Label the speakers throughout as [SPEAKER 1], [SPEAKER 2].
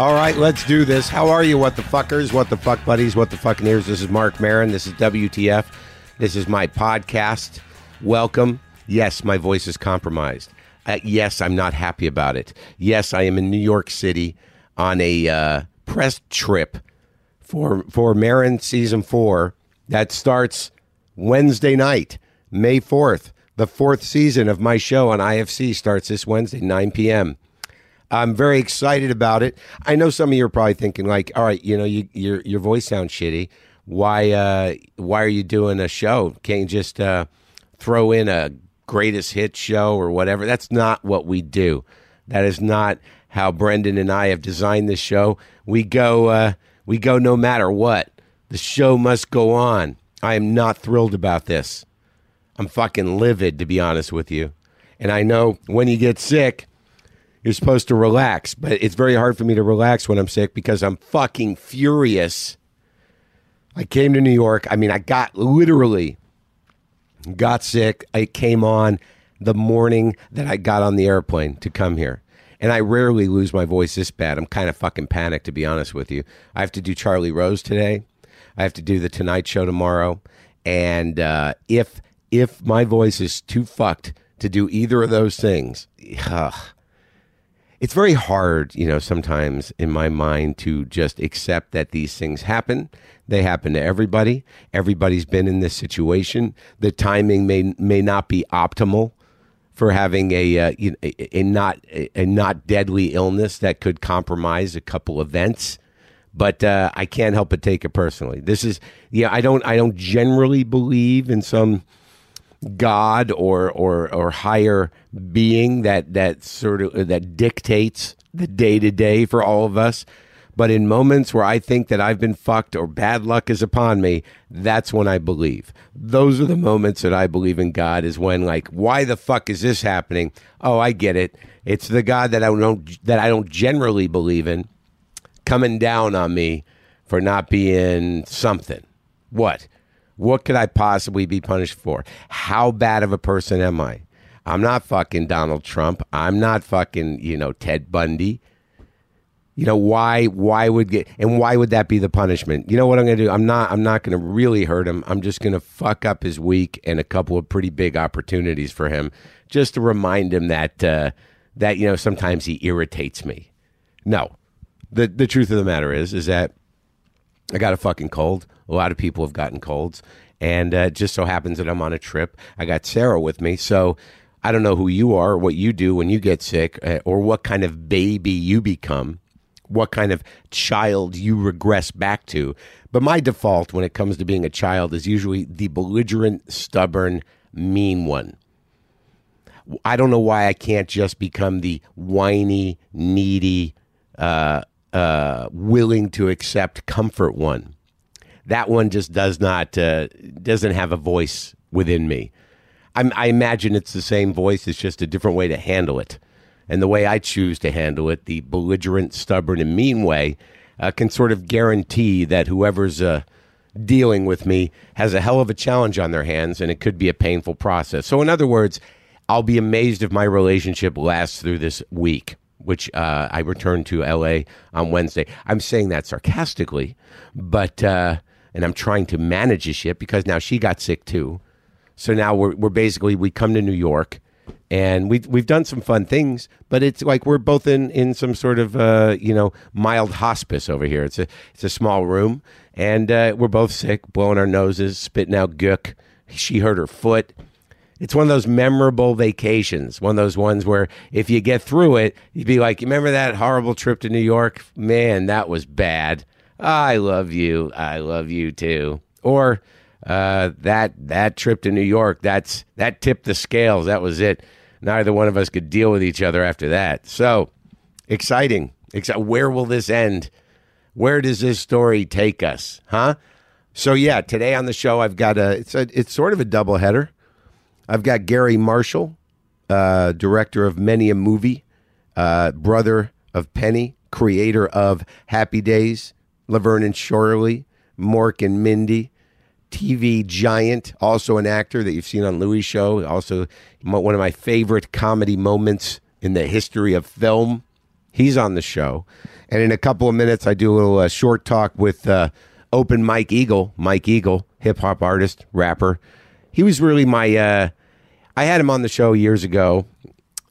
[SPEAKER 1] All right, let's do this. How are you, what the fuckers, what the fuck buddies, what the fucking ears? This is Mark Marin. This is WTF. This is my podcast. Welcome. Yes, my voice is compromised. Uh, yes, I'm not happy about it. Yes, I am in New York City on a uh, press trip for for Marin season four that starts Wednesday night, May fourth. The fourth season of my show on IFC starts this Wednesday, 9 p.m. I'm very excited about it. I know some of you are probably thinking, like, all right, you know, you, your your voice sounds shitty. Why uh, why are you doing a show? Can't you just uh, throw in a greatest hit show or whatever? That's not what we do. That is not how Brendan and I have designed this show. We go uh, we go no matter what. The show must go on. I am not thrilled about this. I'm fucking livid to be honest with you. And I know when you get sick, you're supposed to relax, but it's very hard for me to relax when I'm sick because I'm fucking furious. I came to New York. I mean, I got literally got sick. I came on the morning that I got on the airplane to come here. And I rarely lose my voice this bad. I'm kind of fucking panicked, to be honest with you. I have to do Charlie Rose today. I have to do the Tonight Show tomorrow. And uh, if if my voice is too fucked to do either of those things, it's very hard, you know, sometimes in my mind to just accept that these things happen. They happen to everybody. Everybody's been in this situation. The timing may may not be optimal for having a uh, you know, a, a not a, a not deadly illness that could compromise a couple events. But uh, I can't help but take it personally. This is yeah. I don't I don't generally believe in some god or or or higher being that that sort of that dictates the day to day for all of us but in moments where i think that i've been fucked or bad luck is upon me that's when i believe those are the moments that i believe in god is when like why the fuck is this happening oh i get it it's the god that i don't that i don't generally believe in coming down on me for not being something. What? What could I possibly be punished for? How bad of a person am I? I'm not fucking Donald Trump. I'm not fucking, you know, Ted Bundy. You know why why would get and why would that be the punishment? You know what I'm going to do? I'm not I'm not going to really hurt him. I'm just going to fuck up his week and a couple of pretty big opportunities for him just to remind him that uh that you know sometimes he irritates me. No. The the truth of the matter is is that I got a fucking cold. A lot of people have gotten colds, and uh, it just so happens that I'm on a trip. I got Sarah with me, so I don't know who you are, or what you do when you get sick, uh, or what kind of baby you become, what kind of child you regress back to. But my default when it comes to being a child is usually the belligerent, stubborn, mean one. I don't know why I can't just become the whiny, needy, uh, uh, willing to accept comfort one. That one just does not uh, doesn't have a voice within me. I'm, I imagine it's the same voice. It's just a different way to handle it, and the way I choose to handle it, the belligerent, stubborn, and mean way, uh, can sort of guarantee that whoever's uh, dealing with me has a hell of a challenge on their hands and it could be a painful process. So, in other words, I'll be amazed if my relationship lasts through this week, which uh, I return to LA on Wednesday. I'm saying that sarcastically, but, uh, and I'm trying to manage this shit because now she got sick too. So now we're, we're basically, we come to New York and we've, we've done some fun things, but it's like we're both in, in some sort of, uh, you know, mild hospice over here. It's a, it's a small room and uh, we're both sick, blowing our noses, spitting out gook. She hurt her foot. It's one of those memorable vacations, one of those ones where if you get through it, you'd be like, remember that horrible trip to New York? Man, that was bad. I love you. I love you too. Or uh, that that trip to New York, that's that tipped the scales. That was it. Neither one of us could deal with each other after that. So exciting. Except where will this end? Where does this story take us? Huh? So yeah, today on the show I've got a it's a it's sort of a double header. I've got Gary Marshall, uh, director of many a movie, uh, brother of Penny, creator of Happy Days, Laverne and Shirley, Mork and Mindy, TV giant, also an actor that you've seen on Louis' show, also mo- one of my favorite comedy moments in the history of film. He's on the show. And in a couple of minutes, I do a little uh, short talk with uh, Open Mike Eagle, Mike Eagle, hip hop artist, rapper. He was really my, uh, I had him on the show years ago.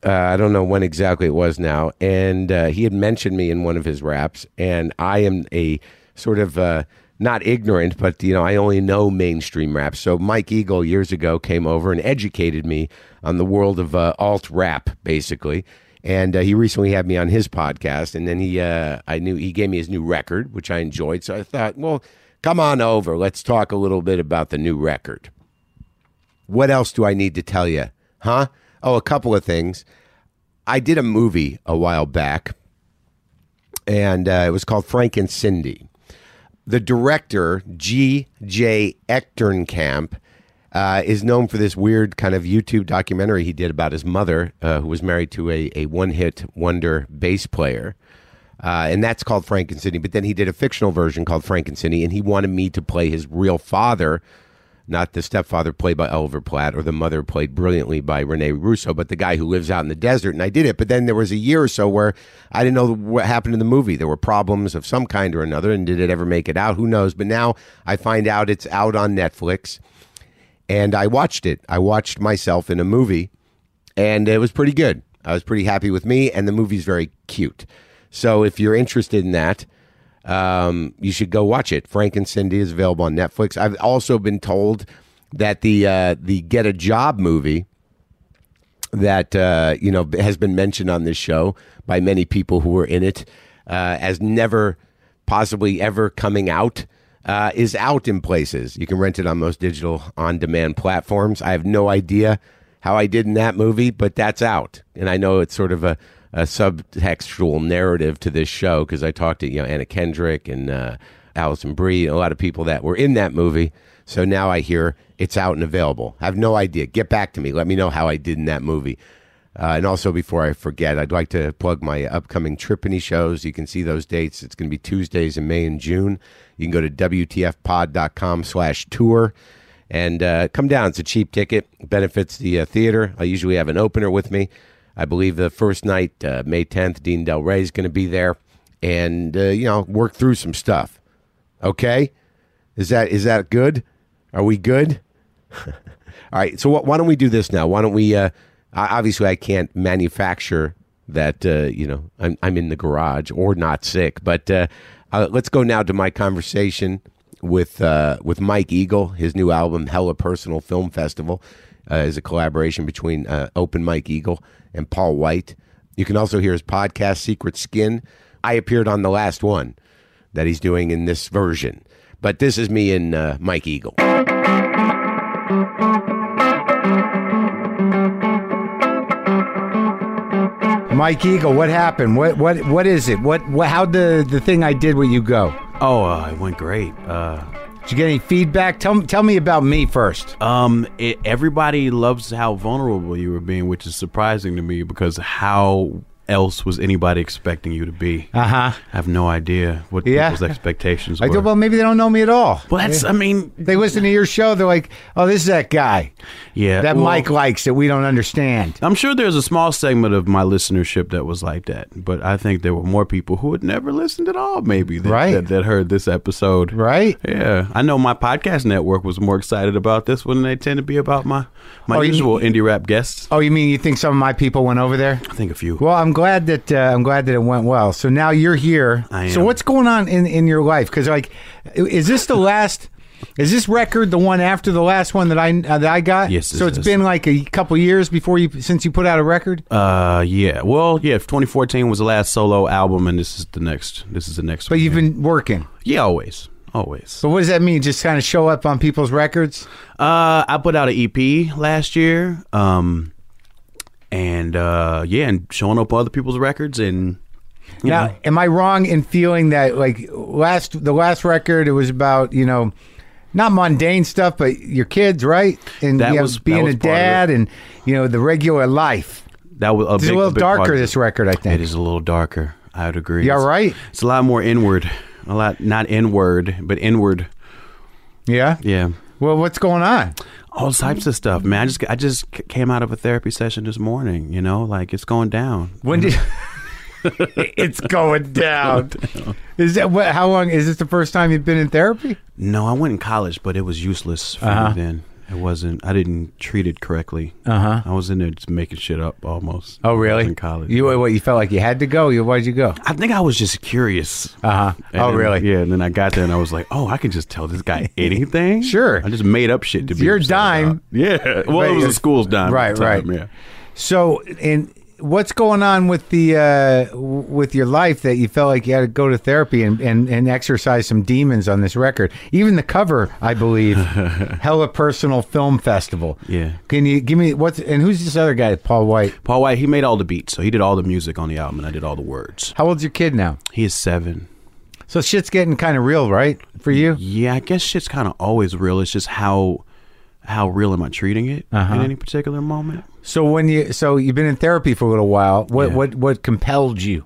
[SPEAKER 1] Uh, I don't know when exactly it was now. And uh, he had mentioned me in one of his raps. And I am a sort of, uh, not ignorant, but you know, I only know mainstream rap. So Mike Eagle years ago came over and educated me on the world of uh, alt rap, basically. And uh, he recently had me on his podcast, and then he, uh, I knew he gave me his new record, which I enjoyed. So I thought, well, come on over, let's talk a little bit about the new record. What else do I need to tell you, huh? Oh, a couple of things. I did a movie a while back, and uh, it was called Frank and Cindy the director G.J. Ecternkamp uh, is known for this weird kind of YouTube documentary he did about his mother, uh, who was married to a, a one hit wonder bass player. Uh, and that's called Frank and Cindy. But then he did a fictional version called Frank and Cindy, and he wanted me to play his real father, not the stepfather played by Oliver Platt or the mother played brilliantly by Rene Russo, but the guy who lives out in the desert. And I did it, but then there was a year or so where I didn't know what happened in the movie. There were problems of some kind or another, and did it ever make it out? Who knows? But now I find out it's out on Netflix, and I watched it. I watched myself in a movie, and it was pretty good. I was pretty happy with me, and the movie's very cute. So if you're interested in that, um, you should go watch it. Frank and Cindy is available on Netflix. I've also been told that the uh, the Get a Job movie that uh, you know has been mentioned on this show by many people who were in it uh, as never possibly ever coming out uh, is out in places. You can rent it on most digital on demand platforms. I have no idea how I did in that movie, but that's out, and I know it's sort of a a subtextual narrative to this show because I talked to you know Anna Kendrick and uh, Allison Brie, and a lot of people that were in that movie. So now I hear it's out and available. I have no idea. Get back to me. Let me know how I did in that movie. Uh, and also, before I forget, I'd like to plug my upcoming Trippany shows. You can see those dates. It's going to be Tuesdays in May and June. You can go to WTFpod.com slash tour and uh, come down. It's a cheap ticket. Benefits the uh, theater. I usually have an opener with me. I believe the first night, uh, May 10th, Dean Del Rey is going to be there, and uh, you know, work through some stuff. Okay, is that is that good? Are we good? All right. So wh- why don't we do this now? Why don't we? Uh, I, obviously, I can't manufacture that. Uh, you know, I'm I'm in the garage or not sick, but uh, uh, let's go now to my conversation with uh, with Mike Eagle. His new album, Hella Personal Film Festival, uh, is a collaboration between uh, Open Mike Eagle and Paul White. You can also hear his podcast, Secret Skin. I appeared on the last one that he's doing in this version, but this is me and uh, Mike Eagle.
[SPEAKER 2] Mike Eagle, what happened? What what what is it? What, what how the the thing I did with you go?
[SPEAKER 3] Oh, uh, it went great. Uh,
[SPEAKER 2] Did you get any feedback? Tell tell me about me first.
[SPEAKER 3] um, it, everybody loves how vulnerable you were being, which is surprising to me because how else was anybody expecting you to be? I
[SPEAKER 2] Uh huh.
[SPEAKER 3] have no idea what
[SPEAKER 2] Yeah.
[SPEAKER 3] people's expectations
[SPEAKER 2] I
[SPEAKER 3] were.
[SPEAKER 2] thought, well, maybe they don't know me at all.
[SPEAKER 3] well, that's, I mean,
[SPEAKER 2] They listen to your show. They're like, oh, this is that guy
[SPEAKER 3] yeah.
[SPEAKER 2] that
[SPEAKER 3] well,
[SPEAKER 2] Mike likes that we don't understand.
[SPEAKER 3] I'm sure there's a small segment of my listenership that was like that, but I think there were more people who had never listened at all, maybe, that,
[SPEAKER 2] Right.
[SPEAKER 3] that, that heard this episode.
[SPEAKER 2] Right?
[SPEAKER 3] Yeah, I know my podcast network was more excited about this one than they tend to be about my my
[SPEAKER 2] Oh, you-
[SPEAKER 3] usual indie rap guests.
[SPEAKER 2] Oh, you mean you think some of my people went over there?
[SPEAKER 3] I think a few.
[SPEAKER 2] Well, I'm glad that uh, I'm glad that it went well. So now you're here.
[SPEAKER 3] I
[SPEAKER 2] So
[SPEAKER 3] am.
[SPEAKER 2] what's going on in in your life? Because like, i- is this the last? Is this record the one after the last one that I uh, that I got?
[SPEAKER 3] Yes,
[SPEAKER 2] So
[SPEAKER 3] it
[SPEAKER 2] it's
[SPEAKER 3] is.
[SPEAKER 2] been like a couple years before you since you put out a record.
[SPEAKER 3] Uh, yeah. Well, yeah. if 2014 was the last solo album, and this is the next. This is the next.
[SPEAKER 2] But
[SPEAKER 3] one.
[SPEAKER 2] you've been working.
[SPEAKER 3] yeah, always, always.
[SPEAKER 2] So what does that mean? Just kind of show up on people's records.
[SPEAKER 3] Uh, I put out an EP last year. Um, and uh, yeah, and showing up on other people's records, and you
[SPEAKER 2] now,
[SPEAKER 3] know,
[SPEAKER 2] am I wrong in feeling that like last the last record it was about you know. Not mundane stuff, but your kids, right? And
[SPEAKER 3] That
[SPEAKER 2] you know,
[SPEAKER 3] was- that
[SPEAKER 2] being
[SPEAKER 3] was
[SPEAKER 2] a
[SPEAKER 3] part of it.
[SPEAKER 2] dad, and you know the regular life.
[SPEAKER 3] that was a,
[SPEAKER 2] It's
[SPEAKER 3] big,
[SPEAKER 2] a little
[SPEAKER 3] big part-
[SPEAKER 2] darker this record, I
[SPEAKER 3] It
[SPEAKER 2] think.
[SPEAKER 3] is a little darker. I would agree.
[SPEAKER 2] You
[SPEAKER 3] It's-
[SPEAKER 2] all right?
[SPEAKER 3] It's a lot more inward. A lot, not inward, but inward.
[SPEAKER 2] Yeah.
[SPEAKER 3] Yeah.
[SPEAKER 2] Well, what's going on?
[SPEAKER 3] all types of stuff, man. I just I just c- came out of a therapy session this morning. You know, like it's going down.
[SPEAKER 2] When did it's going down. Is that what? How long is this? The first time you've been in therapy?
[SPEAKER 3] No, I went in college, but it was useless for
[SPEAKER 2] Uh-huh.
[SPEAKER 3] me then. It wasn't. I didn't treat it correctly.
[SPEAKER 2] Uh-huh.
[SPEAKER 3] I was in there just making shit up almost.
[SPEAKER 2] Oh,
[SPEAKER 3] I was
[SPEAKER 2] really?
[SPEAKER 3] In college.
[SPEAKER 2] You what? You felt like you had to go. You why'd you go?
[SPEAKER 3] I think I was just curious.
[SPEAKER 2] Uh huh.
[SPEAKER 3] And
[SPEAKER 2] oh,
[SPEAKER 3] then-
[SPEAKER 2] really?
[SPEAKER 3] Yeah. And then I got there and I was like, oh, I can just tell this guy anything.
[SPEAKER 2] Sure.
[SPEAKER 3] I just made up shit to be
[SPEAKER 2] Your
[SPEAKER 3] upset
[SPEAKER 2] dime.
[SPEAKER 3] about. Yeah. Well,
[SPEAKER 2] Right,
[SPEAKER 3] it was
[SPEAKER 2] your-
[SPEAKER 3] the school's dime. at
[SPEAKER 2] right,
[SPEAKER 3] the time,
[SPEAKER 2] right.
[SPEAKER 3] Yeah.
[SPEAKER 2] So, and what's going on with the uh, w- with your life that you felt like you had to go to therapy and, and, and exercise some demons on this record? Even the cover, I believe, hella personal film festival.
[SPEAKER 3] Yeah.
[SPEAKER 2] Can you give me what's and who's this other guy? Paul White.
[SPEAKER 3] Paul White, he made all the beats, so he did all the music on the album, and I did all the words.
[SPEAKER 2] How old's your kid now?
[SPEAKER 3] He is seven.
[SPEAKER 2] So shit's getting kind of real, right? For you?
[SPEAKER 3] Yeah, I guess shit's kind of always real. It's just how how real am I treating it
[SPEAKER 2] Uh-huh.
[SPEAKER 3] in any particular moment?
[SPEAKER 2] So when you so you've been in therapy for a little while, what
[SPEAKER 3] Yeah.
[SPEAKER 2] what what compelled you?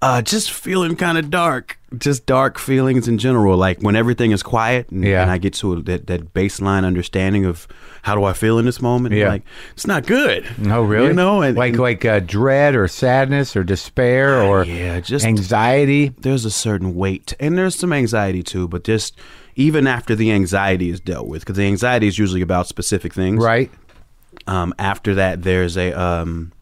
[SPEAKER 3] Uh, just feeling kind of dark, just dark feelings in general. Like when everything is quiet, and,
[SPEAKER 2] Yeah.
[SPEAKER 3] and I get to a, that that baseline understanding of how do I feel in this moment.
[SPEAKER 2] Yeah.
[SPEAKER 3] like it's not good.
[SPEAKER 2] Oh, really?
[SPEAKER 3] You know, and
[SPEAKER 2] like
[SPEAKER 3] and Ah,
[SPEAKER 2] like uh, dread or sadness or despair or
[SPEAKER 3] Yeah, just-
[SPEAKER 2] anxiety.
[SPEAKER 3] there's a certain weight, and there's some anxiety too. But just even after the anxiety is dealt with, because the anxiety is usually about specific things,
[SPEAKER 2] Right.
[SPEAKER 3] um, after that there's a um,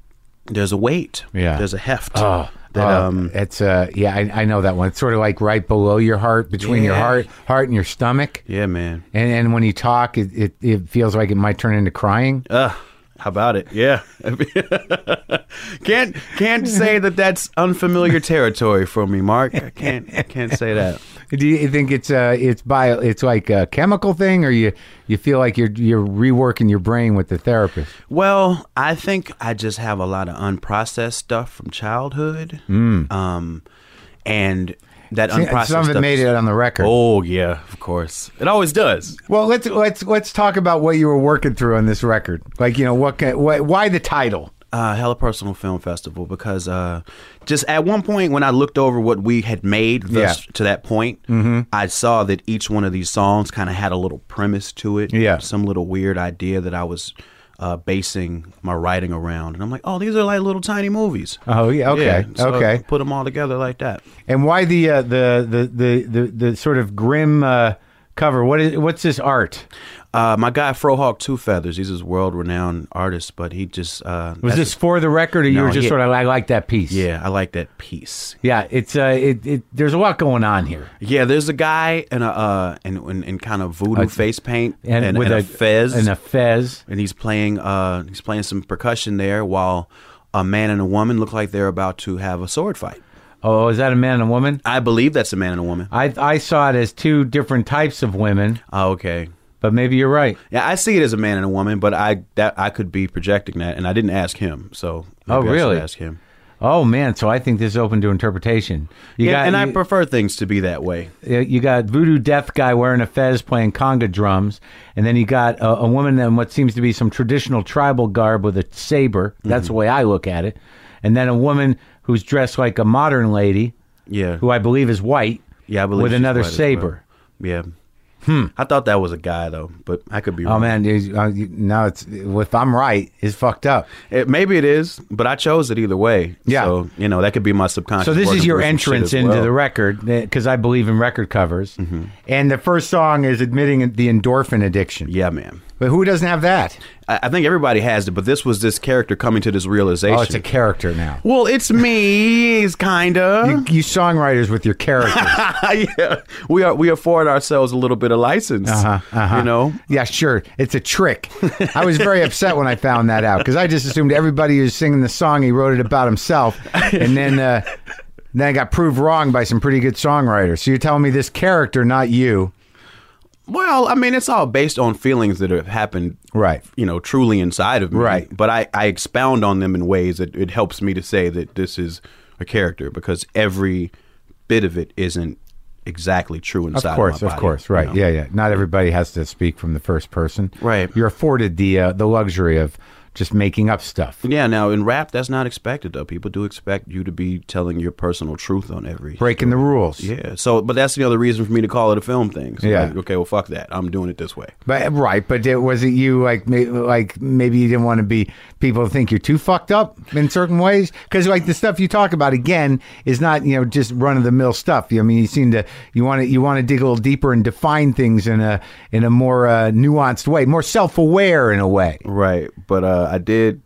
[SPEAKER 3] there's a weight
[SPEAKER 2] Yeah.
[SPEAKER 3] there's a heft that
[SPEAKER 2] Oh, That,
[SPEAKER 3] um
[SPEAKER 2] it's uh, yeah, I, I know that one. It's sort of like right below your heart, between your
[SPEAKER 3] Yeah.
[SPEAKER 2] heart, heart and your stomach.
[SPEAKER 3] yeah man
[SPEAKER 2] And and when you talk, it, it, it feels like it might turn into crying.
[SPEAKER 3] uh how about it yeah can't can't say that that's unfamiliar territory for me mark i can't can't say that
[SPEAKER 2] Do you think it's uh, it's bio, it's like a chemical thing, or you you feel like you're you're reworking your brain with the therapist?
[SPEAKER 3] well i think i just have a lot of unprocessed stuff from childhood um and that unprocessed
[SPEAKER 2] Hmm. Some of it
[SPEAKER 3] stuff
[SPEAKER 2] made
[SPEAKER 3] is-
[SPEAKER 2] it on the record.
[SPEAKER 3] oh yeah of course it always does
[SPEAKER 2] Well, let's let's let's talk about what you were working through on this record. Like you know what can, what why the title?
[SPEAKER 3] uh, Hella Personal Film Festival because uh, just at one point when I looked over what we had made thus
[SPEAKER 2] Yeah. Mm-hmm.
[SPEAKER 3] to that point, I saw that each one of these songs kind of had a little premise to it.
[SPEAKER 2] Yeah.
[SPEAKER 3] Some little weird idea that I was uh, basing my writing around. And I'm like, oh, these are like little tiny movies.
[SPEAKER 2] Oh yeah, okay,
[SPEAKER 3] so I
[SPEAKER 2] okay.
[SPEAKER 3] put them all together like that.
[SPEAKER 2] And why the uh, the, the the the the sort of grim uh, cover? What is what's this art?
[SPEAKER 3] Uh, my guy Frohawk Two Feathers, he's this world renowned artist, but he just. Uh,
[SPEAKER 2] Was
[SPEAKER 3] that's-
[SPEAKER 2] this for the record, or you
[SPEAKER 3] No,
[SPEAKER 2] were just
[SPEAKER 3] yeah.
[SPEAKER 2] sort of I like that piece?
[SPEAKER 3] Yeah, I like that piece.
[SPEAKER 2] yeah. It's uh, it, it there's a lot going on here.
[SPEAKER 3] Yeah, there's a guy in a uh, in, in, in kind of voodoo face paint and, and, a, fez,
[SPEAKER 2] and
[SPEAKER 3] and,
[SPEAKER 2] a fez.
[SPEAKER 3] he's playing uh, he's playing some percussion there while a man and a woman look like they're about to have a sword fight.
[SPEAKER 2] Oh, is that a man and a woman?
[SPEAKER 3] I believe that's a man and a woman.
[SPEAKER 2] I I saw it as two different types of women,
[SPEAKER 3] Oh, okay.
[SPEAKER 2] but maybe you're right.
[SPEAKER 3] Yeah, I see it as a man and a woman, but I that I could be projecting that, and I didn't ask him, so
[SPEAKER 2] Oh,
[SPEAKER 3] maybe I should
[SPEAKER 2] really?
[SPEAKER 3] ask him.
[SPEAKER 2] Oh man, so I think this is open to interpretation. You
[SPEAKER 3] Yeah, and I
[SPEAKER 2] you-
[SPEAKER 3] prefer things to be that way.
[SPEAKER 2] Uh, you got voodoo death guy wearing a fez playing conga drums and then you got a, a woman in what seems to be some traditional tribal garb with a saber that's
[SPEAKER 3] Mm-hmm.
[SPEAKER 2] the way i look at it and then a woman who's dressed like a modern lady
[SPEAKER 3] Yeah,
[SPEAKER 2] who i believe is white
[SPEAKER 3] yeah, I believe
[SPEAKER 2] with
[SPEAKER 3] she's
[SPEAKER 2] another
[SPEAKER 3] white as well.
[SPEAKER 2] saber
[SPEAKER 3] Yeah. Hmm. I thought that was a guy though, but I could be wrong.
[SPEAKER 2] oh man you- uh, you- now it's if i'm right it's fucked up
[SPEAKER 3] It, maybe it is, but I chose it either way.
[SPEAKER 2] Yeah.
[SPEAKER 3] So, you know, that could be my subconscious.
[SPEAKER 2] so this
[SPEAKER 3] working
[SPEAKER 2] is your
[SPEAKER 3] through some shit
[SPEAKER 2] entrance
[SPEAKER 3] as
[SPEAKER 2] into
[SPEAKER 3] well. Mm-hmm.
[SPEAKER 2] the record because i believe in record covers and the first song is admitting the endorphin addiction
[SPEAKER 3] Yeah, man.
[SPEAKER 2] but who doesn't have that
[SPEAKER 3] I, I think everybody has it, but this was this character coming to this realization.
[SPEAKER 2] oh it's a character now
[SPEAKER 3] well, it's me, is
[SPEAKER 2] You,
[SPEAKER 3] kinda.
[SPEAKER 2] you songwriters with your characters.
[SPEAKER 3] yeah, we are. We afford ourselves a little bit of license. Uh-huh, You know,
[SPEAKER 2] yeah, sure. It's a trick. I was very upset when I found that out because I just assumed everybody who's singing the song he wrote it about himself, and then uh, then I got proved wrong by some pretty good songwriters. So you're telling me this character, not you,
[SPEAKER 3] Well, I mean, it's all based on feelings that have happened,
[SPEAKER 2] Right.
[SPEAKER 3] You know, truly inside of me,
[SPEAKER 2] Right.
[SPEAKER 3] But I, I expound on them in ways that it helps me to say that this is a character because every bit of it isn't exactly true
[SPEAKER 2] Of
[SPEAKER 3] inside.
[SPEAKER 2] course,
[SPEAKER 3] my
[SPEAKER 2] of
[SPEAKER 3] body,
[SPEAKER 2] course,
[SPEAKER 3] you
[SPEAKER 2] right?
[SPEAKER 3] know?
[SPEAKER 2] Yeah, yeah. Not everybody has to speak from the first person,
[SPEAKER 3] Right.
[SPEAKER 2] You're afforded the uh, the luxury of just making up stuff.
[SPEAKER 3] Yeah, now in rap, that's not expected though. People do expect you to be telling your personal truth on every.
[SPEAKER 2] Breaking the rules.
[SPEAKER 3] Yeah, so but that's the other reason for me to call it a film thing. So
[SPEAKER 2] Yeah.
[SPEAKER 3] like, okay, well, fuck that. I'm doing it this way.
[SPEAKER 2] But right, but it, was it you like may, like maybe you didn't want to be people think you're too fucked up in certain ways because like the stuff you talk about again is not you know just run of the mill stuff. I mean, you seem to you want to you want to dig a little deeper and define things in a in a more uh, nuanced way, more self aware in a way.
[SPEAKER 3] Right, but uh, I did,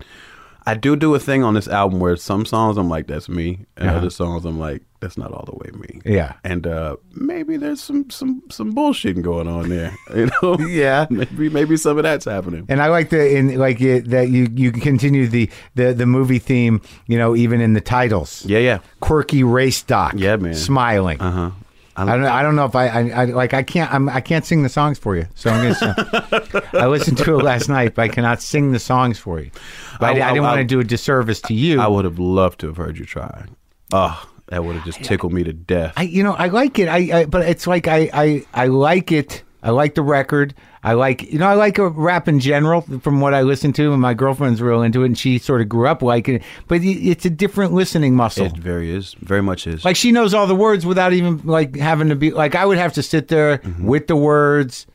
[SPEAKER 3] I do do a thing on this album where some songs I'm like, that's me, and other songs I'm like, that's not all the way me.
[SPEAKER 2] Uh-huh. Yeah.
[SPEAKER 3] and uh, maybe there's some some some bullshitting going on there. You know?
[SPEAKER 2] Yeah.
[SPEAKER 3] maybe maybe some of that's happening.
[SPEAKER 2] And I like the in like it, that you you continue the, the the movie theme, you know, even in the titles.
[SPEAKER 3] Yeah, yeah,
[SPEAKER 2] Quirky race doc.
[SPEAKER 3] Yeah, man.
[SPEAKER 2] Smiling.
[SPEAKER 3] uh huh.
[SPEAKER 2] I don't. I don't know if I. I, I like. I can't. I'm, I can't sing the songs for you. So I'm gonna. sing. I listened to it last night, but I cannot sing the songs for you. But I, I
[SPEAKER 3] I-
[SPEAKER 2] didn't
[SPEAKER 3] I-
[SPEAKER 2] want to do a disservice to you.
[SPEAKER 3] I
[SPEAKER 2] I,
[SPEAKER 3] would have loved to have heard you try. Oh, that would have just tickled me to death.
[SPEAKER 2] you know, I like it. I, I. But it's like I. I. I like it. I like the record. I like. You know, I like uh, rap in general. From what I listen to, and my girlfriend's real into it, and she sort of grew up liking it. But it, it's a different listening muscle.
[SPEAKER 3] it very is, very much is.
[SPEAKER 2] like she knows all the words without even like having to be like I would have to sit there with the words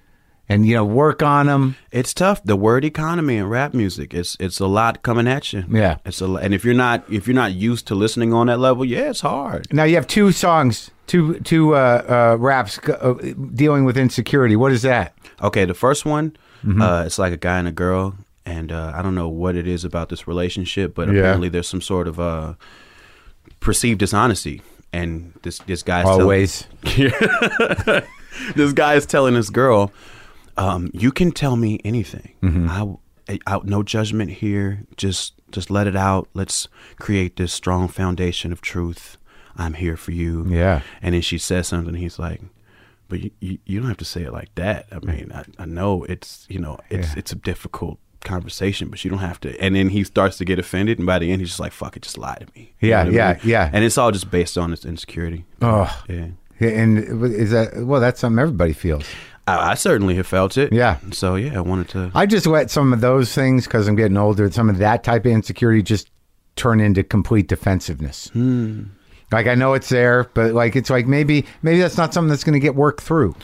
[SPEAKER 2] and you know work on them.
[SPEAKER 3] It's tough. The word economy in rap music. It's it's a lot coming at you.
[SPEAKER 2] Yeah.
[SPEAKER 3] It's a lo- and if you're not if you're not used to listening on that level, yeah, it's hard.
[SPEAKER 2] Now you have two songs, two two uh, uh, raps uh, dealing with insecurity. What is that?
[SPEAKER 3] Okay, the first one, uh, it's like a guy and a girl, and uh, I don't know what it is about this relationship, but
[SPEAKER 2] Yeah.
[SPEAKER 3] apparently there's some sort of uh, perceived dishonesty, and this this guy's telling- this guy is telling this girl, um, "You can tell me anything.
[SPEAKER 2] Mm-hmm.
[SPEAKER 3] I, I, no judgment here. Just, just let it out. Let's create this strong foundation of truth. I'm here for you."
[SPEAKER 2] Yeah.
[SPEAKER 3] And then she says something. He's like, "But you, you, you don't have to say it like that. I mean, I, I know it's, you know, it's, it's a difficult." conversation but you don't have to and then he starts to get offended and by the end he's just like fuck it just lie to me You
[SPEAKER 2] Yeah,
[SPEAKER 3] know what
[SPEAKER 2] yeah, yeah.
[SPEAKER 3] and it's all just based on his insecurity
[SPEAKER 2] Oh,
[SPEAKER 3] yeah
[SPEAKER 2] and is that well? That's something everybody feels.
[SPEAKER 3] I, I certainly have felt it.
[SPEAKER 2] Yeah.
[SPEAKER 3] So yeah, I wanted to.
[SPEAKER 2] I just let some of those things because I'm getting older. Some of that type of insecurity just turn into complete defensiveness. Like I know it's there, but like it's like maybe maybe that's not something that's going to get worked through.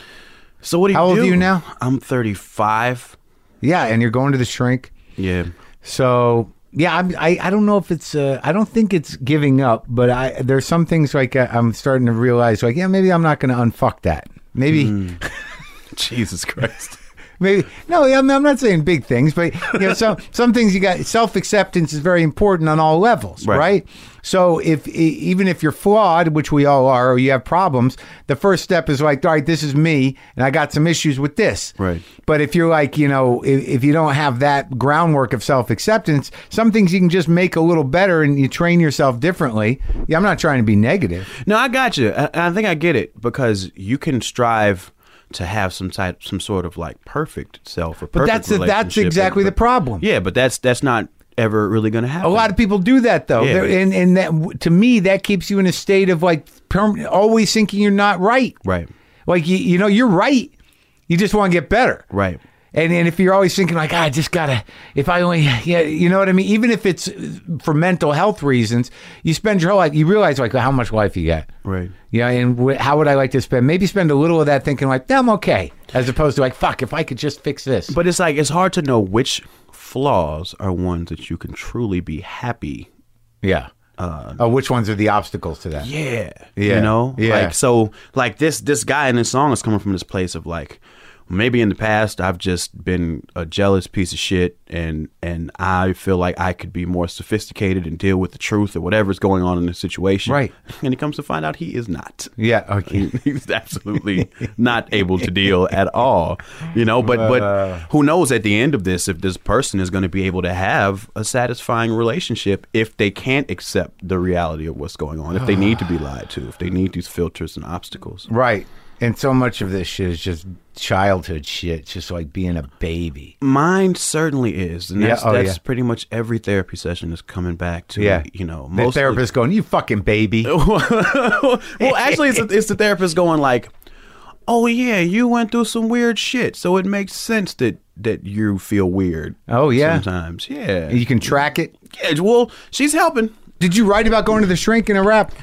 [SPEAKER 3] So what do you
[SPEAKER 2] How old
[SPEAKER 3] do?
[SPEAKER 2] are you now?
[SPEAKER 3] I'm 35.
[SPEAKER 2] Yeah, and you're going to the shrink.
[SPEAKER 3] Yeah.
[SPEAKER 2] So yeah, I'm, I I don't know if it's uh, I don't think it's giving up, but I there's some things like uh, I'm starting to realize like yeah maybe I'm not going to unfuck that maybe
[SPEAKER 3] Jesus Christ.
[SPEAKER 2] maybe no I'm, I'm not saying big things, but you know some some things you got self acceptance is very important on all levels, right?
[SPEAKER 3] Right.
[SPEAKER 2] So if e- even if you're flawed, which we all are, or you have problems, the first step is like all right, this is me, and I got some issues with this,
[SPEAKER 3] Right.
[SPEAKER 2] But if you're like, you know, if, if you don't have that groundwork of self acceptance, some things you can just make a little better and you train yourself differently. Yeah, I'm not trying to be negative.
[SPEAKER 3] No, I got you. I, I think I get it because you can strive to have some type, some sort of like perfect self or
[SPEAKER 2] But
[SPEAKER 3] perfect
[SPEAKER 2] that's the, that's
[SPEAKER 3] relationship.
[SPEAKER 2] exactly the
[SPEAKER 3] But-
[SPEAKER 2] problem.
[SPEAKER 3] Yeah, but that's that's not ever really going to happen.
[SPEAKER 2] A lot of people do that though.
[SPEAKER 3] Yeah.
[SPEAKER 2] They're- And and that to me that keeps you in a state of like perm- always thinking you're not right.
[SPEAKER 3] Right.
[SPEAKER 2] Like you, you know you're right. You just want to get better.
[SPEAKER 3] Right.
[SPEAKER 2] And and if you're always thinking like "Ah, I just gotta, if I only, yeah, you know what I mean. Even if it's uh, for mental health reasons, you spend your whole life. You realize like how much life you got.
[SPEAKER 3] Right.
[SPEAKER 2] Yeah, and wh- how would I like to spend? Maybe spend a little of that thinking like, "Damn, okay," as opposed to like, "Fuck, if I could just fix this."
[SPEAKER 3] But it's like it's hard to know which flaws are ones that you can truly be happy
[SPEAKER 2] yeah.
[SPEAKER 3] Uh,
[SPEAKER 2] oh, which ones are the obstacles to that?
[SPEAKER 3] Yeah.
[SPEAKER 2] Yeah.
[SPEAKER 3] You know?
[SPEAKER 2] Yeah.
[SPEAKER 3] Like so like this this guy in this song is coming from this place of like maybe in the past I've just been a jealous piece of shit and and I feel like I could be more sophisticated and deal with the truth or whatever's going on in the situation.
[SPEAKER 2] Right.
[SPEAKER 3] And he comes to find out he is not.
[SPEAKER 2] Yeah. Okay.
[SPEAKER 3] He's absolutely not able to deal at all, you know. But
[SPEAKER 2] Uh.
[SPEAKER 3] but who knows at the end of this if this person is going to be able to have a satisfying relationship if they can't accept the reality of what's going on, if they need to be lied to, if they need these filters and obstacles.
[SPEAKER 2] Right. And so much of this shit is just childhood shit, just like being a baby.
[SPEAKER 3] Mine certainly is, and
[SPEAKER 2] Yeah,
[SPEAKER 3] that's,
[SPEAKER 2] oh,
[SPEAKER 3] that's
[SPEAKER 2] yeah.
[SPEAKER 3] pretty much every therapy session is coming back to. you know,
[SPEAKER 2] the therapist going, "You fucking baby."
[SPEAKER 3] well, actually, it's, it's the therapist going like, oh yeah, you went through some weird shit, so it makes sense that that you feel weird.
[SPEAKER 2] Oh, yeah.
[SPEAKER 3] sometimes yeah.
[SPEAKER 2] You can track it.
[SPEAKER 3] yeah well, she's helping.
[SPEAKER 2] Did you write about going to the shrink in a rap?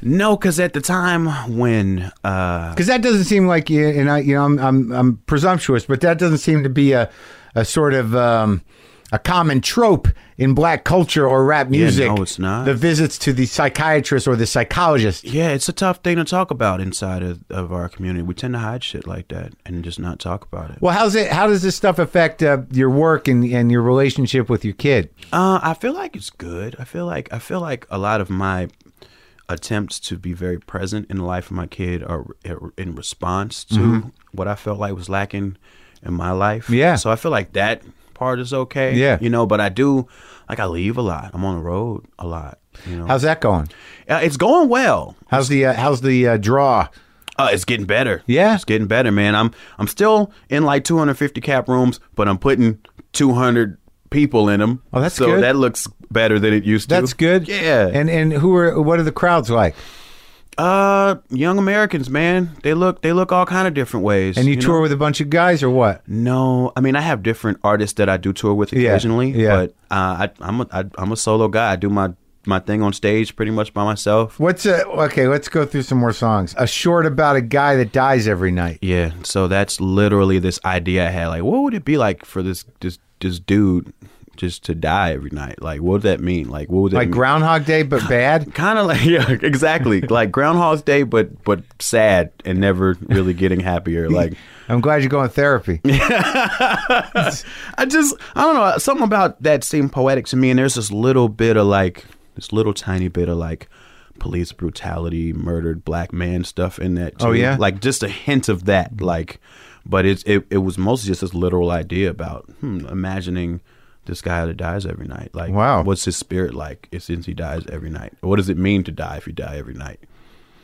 [SPEAKER 3] No, because at the time when uh,
[SPEAKER 2] Because that doesn't seem like you and I, you know, I'm, I'm I'm presumptuous, but that doesn't seem to be a a sort of um, a common trope in black culture or rap music.
[SPEAKER 3] no, it's not.
[SPEAKER 2] The visits to the psychiatrist or the psychologist.
[SPEAKER 3] yeah, it's a tough thing to talk about inside of, of our community. We tend to hide shit like that and just not talk about it.
[SPEAKER 2] Well, how's it? How does this stuff affect uh, your work and, and your relationship with your kid?
[SPEAKER 3] Uh, I feel like it's good. I feel like I feel like a lot of my attempts to be very present in the life of my kid are are in response to what I felt like was lacking in my life.
[SPEAKER 2] Mm-hmm. Yeah.
[SPEAKER 3] So I feel like that part is okay.
[SPEAKER 2] Yeah.
[SPEAKER 3] You know, but I do like I leave a lot. I'm on the road a lot. You know,
[SPEAKER 2] How's that going?
[SPEAKER 3] Uh, it's going well.
[SPEAKER 2] How's the uh, how's the uh, draw?
[SPEAKER 3] Uh, it's getting better.
[SPEAKER 2] Yeah.
[SPEAKER 3] it's getting better, man. I'm I'm still in like 250 cap rooms, but I'm putting 200 people in them.
[SPEAKER 2] Oh, that's
[SPEAKER 3] so
[SPEAKER 2] good.
[SPEAKER 3] that looks better than it used to.
[SPEAKER 2] That's good.
[SPEAKER 3] Yeah.
[SPEAKER 2] And and who are what are the crowds like?
[SPEAKER 3] uh, young Americans, man, they look they look all kind of different ways.
[SPEAKER 2] And you,
[SPEAKER 3] know?
[SPEAKER 2] tour with a bunch of guys or what?
[SPEAKER 3] No, I mean I have different artists that I do tour with
[SPEAKER 2] Yeah,
[SPEAKER 3] occasionally.
[SPEAKER 2] yeah.
[SPEAKER 3] But uh, I, I'm a, I, I'm a solo guy. I do my my thing on stage pretty much by myself.
[SPEAKER 2] What's a okay? Let's go through some more songs. A short about a guy that dies every night.
[SPEAKER 3] Yeah, so that's literally this idea I had. Like, what would it be like for this this this dude just to die every night? Like, what would that mean? Like, what would that
[SPEAKER 2] Like
[SPEAKER 3] mean?
[SPEAKER 2] Groundhog Day, but bad.
[SPEAKER 3] kind of like yeah, exactly like Groundhog's Day, but but sad and never really getting happier. Like,
[SPEAKER 2] I'm glad you're going therapy.
[SPEAKER 3] I just I don't know something about that seemed poetic to me, and there's this little bit of like this little tiny bit of like police brutality, murdered black man stuff in that. Too.
[SPEAKER 2] Oh, yeah?
[SPEAKER 3] like just a hint of that. Like, but it's it it was mostly just this literal idea about hmm, imagining this guy that dies every night. Like,
[SPEAKER 2] Wow.
[SPEAKER 3] what's his spirit like if, since he dies every night? What does it mean to die if you die every night?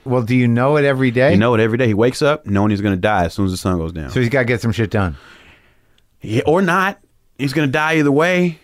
[SPEAKER 2] Well, do you know it every day?
[SPEAKER 3] You know it every day. He wakes up knowing he's gonna die as soon as the sun goes down.
[SPEAKER 2] So he's got to get some shit done.
[SPEAKER 3] Yeah, or not. He's gonna die either way.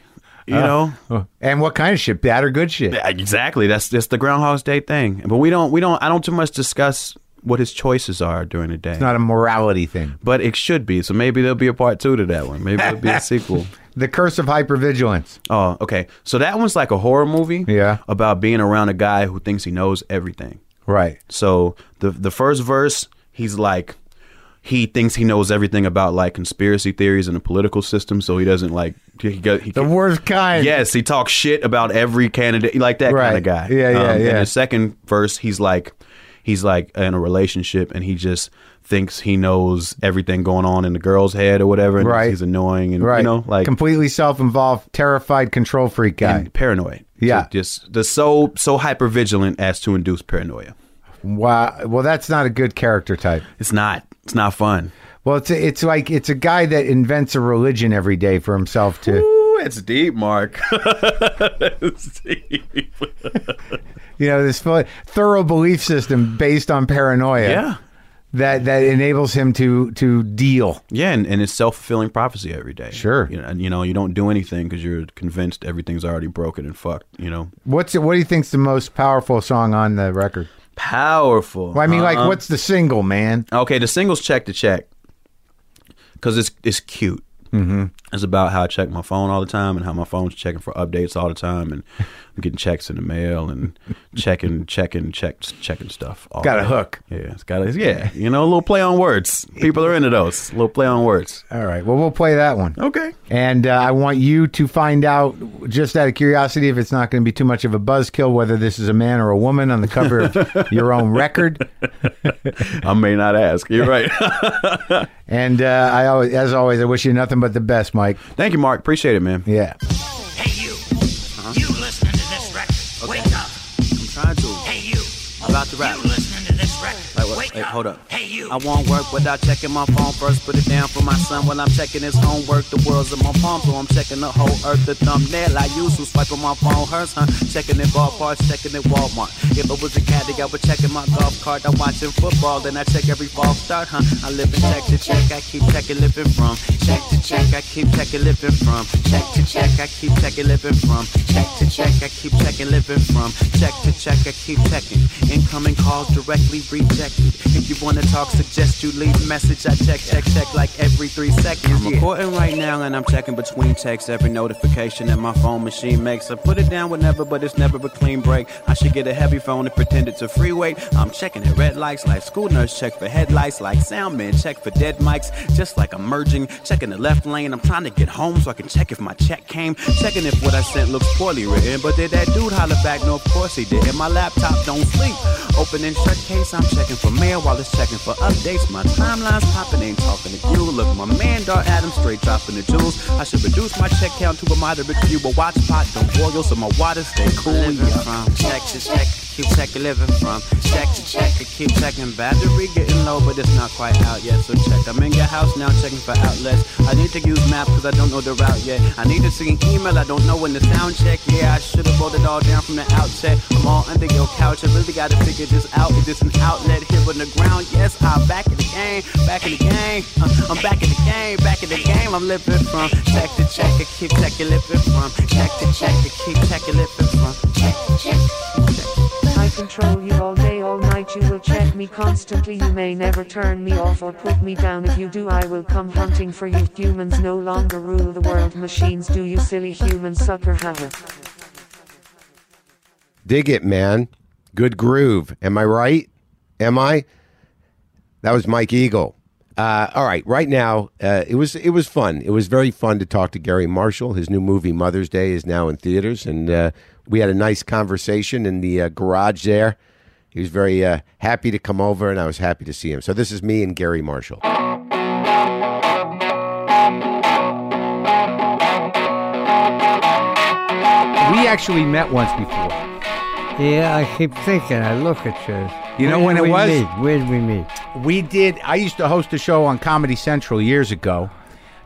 [SPEAKER 3] You
[SPEAKER 2] Uh,
[SPEAKER 3] know,
[SPEAKER 2] Oh, And what kind of shit? Bad or good shit?
[SPEAKER 3] Yeah, Exactly. That's that's the Groundhog's Day thing. But we don't we don't I don't too much discuss what his choices are during the day.
[SPEAKER 2] Not a morality thing.
[SPEAKER 3] but it should be. So maybe there'll be a part two to that one. Maybe there'll be a sequel.
[SPEAKER 2] The curse of hypervigilance.
[SPEAKER 3] Oh, okay. So that one's like a horror movie.
[SPEAKER 2] Yeah.
[SPEAKER 3] About being around a guy who thinks he knows everything.
[SPEAKER 2] Right.
[SPEAKER 3] So the the first verse, he's like he thinks he knows everything about like conspiracy theories and the political system, so he doesn't like he, got- he
[SPEAKER 2] The worst kind.
[SPEAKER 3] Yes, he talks shit about every candidate, like that kind
[SPEAKER 2] Right.
[SPEAKER 3] of guy. Um,
[SPEAKER 2] Yeah, yeah, yeah.
[SPEAKER 3] And the second verse, he's like, he's like in a relationship, and he just thinks he knows everything going on in the girl's head or whatever. And
[SPEAKER 2] Right.
[SPEAKER 3] He's annoying and
[SPEAKER 2] Right.
[SPEAKER 3] you know, like
[SPEAKER 2] completely self-involved, terrified, control freak guy.
[SPEAKER 3] and paranoid.
[SPEAKER 2] Yeah.
[SPEAKER 3] So just the so so hyper vigilant as to induce paranoia.
[SPEAKER 2] wow. Well, that's not a good character type.
[SPEAKER 3] It's not. It's not fun.
[SPEAKER 2] Well, it's a, it's like it's a guy that invents a religion every day for himself to.
[SPEAKER 3] Ooh, it's deep, Mark. it's deep.
[SPEAKER 2] you know this full- thorough belief system based on paranoia
[SPEAKER 3] Yeah.
[SPEAKER 2] that that enables him to to deal
[SPEAKER 3] Yeah, and, and it's self fulfilling prophecy every day.
[SPEAKER 2] Sure.
[SPEAKER 3] you know, and, you know you don't do anything because you're convinced everything's already broken and fucked. You know,
[SPEAKER 2] what's what do you think's the most powerful song on the record
[SPEAKER 3] powerful.
[SPEAKER 2] well, i mean
[SPEAKER 3] Uh-uh.
[SPEAKER 2] like what's the single man
[SPEAKER 3] Okay, the singles check to check because it's it's cute. Mm-hmm. It's about how I check my phone all the time and how my phone's checking for updates all the time and I'm getting checks in the mail and checking checking checks checking stuff. All
[SPEAKER 2] Got a
[SPEAKER 3] day.
[SPEAKER 2] hook.
[SPEAKER 3] Yeah, it's got a yeah. You know, a little play on words. People are into those. A little play on words.
[SPEAKER 2] all right well we'll play that one
[SPEAKER 3] Okay.
[SPEAKER 2] and uh, i want you to find out just out of curiosity if it's not going to be too much of a buzzkill whether this is a man or a woman on the cover of your own record
[SPEAKER 3] I may not ask. You're right.
[SPEAKER 2] and uh, i always as always i wish you nothing but the best mike
[SPEAKER 3] Thank you, Mark. Appreciate it, man.
[SPEAKER 2] yeah
[SPEAKER 4] Hey you, you listening to this record? Wake up!
[SPEAKER 5] I'm trying to.
[SPEAKER 4] Hey you,
[SPEAKER 5] About to rap.
[SPEAKER 4] You listening to this record?
[SPEAKER 5] Like what?
[SPEAKER 4] Wake
[SPEAKER 5] Hey,
[SPEAKER 4] up!
[SPEAKER 5] hold up.
[SPEAKER 4] Hey you.
[SPEAKER 5] I won't work without checking my phone first. Put it down for my son while I'm checking his homework. The world's in my palm, so I'm checking the whole earth. The thumbnail I use to swipe on my phone hurts, huh? Checking in ballparks, checking in Walmart. If I was a caddy, I would checking my golf cart. I'm watching football, then I check every ball start, huh? I live in check to check, I keep checking living from. Check to check, I keep checking living from. Check to check, I keep checking living from. Check to check, I keep checking living from. Check to check, I keep checking. Incoming calls directly rejected. If you wanna talk, suggest you leave message. I check, check, check like every three seconds. I'm recording right now and I'm checking between texts. Every notification that my phone machine makes. I put it down whenever, but it's never a clean break. I should get a heavy phone and pretend it's a free weight. I'm checking at red lights like school nurse check for headlights, like sound man check for dead mics. Just like I'm merging, checking the left lane. I'm trying to get home so I can check if my check came. Checking if what I sent looks poorly written. But did that dude holler back? No, of course he did. And my laptop don't sleep. Opening shut case, I'm checking for mail while it's checking for updates. My timeline's popping, ain't talking to you. Look, my man Dar Adams straight dropping the jewels. I should reduce my check count to a moderate few, but watch pot don't boil, so my water stay cool. Living from check to check, keep checking living from check to check, I keep checking battery getting low, but it's not quite out yet. So check, I'm in your house now checking for outlets. I need to use map because I don't know the route yet. I need to see an email, I don't know when the sound check. Yeah, I should have wrote it all down from the outset. I'm all under your couch, I really gotta figure this out. Is this an outlet here on the ground? Yes, I'm back in the game, back in the game. Uh, I'm back in the game, back in the game. I'm living from check to check, I keep checking, living from check to check, I keep checking, living from check to check.
[SPEAKER 6] I control you all day, all night. You will check me constantly. You may never turn me off or put me down. If you do, I will come hunting for you. Humans no longer rule the world. Machines do, you silly human sucker. Haha.
[SPEAKER 1] Dig it, man. Good groove. Am I right? Am I? That was Mike Eagle. Uh, all right, right now uh, it was it was fun. It was very fun to talk to Gary Marshall. His new movie Mother's Day is now in theaters, and uh, we had a nice conversation in the uh, garage there. He was very uh, happy to come over, and I was happy to see him. So this is me and Gary Marshall.
[SPEAKER 2] We actually met once before.
[SPEAKER 7] Yeah, I keep thinking. I look at you.
[SPEAKER 2] You know
[SPEAKER 7] Where
[SPEAKER 2] when
[SPEAKER 7] did
[SPEAKER 2] it
[SPEAKER 7] we
[SPEAKER 2] was?
[SPEAKER 7] Meet? Where did we meet?
[SPEAKER 2] We did. I used to host a show on Comedy Central years ago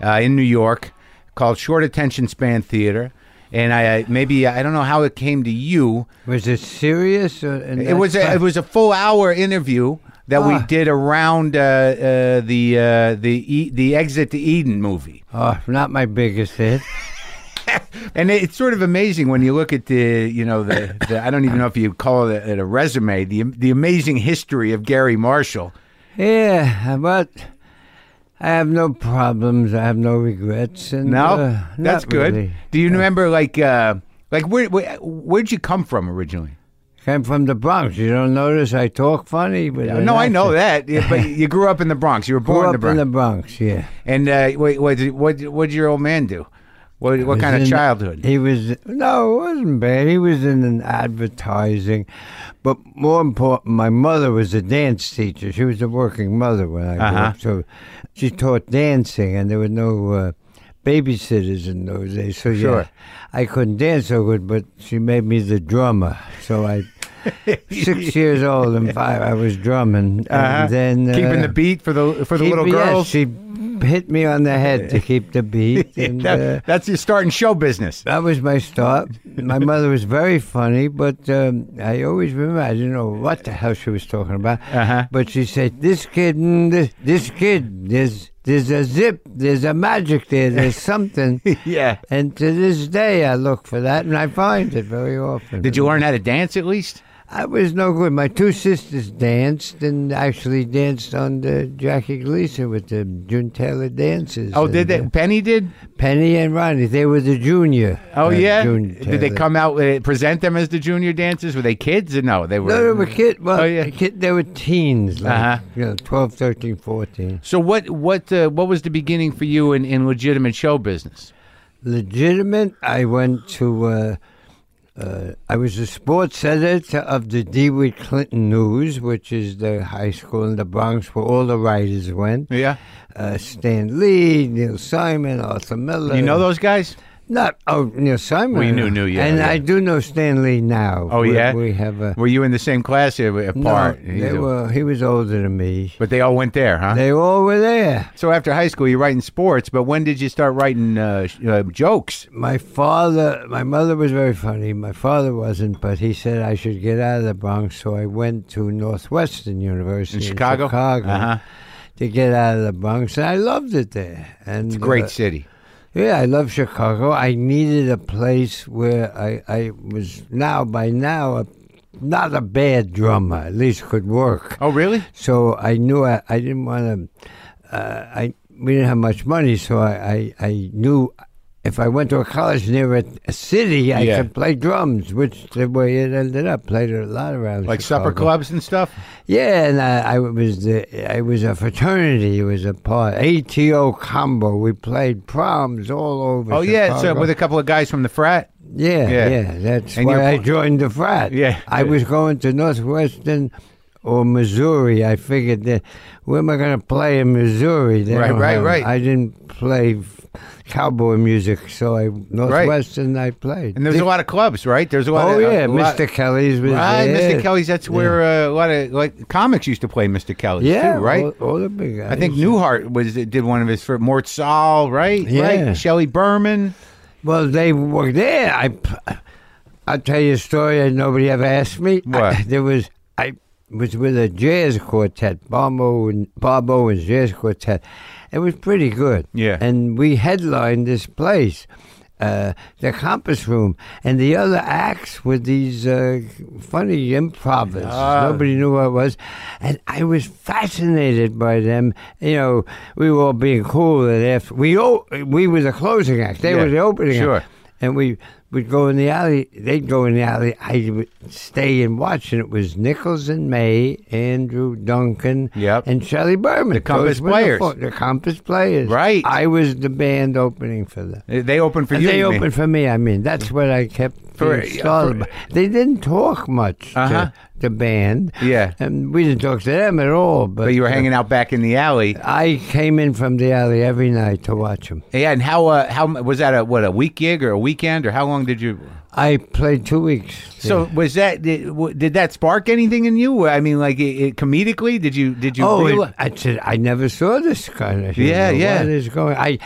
[SPEAKER 2] uh, in New York called Short Attention Span Theater. And I I- maybe I don't know how it came to you.
[SPEAKER 7] Was it serious? Or, and
[SPEAKER 2] It
[SPEAKER 7] that's
[SPEAKER 2] was a,
[SPEAKER 7] fine?
[SPEAKER 2] it was a full hour interview that we
[SPEAKER 7] Ah.
[SPEAKER 2] did around uh, uh, the uh, the e- the Exit to Eden movie.
[SPEAKER 7] Oh, not my biggest hit.
[SPEAKER 2] And it- it's sort of amazing when you look at the, you know, the, the I don't even know if you call it a, a resume, the the amazing history of Gary Marshall.
[SPEAKER 7] Yeah, but I have no problems. I have no regrets. And,
[SPEAKER 2] No,
[SPEAKER 7] uh,
[SPEAKER 2] that's
[SPEAKER 7] not
[SPEAKER 2] good.
[SPEAKER 7] really.
[SPEAKER 2] Do you remember like uh, like where, where where'd you come from originally?
[SPEAKER 7] Came from the Bronx. You don't notice I talk funny, but
[SPEAKER 2] no, I know that, yeah, but you grew up in the Bronx. You were born
[SPEAKER 7] Grew
[SPEAKER 2] in
[SPEAKER 7] up
[SPEAKER 2] the Bronx.
[SPEAKER 7] in the Bronx. Yeah.
[SPEAKER 2] and uh, wait, what did- what did- what did your old man do? What what
[SPEAKER 7] was
[SPEAKER 2] kind of
[SPEAKER 7] in-
[SPEAKER 2] childhood?
[SPEAKER 7] He was no, it wasn't bad. He was in an advertising, but more important, my mother was a dance teacher. She was a working mother when I grew
[SPEAKER 2] Uh-huh.
[SPEAKER 7] up, so she taught dancing, and there were no uh, babysitters in those days. So
[SPEAKER 2] Sure.
[SPEAKER 7] yeah, I couldn't dance so good, but she made me the drummer. So I. Six years old and five, I was drumming,
[SPEAKER 2] Uh-huh.
[SPEAKER 7] and then uh,
[SPEAKER 2] Keeping the beat for the for the
[SPEAKER 7] keep-
[SPEAKER 2] little
[SPEAKER 7] yes,
[SPEAKER 2] girls.
[SPEAKER 7] she hit me on the head to keep the beat. And, uh,
[SPEAKER 2] That- that's your start in show business.
[SPEAKER 7] that was my start. My mother was very funny, but um, I always remember I didn't know what the hell she was talking about.
[SPEAKER 2] Uh-huh.
[SPEAKER 7] But she said, "This kid, mm, this, this kid, there's there's a zip, there's a magic there, there's something."
[SPEAKER 2] Yeah.
[SPEAKER 7] And to this day, I look for that, and I find it very often.
[SPEAKER 2] Did you learn how to dance at least?
[SPEAKER 7] I was no good. My two sisters danced, and actually danced under Jackie Gleason with the June Taylor dances.
[SPEAKER 2] Oh, did
[SPEAKER 7] and,
[SPEAKER 2] they? Penny did.
[SPEAKER 7] uh, Penny and Ronnie? They were the junior.
[SPEAKER 2] Oh
[SPEAKER 7] uh,
[SPEAKER 2] yeah.
[SPEAKER 7] June
[SPEAKER 2] Did they
[SPEAKER 7] Taylor.
[SPEAKER 2] come out uh, present them as the junior dancers? Were they kids? Or no, they were.
[SPEAKER 7] No, they were kid. Well,
[SPEAKER 2] Oh, yeah.
[SPEAKER 7] kid, they were teens, like
[SPEAKER 2] Uh-huh.
[SPEAKER 7] you know, 12, 13, 14.
[SPEAKER 2] So what what uh, what was the beginning for you in, in legitimate show business?
[SPEAKER 7] Legitimate. I went to. Uh, uh, I was the sports editor of the Dewey Clinton News, which is the high school in the Bronx where all the writers went.
[SPEAKER 2] Yeah.
[SPEAKER 7] Uh, Stan Lee, Neil Simon, Arthur Miller.
[SPEAKER 2] You know those guys?
[SPEAKER 7] Not oh Neil Simon.
[SPEAKER 2] We knew- knew, yeah,
[SPEAKER 7] And
[SPEAKER 2] yeah.
[SPEAKER 7] I do know Stan Lee now.
[SPEAKER 2] Oh,
[SPEAKER 7] We-
[SPEAKER 2] yeah?
[SPEAKER 7] We have a
[SPEAKER 2] Were you in the same class or
[SPEAKER 7] no,
[SPEAKER 2] apart?
[SPEAKER 7] they were. He was older than me.
[SPEAKER 2] but they all went there, huh?
[SPEAKER 7] They all were there.
[SPEAKER 2] so after high school, you're writing sports, but when did you start writing uh, sh- uh, jokes?
[SPEAKER 7] my father, my mother was very funny. My father wasn't, but he said I should get out of the Bronx, so I went to Northwestern University
[SPEAKER 2] In Chicago?
[SPEAKER 7] Chicago,
[SPEAKER 2] Uh-huh.
[SPEAKER 7] to get out of the Bronx, and I loved it there. And
[SPEAKER 2] It's a great
[SPEAKER 7] uh,
[SPEAKER 2] city.
[SPEAKER 7] yeah, I love Chicago. I needed a place where I, I was now by now a not a bad drummer, at least could work.
[SPEAKER 2] Oh, really?
[SPEAKER 7] So I knew I, I didn't want to. Uh, I we didn't have much money, so I, I, I knew if I went to a college near a, a city, I
[SPEAKER 2] Yeah.
[SPEAKER 7] could play drums, which the way it ended up. Played a lot around
[SPEAKER 2] Like supper
[SPEAKER 7] Chicago.
[SPEAKER 2] clubs and stuff.
[SPEAKER 7] Yeah, and I, I was the I was a fraternity. It was a part ATO combo. We played proms all over.
[SPEAKER 2] Oh yeah, so
[SPEAKER 7] Chicago.
[SPEAKER 2] with a couple of guys from the frat.
[SPEAKER 7] Yeah,
[SPEAKER 2] Yeah.
[SPEAKER 7] yeah, that's
[SPEAKER 2] And you're-
[SPEAKER 7] why I joined the frat.
[SPEAKER 2] Yeah.
[SPEAKER 7] I was going to Northwestern or Missouri. I figured that where am I going to play in Missouri? They
[SPEAKER 2] Right,
[SPEAKER 7] don't
[SPEAKER 2] right,
[SPEAKER 7] have-
[SPEAKER 2] right.
[SPEAKER 7] I didn't play f- cowboy music, so I Northwestern I played.
[SPEAKER 2] And there's a lot of clubs, right? There's a lot.
[SPEAKER 7] oh
[SPEAKER 2] of,
[SPEAKER 7] yeah,
[SPEAKER 2] a lot-
[SPEAKER 7] Mr. Kelly's was
[SPEAKER 2] Right,
[SPEAKER 7] there.
[SPEAKER 2] Mr. Kelly's. That's where uh, a lot of like comics used to play Mr. Kelly's
[SPEAKER 7] Yeah,
[SPEAKER 2] too, right?
[SPEAKER 7] All, all the big guys.
[SPEAKER 2] I think Newhart was did one of his first. Mort Saul, right?
[SPEAKER 7] Yeah.
[SPEAKER 2] Right. Shelley Berman.
[SPEAKER 7] Well, they were there. I, p- I'll tell you a story that nobody ever asked me.
[SPEAKER 2] What?
[SPEAKER 7] I, there was I was with a jazz quartet, Bob Owen, Bob Owen's jazz quartet. It was pretty good.
[SPEAKER 2] Yeah.
[SPEAKER 7] and we headlined this place. Uh, the Compass Room and the other acts were these uh, funny improvers.
[SPEAKER 2] Ah.
[SPEAKER 7] Nobody knew what it was, and I was fascinated by them. You know, we were all being cool, and after we o- we were the closing act, they
[SPEAKER 2] Yeah.
[SPEAKER 7] were the opening
[SPEAKER 2] Sure.
[SPEAKER 7] act. And we would go in the alley. They'd go in the alley. I would stay and watch. And it was Nichols and May, Andrew Duncan,
[SPEAKER 2] Yep.
[SPEAKER 7] and Shelley Berman.
[SPEAKER 2] The Compass
[SPEAKER 7] Those were the
[SPEAKER 2] Players.
[SPEAKER 7] four- The Compass Players.
[SPEAKER 2] Right.
[SPEAKER 7] I was the band opening for them.
[SPEAKER 2] They opened for
[SPEAKER 7] And
[SPEAKER 2] you.
[SPEAKER 7] they
[SPEAKER 2] you mean?
[SPEAKER 7] opened for me. I mean, that's what I kept
[SPEAKER 2] For-
[SPEAKER 7] being
[SPEAKER 2] yeah,
[SPEAKER 7] startled by. They didn't talk much
[SPEAKER 2] Uh-huh.
[SPEAKER 7] to the band.
[SPEAKER 2] Yeah.
[SPEAKER 7] and we didn't talk to them at all. But, uh,
[SPEAKER 2] But you were hanging out back in the alley.
[SPEAKER 7] I came in from the alley every night to watch them.
[SPEAKER 2] Yeah, and how uh, how was that a what a week gig or a weekend or how long did you?
[SPEAKER 7] I played two weeks.
[SPEAKER 2] So was that did, w- did that spark anything in you? I mean, like it, it, comedically, did you did you?
[SPEAKER 7] oh, it-
[SPEAKER 2] reali-
[SPEAKER 7] I said I never saw this kind of. thing.
[SPEAKER 2] Yeah, yeah.
[SPEAKER 7] What is going? I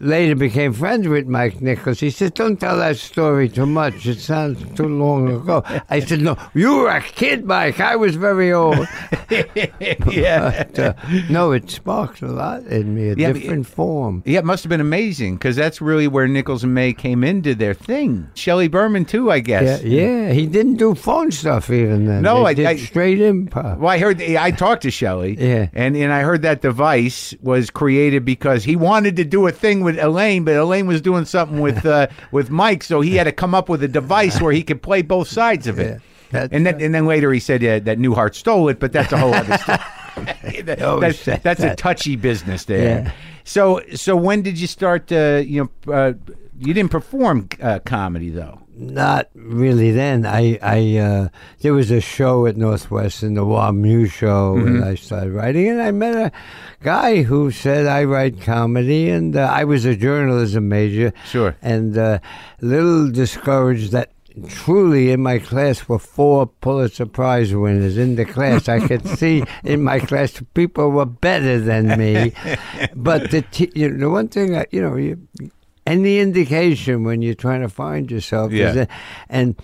[SPEAKER 7] later became friends with Mike Nichols. He said, "Don't tell that story too much. It sounds too long ago." I said, "No, you were a kid, Mike. I was very old."
[SPEAKER 2] yeah,
[SPEAKER 7] But, uh, no, it sparked a lot in me, a
[SPEAKER 2] Yeah, but
[SPEAKER 7] different form.
[SPEAKER 2] yeah, it must have been amazing because that's really where Nichols and May came into their thing. Shelley Berman too, I
[SPEAKER 7] Yeah,
[SPEAKER 2] guess.
[SPEAKER 7] yeah, he didn't do phone stuff even then.
[SPEAKER 2] No,
[SPEAKER 7] They
[SPEAKER 2] I-
[SPEAKER 7] did
[SPEAKER 2] I-
[SPEAKER 7] straight improv.
[SPEAKER 2] Well, I heard I talked to Shelley,
[SPEAKER 7] Yeah.
[SPEAKER 2] and and I heard that device was created because he wanted to do a thing with Elaine, but Elaine was doing something with uh, with Mike, so he had to come up with a device where he could play both sides of it.
[SPEAKER 7] that's
[SPEAKER 2] and then and then later he said yeah, that Newhart stole it, but that's a whole other story. That-
[SPEAKER 7] always
[SPEAKER 2] that's
[SPEAKER 7] said
[SPEAKER 2] that's a
[SPEAKER 7] Oh, that.
[SPEAKER 2] touchy business there.
[SPEAKER 7] Yeah.
[SPEAKER 2] So so when did you start? Uh, you know, uh, you didn't perform uh, comedy though.
[SPEAKER 7] Not really. Then I, I uh, there was a show at Northwestern, the WAMU show, and I started writing. And I met a guy who said I write comedy, and uh, I was a journalism major.
[SPEAKER 2] Sure.
[SPEAKER 7] And uh, little discouraged that truly in my class were four Pulitzer Prize winners in the class. I could see in my class people were better than me, but the t- you know, the one thing I, you know you. Any indication when you're trying to find yourself
[SPEAKER 2] Yeah.
[SPEAKER 7] is that, and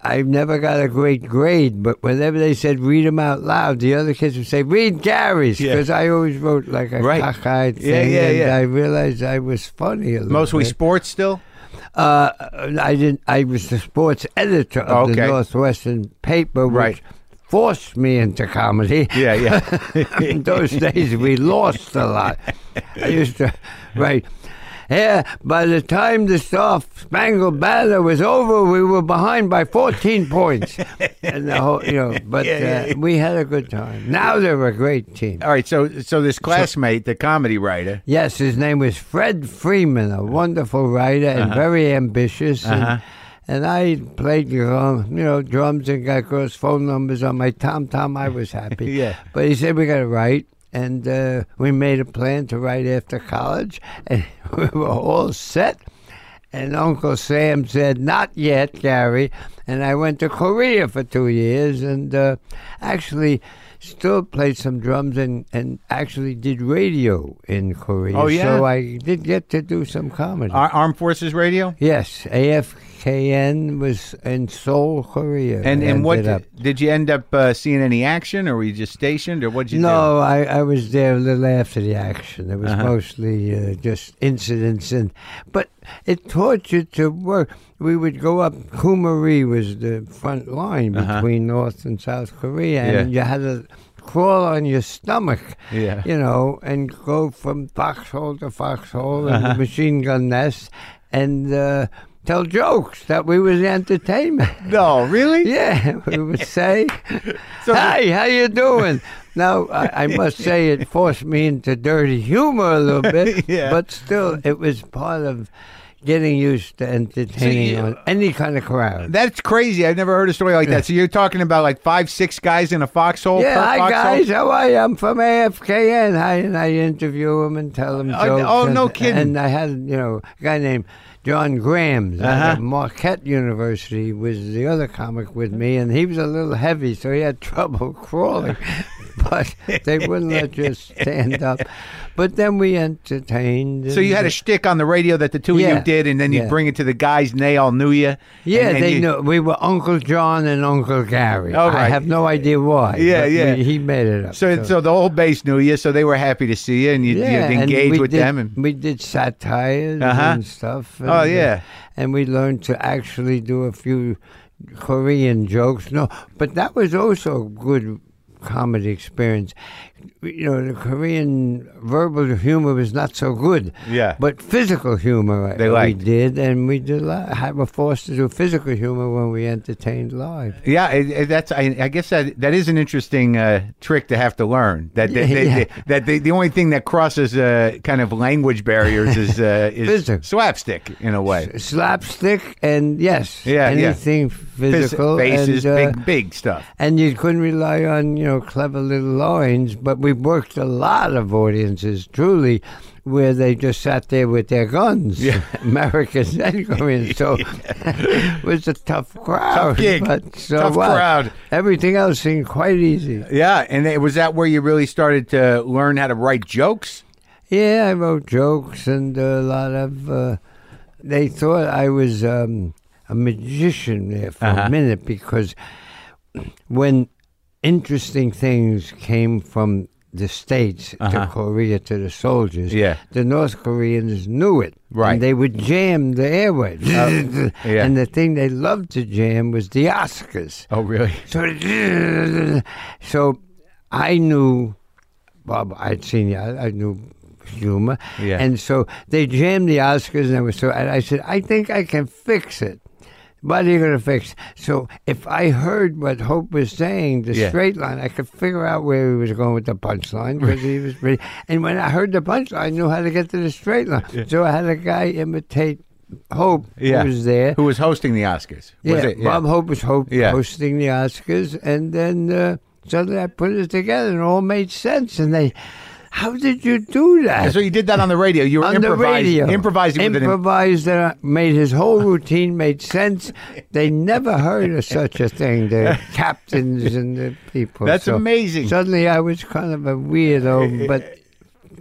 [SPEAKER 7] I've never got a great grade, but whenever they said read them out loud, the other kids would say read Gary's
[SPEAKER 2] Yeah.
[SPEAKER 7] because I always wrote like a
[SPEAKER 2] Right.
[SPEAKER 7] cockeyed
[SPEAKER 2] Yeah,
[SPEAKER 7] thing,
[SPEAKER 2] yeah,
[SPEAKER 7] and
[SPEAKER 2] yeah.
[SPEAKER 7] I realized I was funny. A little
[SPEAKER 2] Mostly
[SPEAKER 7] bit.
[SPEAKER 2] sports still.
[SPEAKER 7] Uh, I didn't. I was the sports editor of
[SPEAKER 2] Okay.
[SPEAKER 7] the Northwestern paper, which
[SPEAKER 2] Right.
[SPEAKER 7] forced me into comedy.
[SPEAKER 2] Yeah, yeah.
[SPEAKER 7] In those days, we lost a lot. I used to write. Yeah, by the time the Star Spangled Banner was over, we were behind by 14 points. and the whole, you know, but uh, we had a good time. Now they're a great team.
[SPEAKER 2] All right. So so this classmate, the comedy writer.
[SPEAKER 7] Yes, his name was Fred Freeman, a wonderful writer and very ambitious. And, and I played, drum, you know, drums and got girls' phone numbers on my tom tom. I was happy.
[SPEAKER 2] Yeah.
[SPEAKER 7] But he said we got to write, and uh, we made a plan to write after college, and we were all set. And Uncle Sam said, "Not yet, Gary." And I went to Korea for two years, and uh, actually still played some drums and, and actually did radio in Korea.
[SPEAKER 2] Oh, yeah? Uh,
[SPEAKER 7] So I did get to do some comedy.
[SPEAKER 2] Ar- Armed Forces Radio.
[SPEAKER 7] yes, AFK KN was in Seoul, Korea.
[SPEAKER 2] And and
[SPEAKER 7] ended
[SPEAKER 2] what
[SPEAKER 7] up.
[SPEAKER 2] did you end up uh, seeing any action, or were you just stationed, or what'd you
[SPEAKER 7] no, I, I was there a little after the action. It was
[SPEAKER 2] Uh-huh.
[SPEAKER 7] mostly uh, just incidents, and but it taught you to work. We would go up. Kumari was the front line
[SPEAKER 2] Uh-huh.
[SPEAKER 7] between North and South Korea, and you had to crawl on your stomach,
[SPEAKER 2] Yeah.
[SPEAKER 7] you know, and go from foxhole to foxhole and
[SPEAKER 2] Uh-huh.
[SPEAKER 7] machine gun nest, and. Uh, Tell jokes that we was entertainment.
[SPEAKER 2] do? No, really?
[SPEAKER 7] Yeah, we would say, "Hi, how you doing?" Now, I, I must say, it forced me into dirty humor a little bit,
[SPEAKER 2] Yeah.
[SPEAKER 7] but still, it was part of getting used to entertaining
[SPEAKER 2] you-
[SPEAKER 7] on any kind of crowd.
[SPEAKER 2] That's crazy. I've never heard a story like that. So you're talking about like five, six guys in a foxhole.
[SPEAKER 7] yeah,
[SPEAKER 2] per
[SPEAKER 7] hi
[SPEAKER 2] foxhole?
[SPEAKER 7] guys, how are you? I'm from AFKN. Hi, and I interview him and tell him
[SPEAKER 2] Oh,
[SPEAKER 7] jokes.
[SPEAKER 2] oh,
[SPEAKER 7] and,
[SPEAKER 2] no kidding.
[SPEAKER 7] And I had, you know, a guy named John Graham out
[SPEAKER 2] Uh-huh.
[SPEAKER 7] of Marquette University was the other comic with me, and he was a little heavy, so he had trouble crawling. but they wouldn't let you stand up. But then we entertained.
[SPEAKER 2] So you
[SPEAKER 7] and-
[SPEAKER 2] had a shtick on the radio that the two of
[SPEAKER 7] Yeah.
[SPEAKER 2] you did, and then you
[SPEAKER 7] Yeah.
[SPEAKER 2] would bring it to the guys, and they all knew you.
[SPEAKER 7] Yeah,
[SPEAKER 2] and, and
[SPEAKER 7] they
[SPEAKER 2] you-
[SPEAKER 7] know we were Uncle John and Uncle Gary.
[SPEAKER 2] All
[SPEAKER 7] I
[SPEAKER 2] right.
[SPEAKER 7] have no idea why.
[SPEAKER 2] Yeah,
[SPEAKER 7] but
[SPEAKER 2] yeah.
[SPEAKER 7] we- he made it up.
[SPEAKER 2] So, so the whole base knew you, so they were happy to see you, and you,
[SPEAKER 7] Yeah,
[SPEAKER 2] you'd
[SPEAKER 7] and
[SPEAKER 2] engage
[SPEAKER 7] we
[SPEAKER 2] with
[SPEAKER 7] did-
[SPEAKER 2] them. And
[SPEAKER 7] we did satires
[SPEAKER 2] Uh-huh.
[SPEAKER 7] and stuff. And, uh,
[SPEAKER 2] Oh, yeah.
[SPEAKER 7] and we learned to actually do a few Korean jokes. No, but that was also a good comedy experience. You know, the Korean verbal humor was not so good.
[SPEAKER 2] Yeah.
[SPEAKER 7] but physical humor uh,
[SPEAKER 2] They
[SPEAKER 7] we
[SPEAKER 2] liked.
[SPEAKER 7] did, and we did. li- had- Were forced to do physical humor when we entertained live.
[SPEAKER 2] yeah, it, it- that's. I, I guess that that is an interesting uh, trick to have to learn. That they,
[SPEAKER 7] Yeah,
[SPEAKER 2] they,
[SPEAKER 7] yeah.
[SPEAKER 2] they- that they, the only thing that crosses uh, kind of language barriers is uh, is
[SPEAKER 7] Physical.
[SPEAKER 2] slapstick in a way.
[SPEAKER 7] Slapstick and yes,
[SPEAKER 2] Yeah, yeah.
[SPEAKER 7] anything physical,
[SPEAKER 2] Phys- faces,
[SPEAKER 7] and, uh,
[SPEAKER 2] big big stuff.
[SPEAKER 7] and you couldn't rely on you know clever little lines. But we worked a lot of audiences truly, where they just sat there with their guns, Americans and Koreans. So it was a tough crowd,
[SPEAKER 2] gig.
[SPEAKER 7] but so
[SPEAKER 2] Tough
[SPEAKER 7] what?
[SPEAKER 2] crowd.
[SPEAKER 7] Everything else seemed quite easy.
[SPEAKER 2] Yeah, and it, was that where you really started to learn how to write jokes?
[SPEAKER 7] Yeah, I wrote jokes and a lot of. Uh, they thought I was um, a magician there for
[SPEAKER 2] Uh-huh.
[SPEAKER 7] a minute because when interesting things came from the states to Korea to the soldiers,
[SPEAKER 2] Uh-huh. Yeah.
[SPEAKER 7] the North Koreans knew it.
[SPEAKER 2] Right. Uh,
[SPEAKER 7] and they would jam the airwaves.
[SPEAKER 2] yeah.
[SPEAKER 7] And the thing they loved to jam was the Oscars.
[SPEAKER 2] Oh, really?
[SPEAKER 7] So, so I knew Bob. I'd seen you. I I knew humor,
[SPEAKER 2] Yeah.
[SPEAKER 7] and so they jammed the Oscars, and I was so. And I said, I think I can fix it. What are you going to fix? So if I heard what Hope was saying, the
[SPEAKER 2] Yeah.
[SPEAKER 7] straight line, I could figure out where he was going with the punchline because he was pretty. And when I heard the punchline, I knew how to get to the straight line. So I had a guy imitate Hope,
[SPEAKER 2] Yeah.
[SPEAKER 7] who was there,
[SPEAKER 2] Who was hosting the Oscars? Was
[SPEAKER 7] yeah,
[SPEAKER 2] it?
[SPEAKER 7] Bob Hope was hope,
[SPEAKER 2] Yeah.
[SPEAKER 7] hosting the Oscars, and then uh, suddenly I put it together, and it all made sense. And they, how did you do that?
[SPEAKER 2] So you did that on the radio. You were
[SPEAKER 7] on the
[SPEAKER 2] improvising,
[SPEAKER 7] radio,
[SPEAKER 2] improvising with an
[SPEAKER 7] improvised, and I made his whole routine made sense. They never heard of such a thing. The captains and the people.
[SPEAKER 2] That's
[SPEAKER 7] So
[SPEAKER 2] amazing.
[SPEAKER 7] Suddenly, I was kind of a weirdo, but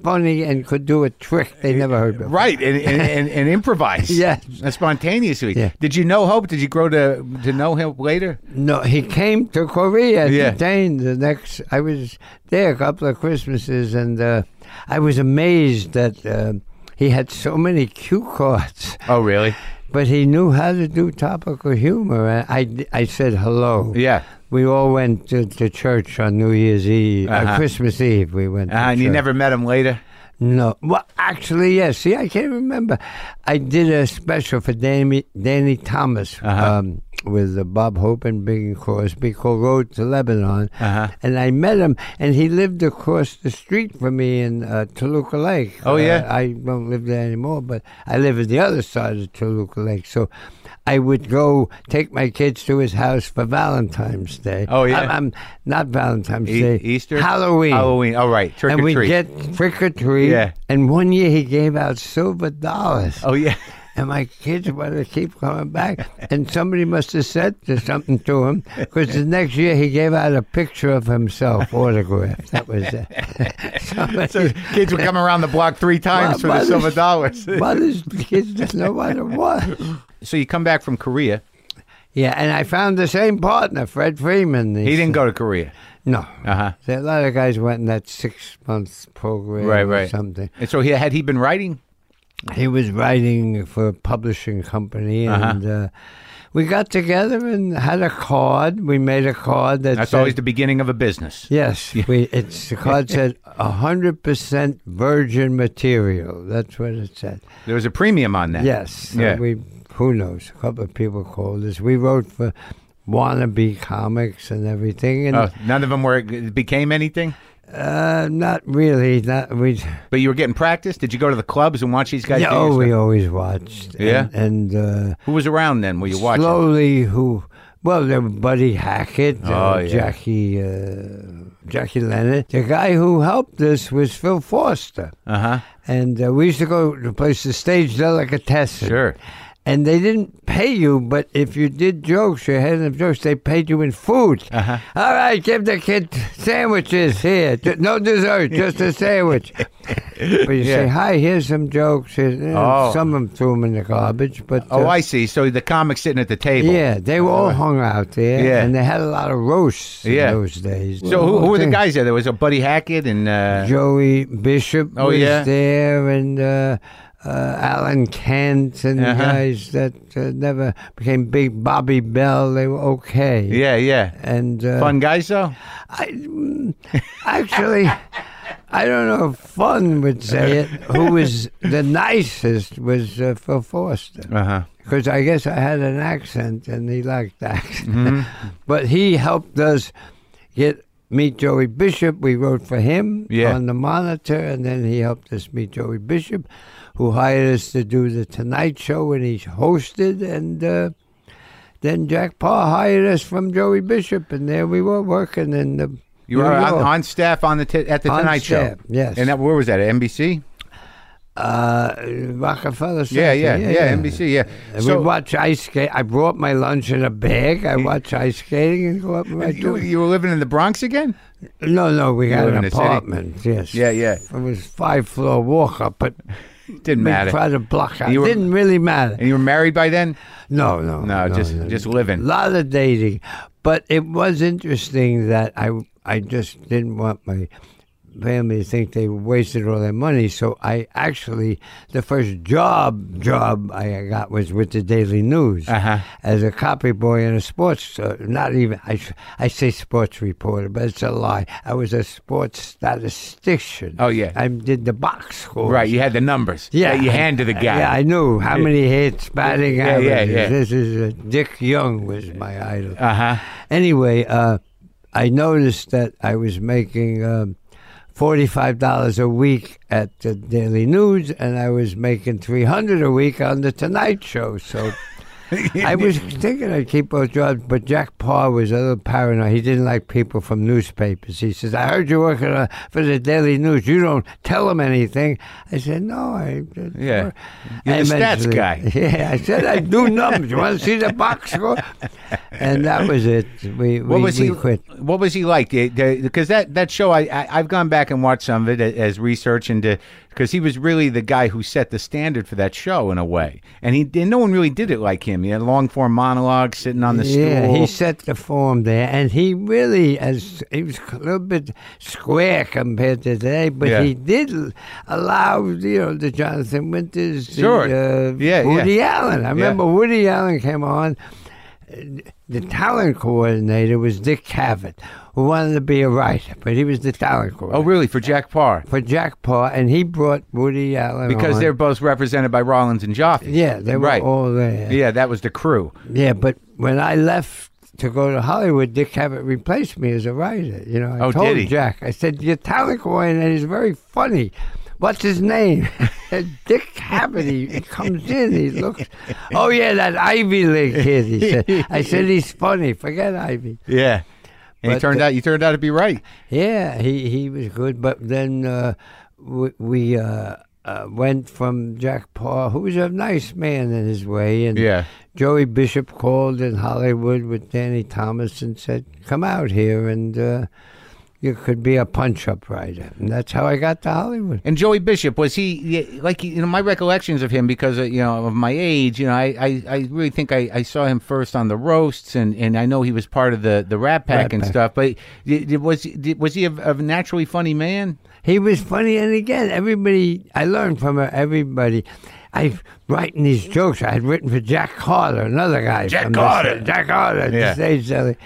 [SPEAKER 7] funny and could do a trick they never heard before.
[SPEAKER 2] Right, and, and, and, and improvise.
[SPEAKER 7] Yes.
[SPEAKER 2] And spontaneously.
[SPEAKER 7] Yeah.
[SPEAKER 2] Did you know Hope? Did you grow to to know him later?
[SPEAKER 7] No, he came to Korea
[SPEAKER 2] Yeah.
[SPEAKER 7] detained the next. I was there a couple of Christmases, and uh, I was amazed that uh, he had so many cue cards.
[SPEAKER 2] Oh, really?
[SPEAKER 7] But he knew how to do topical humor. And I, I said hello.
[SPEAKER 2] Yeah.
[SPEAKER 7] We all went to, to church on New Year's Eve,
[SPEAKER 2] Uh-huh.
[SPEAKER 7] uh, Christmas Eve. We went.
[SPEAKER 2] Uh,
[SPEAKER 7] to
[SPEAKER 2] and you
[SPEAKER 7] church.
[SPEAKER 2] never met him later?
[SPEAKER 7] No. Well, actually, yes. See, I can't remember. I did a special for Danny, Danny Thomas
[SPEAKER 2] Uh-huh.
[SPEAKER 7] um, with uh, Bob Hope and Bing Crosby called Road to Lebanon.
[SPEAKER 2] Uh-huh.
[SPEAKER 7] And I met him, and he lived across the street from me in uh, Toluca Lake.
[SPEAKER 2] Oh, yeah?
[SPEAKER 7] Uh, I don't live there anymore, but I live at the other side of Toluca Lake. So I would go take my kids to his house for Valentine's Day.
[SPEAKER 2] Oh, yeah?
[SPEAKER 7] I'm, I'm- not Valentine's
[SPEAKER 2] E-
[SPEAKER 7] Day.
[SPEAKER 2] Easter?
[SPEAKER 7] Halloween
[SPEAKER 2] Halloween. All right. Trick
[SPEAKER 7] and
[SPEAKER 2] or
[SPEAKER 7] we
[SPEAKER 2] treat.
[SPEAKER 7] get trick or treat.
[SPEAKER 2] Yeah.
[SPEAKER 7] And one year he gave out silver dollars.
[SPEAKER 2] oh, yeah.
[SPEAKER 7] And my kids want to keep coming back. And somebody must have said to something to him because the next year he gave out a picture of himself autographed. That was it. Somebody-
[SPEAKER 2] So kids would come around the block three times for the
[SPEAKER 7] Mother's-
[SPEAKER 2] silver dollars.
[SPEAKER 7] Mother's kids didn't know what it was.
[SPEAKER 2] so you come back from Korea.
[SPEAKER 7] Yeah, and I found the same partner, Fred Freeman.
[SPEAKER 2] He didn't go to Korea.
[SPEAKER 7] No.
[SPEAKER 2] Uh-huh.
[SPEAKER 7] A lot of guys went in that six month program
[SPEAKER 2] Right,
[SPEAKER 7] or
[SPEAKER 2] right.
[SPEAKER 7] something.
[SPEAKER 2] And so he had he been writing?
[SPEAKER 7] He was writing for a publishing company,
[SPEAKER 2] Uh-huh.
[SPEAKER 7] and uh, we got together and had a card. We made a card that
[SPEAKER 2] That's
[SPEAKER 7] said,
[SPEAKER 2] always the beginning of a business.
[SPEAKER 7] Yes, we, it's the card said hundred percent virgin material. That's what it said.
[SPEAKER 2] There was a premium on that.
[SPEAKER 7] Yes, so
[SPEAKER 2] Yeah.
[SPEAKER 7] we who knows? A couple of people called us. We wrote for wannabe comics and everything, and
[SPEAKER 2] Oh, none of them were became anything.
[SPEAKER 7] uh, not really. Not we.
[SPEAKER 2] But you were getting practice. Did you go to the clubs and watch these guys?
[SPEAKER 7] Yeah,
[SPEAKER 2] do
[SPEAKER 7] oh,
[SPEAKER 2] your
[SPEAKER 7] we
[SPEAKER 2] stuff?
[SPEAKER 7] always watched.
[SPEAKER 2] Yeah?
[SPEAKER 7] and. and uh,
[SPEAKER 2] Who was around then? Were you watching?
[SPEAKER 7] slowly who well there were buddy hackett uh,
[SPEAKER 2] Oh, yeah.
[SPEAKER 7] jackie uh, jackie leonard the guy who helped us was phil forster
[SPEAKER 2] Uh huh.
[SPEAKER 7] and uh, we used to go to place the stage delicatessen
[SPEAKER 2] Sure.
[SPEAKER 7] and they didn't pay you, but if you did jokes, you had them jokes, they paid you in food.
[SPEAKER 2] Uh-huh.
[SPEAKER 7] All right, give the kid sandwiches here. Ju- No dessert, just a sandwich. but you say, hi, here's some jokes. Here's, you know,
[SPEAKER 2] Oh.
[SPEAKER 7] Some of them threw them in the garbage. But
[SPEAKER 2] Oh,
[SPEAKER 7] uh,
[SPEAKER 2] I see. So the comics sitting at the table. Uh,
[SPEAKER 7] yeah, they were all hung out there,
[SPEAKER 2] Yeah.
[SPEAKER 7] and they had a lot of roasts
[SPEAKER 2] Yeah.
[SPEAKER 7] in those days.
[SPEAKER 2] So who, who were the
[SPEAKER 7] Okay.
[SPEAKER 2] guys there? There was a Buddy Hackett and uh,
[SPEAKER 7] Joey Bishop
[SPEAKER 2] Oh,
[SPEAKER 7] was
[SPEAKER 2] yeah.
[SPEAKER 7] there, and uh, uh, Alan Kent, and the
[SPEAKER 2] Uh-huh.
[SPEAKER 7] guys that uh, never became big. Bobby Bell, they were okay.
[SPEAKER 2] yeah, yeah.
[SPEAKER 7] and uh,
[SPEAKER 2] Fun guys though.
[SPEAKER 7] I mm, actually, I don't know if fun would say it. Who was the nicest was uh, Phil Forster.
[SPEAKER 2] Uh huh.
[SPEAKER 7] because I guess I had an accent and he liked that.
[SPEAKER 2] Mm-hmm.
[SPEAKER 7] but he helped us get meet Joey Bishop. We wrote for him
[SPEAKER 2] Yeah.
[SPEAKER 7] on the monitor, and then he helped us meet Joey Bishop, who hired us to do the Tonight Show, and he hosted. And uh, then Jack Parr hired us from Joey Bishop, and there we were working in the.
[SPEAKER 2] You were
[SPEAKER 7] New
[SPEAKER 2] on,
[SPEAKER 7] York.
[SPEAKER 2] on staff on the t- at the
[SPEAKER 7] On
[SPEAKER 2] Tonight
[SPEAKER 7] staff,
[SPEAKER 2] Show.
[SPEAKER 7] yes.
[SPEAKER 2] And that, where was that? At NBC.
[SPEAKER 7] uh, Rockefeller Center.
[SPEAKER 2] Yeah, yeah, yeah. NBC. Yeah.
[SPEAKER 7] And
[SPEAKER 2] So
[SPEAKER 7] we watch ice skate. I brought my lunch in a bag. I watch ice skating and go up and I
[SPEAKER 2] you,
[SPEAKER 7] do.
[SPEAKER 2] you were living in the Bronx again?
[SPEAKER 7] No, no, we
[SPEAKER 2] live
[SPEAKER 7] had
[SPEAKER 2] in
[SPEAKER 7] an
[SPEAKER 2] the city?
[SPEAKER 7] apartment. Yes.
[SPEAKER 2] Yeah, yeah.
[SPEAKER 7] It was five floor walk up, but
[SPEAKER 2] Didn't
[SPEAKER 7] we
[SPEAKER 2] matter.
[SPEAKER 7] tried to block out.
[SPEAKER 2] You were-
[SPEAKER 7] Didn't really matter.
[SPEAKER 2] And you were married by then?
[SPEAKER 7] No, no,
[SPEAKER 2] No, just just
[SPEAKER 7] a
[SPEAKER 2] living.
[SPEAKER 7] lot of dating, but it was interesting that I I just didn't want my family to think they wasted all their money. So I actually the first job job I got was with the Daily News
[SPEAKER 2] Uh-huh.
[SPEAKER 7] as a copy boy and a sports uh, not even I sh- I say sports reporter, but it's a lie. I was a sports statistician.
[SPEAKER 2] Oh, yeah.
[SPEAKER 7] I did the box score.
[SPEAKER 2] Right. You had the numbers.
[SPEAKER 7] Yeah,
[SPEAKER 2] That you hand to the guy.
[SPEAKER 7] Yeah, I knew how many hits, batting
[SPEAKER 2] Yeah,
[SPEAKER 7] averages.
[SPEAKER 2] yeah, yeah.
[SPEAKER 7] This is uh, Dick Young was my idol.
[SPEAKER 2] Uh huh.
[SPEAKER 7] Anyway, uh, I noticed that I was making um, forty-five dollars a week at the Daily News, and I was making three hundred a week on the Tonight Show. So. I was thinking I'd keep both jobs, but Jack Parr was a little paranoid. He didn't like people from newspapers. He says, "I heard you're working on, for the Daily News. You don't tell them anything." I said, "No, I."
[SPEAKER 2] Yeah.
[SPEAKER 7] I
[SPEAKER 2] You're the stats
[SPEAKER 7] eventually-
[SPEAKER 2] guy.
[SPEAKER 7] Yeah, I said I do numbers. You want to see the box score? And that was it. We, we,
[SPEAKER 2] What was
[SPEAKER 7] we
[SPEAKER 2] he?
[SPEAKER 7] quit.
[SPEAKER 2] What was he like? Because that that show, I, I I've gone back and watched some of it a- as research into because he was really the guy who set the standard for that show in a way, and he and no one really did it like him. He had long form monologues sitting on the
[SPEAKER 7] Yeah,
[SPEAKER 2] stool.
[SPEAKER 7] he set the form there, and he really, as he was a little bit square compared to today, but
[SPEAKER 2] Yeah.
[SPEAKER 7] he did l- allow you know the Jonathan Winters, the,
[SPEAKER 2] Sure.
[SPEAKER 7] uh,
[SPEAKER 2] Yeah, yeah.
[SPEAKER 7] Woody Allen. I remember Woody Allen came on. The talent coordinator was Dick Cavett, who wanted to be a writer, but he was the talent coordinator.
[SPEAKER 2] oh, really? For Jack Parr.
[SPEAKER 7] for Jack Parr, and he brought Woody Allen
[SPEAKER 2] Because
[SPEAKER 7] on.
[SPEAKER 2] they're both represented by Rollins and Joffe.
[SPEAKER 7] yeah they were
[SPEAKER 2] right.
[SPEAKER 7] all there.
[SPEAKER 2] Yeah, that was the crew.
[SPEAKER 7] Yeah, but when I left to go to Hollywood, Dick Cavett replaced me as a writer. You know, I
[SPEAKER 2] Oh,
[SPEAKER 7] told
[SPEAKER 2] did he?
[SPEAKER 7] Jack, I said, "Your talent coordinator is very funny. What's his name?" And Dick Cavett. He, he comes in. He looks. Oh yeah, that Ivy League kid. He said. I said he's funny. Forget Ivy.
[SPEAKER 2] Yeah. And he
[SPEAKER 7] But,
[SPEAKER 2] turned
[SPEAKER 7] uh,
[SPEAKER 2] out you turned out to be right.
[SPEAKER 7] Yeah, he he was good, but then uh, we, we uh, uh, went from Jack Paul, who was a nice man in his way, and
[SPEAKER 2] Yeah.
[SPEAKER 7] Joey Bishop called in Hollywood with Danny Thomas and said, "Come out here and." Uh, you could be a punch-up writer, and that's how I got to Hollywood.
[SPEAKER 2] And Joey Bishop was he yeah, like you know my recollections of him because of, you know of my age you know I I, I really think I, I saw him first on the roasts and, and I know he was part of the the Rat Pack
[SPEAKER 7] Rat
[SPEAKER 2] and
[SPEAKER 7] Pack.
[SPEAKER 2] stuff but did, did- was did, was he a, a naturally funny man
[SPEAKER 7] He was funny, and again, everybody. I learned from everybody. I writing these jokes. I had written for Jack Carter, another guy. Jack Carter. Jack Carter.
[SPEAKER 2] Yeah.
[SPEAKER 7] The stage selling.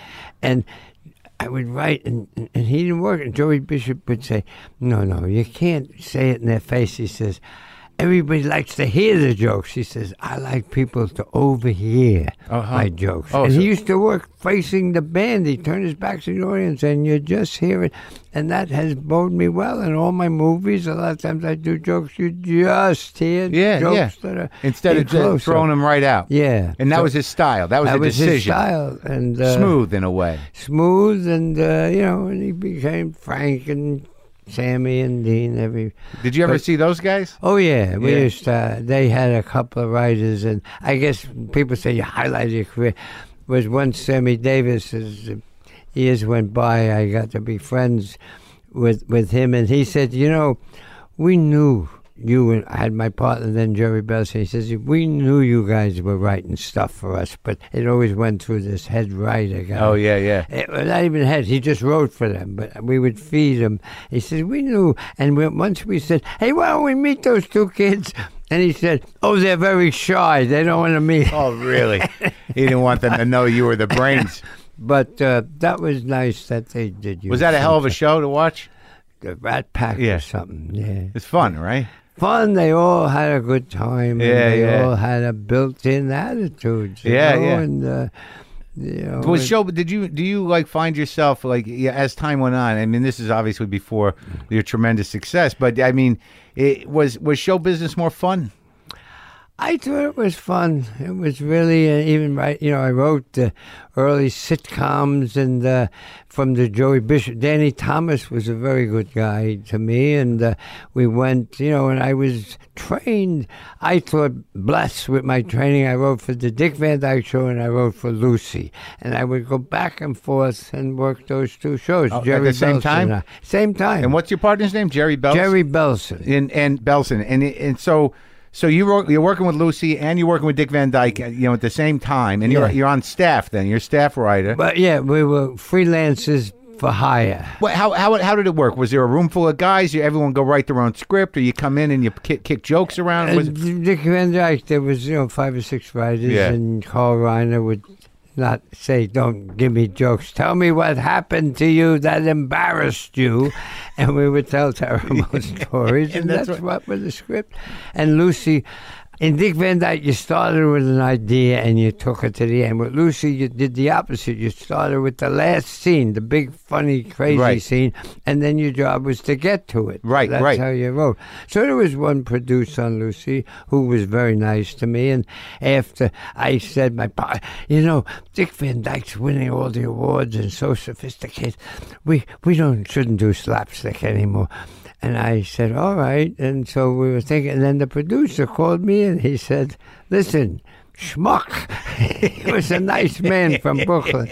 [SPEAKER 7] and I would write, and, and he didn't work. And Joey Bishop would say, "No, no, you can't say it in their face." He says. Everybody likes to hear the jokes. He says, I like people to overhear my jokes.
[SPEAKER 2] Oh,
[SPEAKER 7] and
[SPEAKER 2] so-
[SPEAKER 7] he used to work facing the band. He turned his back to the audience, and you just hear it. And that has bode me well in all my movies. A lot of times I do jokes you just hear.
[SPEAKER 2] yeah
[SPEAKER 7] jokes
[SPEAKER 2] yeah
[SPEAKER 7] That are
[SPEAKER 2] instead of just throwing him right out
[SPEAKER 7] Yeah.
[SPEAKER 2] and that
[SPEAKER 7] So
[SPEAKER 2] was his style that was
[SPEAKER 7] that
[SPEAKER 2] a
[SPEAKER 7] was
[SPEAKER 2] decision
[SPEAKER 7] his style. And, uh,
[SPEAKER 2] smooth in a way
[SPEAKER 7] Smooth, and, uh, you know, and he became Frank and Sammy and Dean. Every
[SPEAKER 2] did you ever
[SPEAKER 7] but-
[SPEAKER 2] see those guys
[SPEAKER 7] Oh yeah, we
[SPEAKER 2] Yeah.
[SPEAKER 7] used to. They had a couple of writers, and I guess people say you highlight your career. Was one Sammy Davis. As years went by, I got to be friends with with him, and he said, you know, we knew you and I had my partner then Jerry Bellson. He says we knew you guys were writing stuff for us, but it always went through this head writer guy.
[SPEAKER 2] oh yeah yeah
[SPEAKER 7] It, was Eh, not even heads. He just wrote for them, but we would feed him. He said, "We knew." And we, once we said, "Hey, why don't we meet those two kids?" And he said, "Oh, they're very shy. They don't want to meet."
[SPEAKER 2] oh really he didn't want them to know you were the brains
[SPEAKER 7] But uh, that was nice that they did.
[SPEAKER 2] was that a hell of a show to watch
[SPEAKER 7] the Rat Pack
[SPEAKER 2] Yeah.
[SPEAKER 7] or something? Yeah,
[SPEAKER 2] it's fun right
[SPEAKER 7] fun. They all had a good time. and
[SPEAKER 2] Yeah,
[SPEAKER 7] they
[SPEAKER 2] yeah.
[SPEAKER 7] all had a built-in attitude. you
[SPEAKER 2] Yeah,
[SPEAKER 7] know,
[SPEAKER 2] yeah.
[SPEAKER 7] And, uh, you know,
[SPEAKER 2] Was
[SPEAKER 7] it-
[SPEAKER 2] show? Did you do you like find yourself like yeah, as time went on? I mean, this is obviously before your tremendous success, but I mean, it was was show business more fun?
[SPEAKER 7] I thought it was fun. It was really uh, even right. You know, I wrote the early sitcoms and uh, from the Joey Bishop. Danny Thomas was a very good guy to me, and uh, we went. You know, and I was trained. I thought blessed with my training. I wrote for the Dick Van Dyke Show and I wrote for Lucy, and I would go back and forth and work those two shows.
[SPEAKER 2] Oh, at the same
[SPEAKER 7] Belson
[SPEAKER 2] time?
[SPEAKER 7] and I- same time.
[SPEAKER 2] And what's your partner's name? Jerry Belson.
[SPEAKER 7] Jerry Belson.
[SPEAKER 2] and and Belson, and and so. So you wrote, you're working with Lucy and you're working with Dick Van Dyke, uh, you know, at the same time, and you're
[SPEAKER 7] Yeah.
[SPEAKER 2] you're on staff. Then you're a staff writer.
[SPEAKER 7] But yeah, we were freelancers for hire.
[SPEAKER 2] What, how, how how did it work? Was there a room full of guys? You everyone go write their own script, or you come in and you kick, kick jokes around? Was,
[SPEAKER 7] And Dick Van Dyke, there was you know five or six writers,
[SPEAKER 2] Yeah.
[SPEAKER 7] and Carl Reiner would not say, "Don't give me jokes. Tell me what happened to you that embarrassed you," and we would tell terrible stories, and, that's, what was the script. And Lucy. In Dick Van Dyke, you started with an idea and you took it to the end. With Lucy, you did the opposite. You started with the last scene, the big, funny, crazy
[SPEAKER 2] Right.
[SPEAKER 7] scene, and then your job was to get to it.
[SPEAKER 2] Right,
[SPEAKER 7] That's
[SPEAKER 2] right.
[SPEAKER 7] how you wrote. So there was one producer on Lucy who was very nice to me, and after I said my part, you know, Dick Van Dyke's winning all the awards and so sophisticated. We we don't shouldn't do slapstick anymore. And I said, all right. And so we were thinking. And then the producer called me and he said, listen, schmuck. he was a nice man from Brooklyn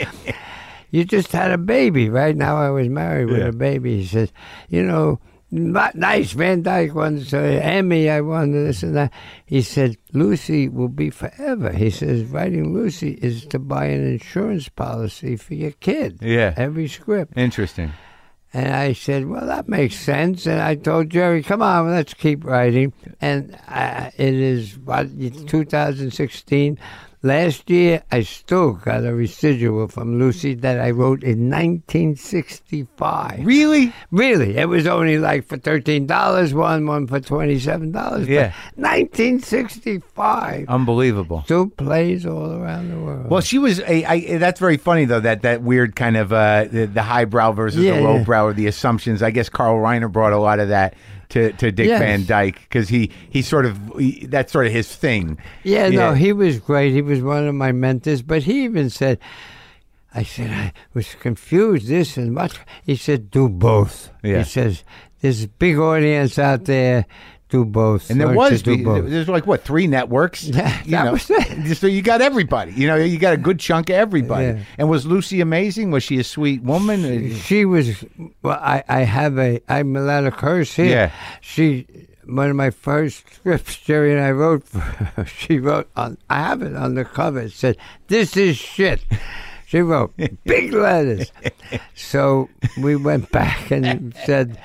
[SPEAKER 7] you just had a baby. Right now, I was married with a baby. He says, you know, not nice. Van Dyke won so Emmy. I won this and that. He said, Lucy will be forever. He says, writing Lucy is to buy an insurance policy for your kid.
[SPEAKER 2] Yeah.
[SPEAKER 7] Every script.
[SPEAKER 2] interesting.
[SPEAKER 7] And I said, "Well, that makes sense." And I told Jerry, "Come on, let's keep writing." And I, it is what it's 2016. Last year, I still got a residual from Lucy that I wrote in 1965.
[SPEAKER 2] Really?
[SPEAKER 7] Really, it was only like for thirteen dollars one, one for twenty-seven dollars.
[SPEAKER 2] Yeah.
[SPEAKER 7] 1965.
[SPEAKER 2] Unbelievable.
[SPEAKER 7] Still plays all around the world.
[SPEAKER 2] Well, she was a. I, that's very funny though. That that weird kind of uh, the, the highbrow versus
[SPEAKER 7] Yeah,
[SPEAKER 2] the
[SPEAKER 7] yeah.
[SPEAKER 2] lowbrow, or the assumptions. I guess Carl Reiner brought a lot of that to, to Dick
[SPEAKER 7] Yes.
[SPEAKER 2] Van Dyke because he he sort of he, that's sort of his thing.
[SPEAKER 7] Yeah,
[SPEAKER 2] Yeah.
[SPEAKER 7] no, he was great. He was one of my mentors. But he even said, I said, I was confused, this and what. He said, do both.
[SPEAKER 2] Yeah.
[SPEAKER 7] He says, there's a big audience out there do both.
[SPEAKER 2] And there
[SPEAKER 7] learn
[SPEAKER 2] was
[SPEAKER 7] to do
[SPEAKER 2] be-
[SPEAKER 7] both.
[SPEAKER 2] there's like what three networks.
[SPEAKER 7] Yeah,
[SPEAKER 2] you
[SPEAKER 7] that
[SPEAKER 2] know.
[SPEAKER 7] was it.
[SPEAKER 2] So you got everybody. You know, you got a good chunk of everybody.
[SPEAKER 7] Yeah.
[SPEAKER 2] And was Lucy amazing? Was she a sweet woman?
[SPEAKER 7] she was well i i have a i'm allowed to curse here
[SPEAKER 2] Yeah.
[SPEAKER 7] she one of my first scripts jerry and i wrote for her, she wrote on i have it on the cover it said this is shit she wrote big letters so we went back and said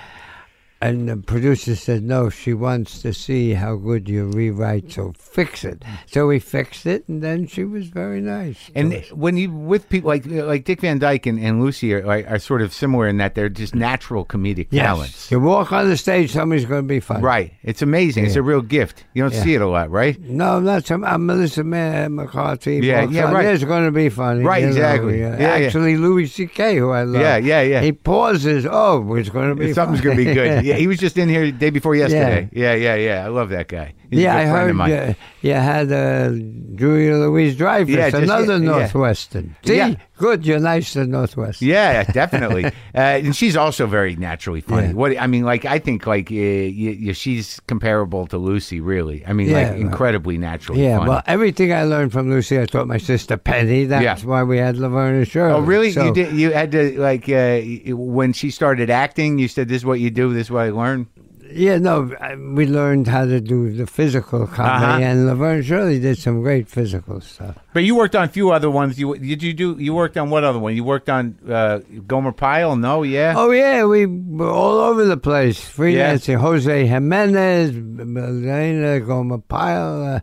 [SPEAKER 7] and the producer said, "No, she wants to see how good you rewrite, so fix it." So we fixed it, and then she was very nice. to
[SPEAKER 2] And
[SPEAKER 7] us.
[SPEAKER 2] when you with people like like Dick Van Dyke and, and Lucy are, are, are sort of similar in that they're just natural comedic talents.
[SPEAKER 7] You walk on the stage, somebody's going to be funny.
[SPEAKER 2] Right. It's amazing. It's a real gift. You don't
[SPEAKER 7] Yeah.
[SPEAKER 2] see it a lot, right?
[SPEAKER 7] No, not some. I'm Melissa Ma- McCarthy.
[SPEAKER 2] Yeah,
[SPEAKER 7] Well,
[SPEAKER 2] yeah,
[SPEAKER 7] so
[SPEAKER 2] right.
[SPEAKER 7] It's going to be funny.
[SPEAKER 2] Right,
[SPEAKER 7] you know,
[SPEAKER 2] exactly.
[SPEAKER 7] yeah.
[SPEAKER 2] Yeah, yeah.
[SPEAKER 7] Actually, Louis C.K., who I love.
[SPEAKER 2] Yeah, yeah, yeah.
[SPEAKER 7] He pauses. Oh, it's going to be.
[SPEAKER 2] Something's
[SPEAKER 7] funny.
[SPEAKER 2] going to be good. Yeah, he was just in here the day before yesterday. Yeah, yeah, yeah. I love that guy. He's a
[SPEAKER 7] yeah,
[SPEAKER 2] good
[SPEAKER 7] I
[SPEAKER 2] friend
[SPEAKER 7] heard
[SPEAKER 2] Of mine.
[SPEAKER 7] You, you had uh, Julia Louise Dreyfus,
[SPEAKER 2] Yeah, just-
[SPEAKER 7] another
[SPEAKER 2] yeah, yeah.
[SPEAKER 7] Northwestern. See,
[SPEAKER 2] Yeah.
[SPEAKER 7] good. You're nice to Northwestern.
[SPEAKER 2] Yeah, definitely. uh, and she's also very naturally funny.
[SPEAKER 7] Yeah.
[SPEAKER 2] What I mean, like I think like uh, y y she's comparable to Lucy, really. I mean,
[SPEAKER 7] Yeah,
[SPEAKER 2] like
[SPEAKER 7] right.
[SPEAKER 2] incredibly naturally
[SPEAKER 7] Yeah,
[SPEAKER 2] funny.
[SPEAKER 7] well, everything I learned from Lucy, I taught my sister Penny. That's
[SPEAKER 2] Yeah.
[SPEAKER 7] why we had Laverne and Shirley.
[SPEAKER 2] Oh really?
[SPEAKER 7] So-
[SPEAKER 2] you did. You had to like uh, y- when she started acting. You said, "This is what you do. This is what I learned."
[SPEAKER 7] Yeah, no, I- we learned how to do the physical
[SPEAKER 2] Uh-huh.
[SPEAKER 7] comedy, and Laverne Shirley did some great physical stuff.
[SPEAKER 2] But you worked on a few other ones. You did you do? You worked on what other one? You worked on uh, Gomer Pyle? No, yeah.
[SPEAKER 7] Oh yeah, we were all over the place freelancing. Jose Jimenez, Melena Goma Pyle, uh,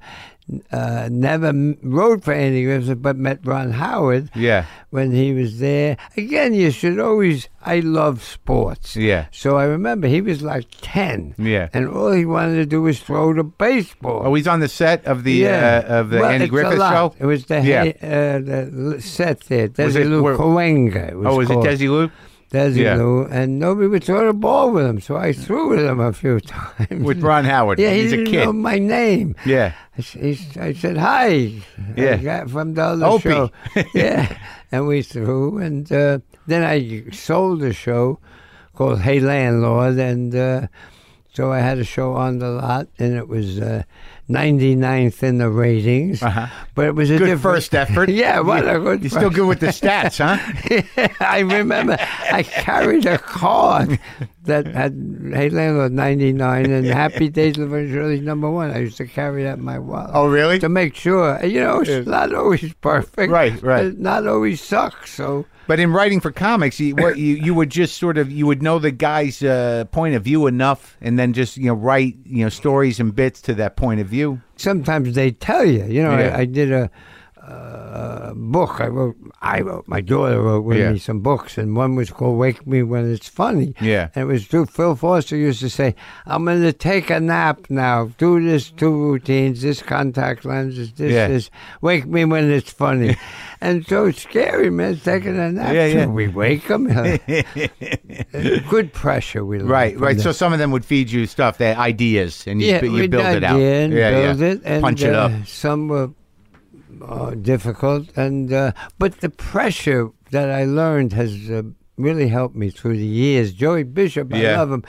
[SPEAKER 7] uh, never m- wrote for Andy Griffith, but met Ron Howard.
[SPEAKER 2] Yeah.
[SPEAKER 7] when he was there. Again, you should always. I love sports.
[SPEAKER 2] Yeah.
[SPEAKER 7] So I remember he was like ten.
[SPEAKER 2] Yeah.
[SPEAKER 7] And all he wanted to do was throw the baseball.
[SPEAKER 2] Oh, he's on the set of the uh, of the
[SPEAKER 7] Well,
[SPEAKER 2] Andy
[SPEAKER 7] it's a
[SPEAKER 2] Griffith
[SPEAKER 7] lot.
[SPEAKER 2] show.
[SPEAKER 7] It was the,
[SPEAKER 2] Yeah.
[SPEAKER 7] uh, the l- set there,
[SPEAKER 2] Was it-
[SPEAKER 7] Desi Lou
[SPEAKER 2] were-
[SPEAKER 7] Kawenga.
[SPEAKER 2] oh, was it
[SPEAKER 7] called.
[SPEAKER 2] Desi Lu?
[SPEAKER 7] Desi
[SPEAKER 2] Yeah.
[SPEAKER 7] Lou, and nobody would throw the ball with him, so I threw with him a few times.
[SPEAKER 2] With Ron Howard.
[SPEAKER 7] yeah, he
[SPEAKER 2] he's a
[SPEAKER 7] didn't
[SPEAKER 2] kid.
[SPEAKER 7] know my name.
[SPEAKER 2] Yeah.
[SPEAKER 7] I, s- he s- I said hi.
[SPEAKER 2] Yeah.
[SPEAKER 7] I got from the other
[SPEAKER 2] Opie.
[SPEAKER 7] show. yeah, and we threw, and uh, then I sold the show called Hey Landlord, and uh, so I had a show on the lot, and it was uh, 99th in the ratings,
[SPEAKER 2] Uh-huh.
[SPEAKER 7] but it was a
[SPEAKER 2] Good
[SPEAKER 7] different-
[SPEAKER 2] first effort.
[SPEAKER 7] yeah, what a good.
[SPEAKER 2] You're still
[SPEAKER 7] first-
[SPEAKER 2] good with the stats, huh?
[SPEAKER 7] I remember I carried a card that had Hey Landlord 99 and Happy Days of Shirley's number one. I used to carry that in my wallet.
[SPEAKER 2] Oh, really?
[SPEAKER 7] To make sure. You know, it's not always perfect.
[SPEAKER 2] Right, right.
[SPEAKER 7] It not always sucks. So,
[SPEAKER 2] But in writing for comics, you, what you you would just sort of you would know the guy's uh, point of view enough, and then just you know write you know stories and bits to that point of view.
[SPEAKER 7] sometimes they tell you. You know,
[SPEAKER 2] Yeah.
[SPEAKER 7] I, I did a uh, book. I wrote. I wrote. My daughter wrote with
[SPEAKER 2] Yeah.
[SPEAKER 7] me some books, and one was called "Wake Me When It's Funny."
[SPEAKER 2] Yeah.
[SPEAKER 7] and it was true. Phil Foster used to say, "I'm going to take a nap now. Do this two routines, this contact lenses, this
[SPEAKER 2] Yeah.
[SPEAKER 7] this. Wake me when it's funny." and so it's scary, man. It's taking a nap.
[SPEAKER 2] Yeah,
[SPEAKER 7] So
[SPEAKER 2] yeah.
[SPEAKER 7] We wake him. Good pressure. We learned
[SPEAKER 2] Right,
[SPEAKER 7] from
[SPEAKER 2] right.
[SPEAKER 7] that.
[SPEAKER 2] So some of them would feed you stuff, that ideas, and you,
[SPEAKER 7] yeah,
[SPEAKER 2] bu- you
[SPEAKER 7] we
[SPEAKER 2] build
[SPEAKER 7] dug
[SPEAKER 2] it out.
[SPEAKER 7] in,
[SPEAKER 2] yeah,
[SPEAKER 7] build
[SPEAKER 2] yeah.
[SPEAKER 7] it, and
[SPEAKER 2] punch it
[SPEAKER 7] uh,
[SPEAKER 2] up.
[SPEAKER 7] Some were uh, difficult, and uh, but the pressure that I learned has uh, really helped me through the years. Joey Bishop, I
[SPEAKER 2] Yeah.
[SPEAKER 7] love him.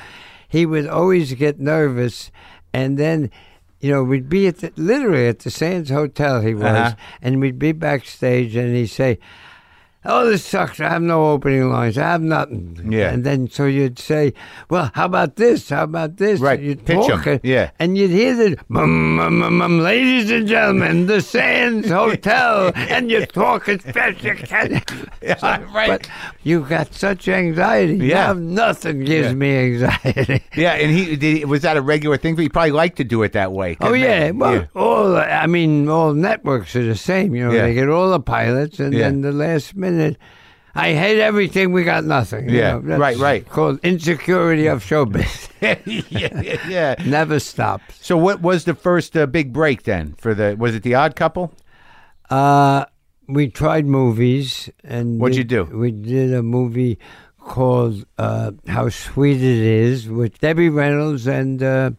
[SPEAKER 7] He would always get nervous, and then. You know, we'd be at the, literally at the Sands Hotel. He was,
[SPEAKER 2] Uh-huh.
[SPEAKER 7] and we'd be backstage, and he'd say, Oh, this sucks. I have no opening lines. I have nothing.
[SPEAKER 2] Yeah.
[SPEAKER 7] And then so you'd say, well, how about this? How about this?
[SPEAKER 2] Right.
[SPEAKER 7] You'd
[SPEAKER 2] Pitch 'em.
[SPEAKER 7] talk it,
[SPEAKER 2] Yeah.
[SPEAKER 7] And you'd hear the, mum, mum, mum, mum, ladies and gentlemen, the Sands Hotel. and you talk as best you can.
[SPEAKER 2] right.
[SPEAKER 7] But you got such anxiety.
[SPEAKER 2] Yeah.
[SPEAKER 7] Now nothing gives
[SPEAKER 2] Yeah.
[SPEAKER 7] me anxiety.
[SPEAKER 2] Yeah, and he did, was that a regular thing? But he probably liked to do it that way. 'cause
[SPEAKER 7] Oh
[SPEAKER 2] man,
[SPEAKER 7] yeah, well, all I mean, all networks are the same. You know,
[SPEAKER 2] Yeah.
[SPEAKER 7] they get all the pilots, and
[SPEAKER 2] Yeah.
[SPEAKER 7] then the last minute, I hate everything. We got nothing. you
[SPEAKER 2] Yeah,
[SPEAKER 7] know, that's
[SPEAKER 2] right, right.
[SPEAKER 7] Called insecurity of showbiz.
[SPEAKER 2] yeah, yeah, yeah.
[SPEAKER 7] Never stops.
[SPEAKER 2] So what was the first uh, big break then for the? Was it the Odd Couple?
[SPEAKER 7] Uh, we tried movies, and
[SPEAKER 2] What'd you
[SPEAKER 7] did-
[SPEAKER 2] do?
[SPEAKER 7] We did a movie called uh, "How Sweet It Is" with Debbie Reynolds and uh,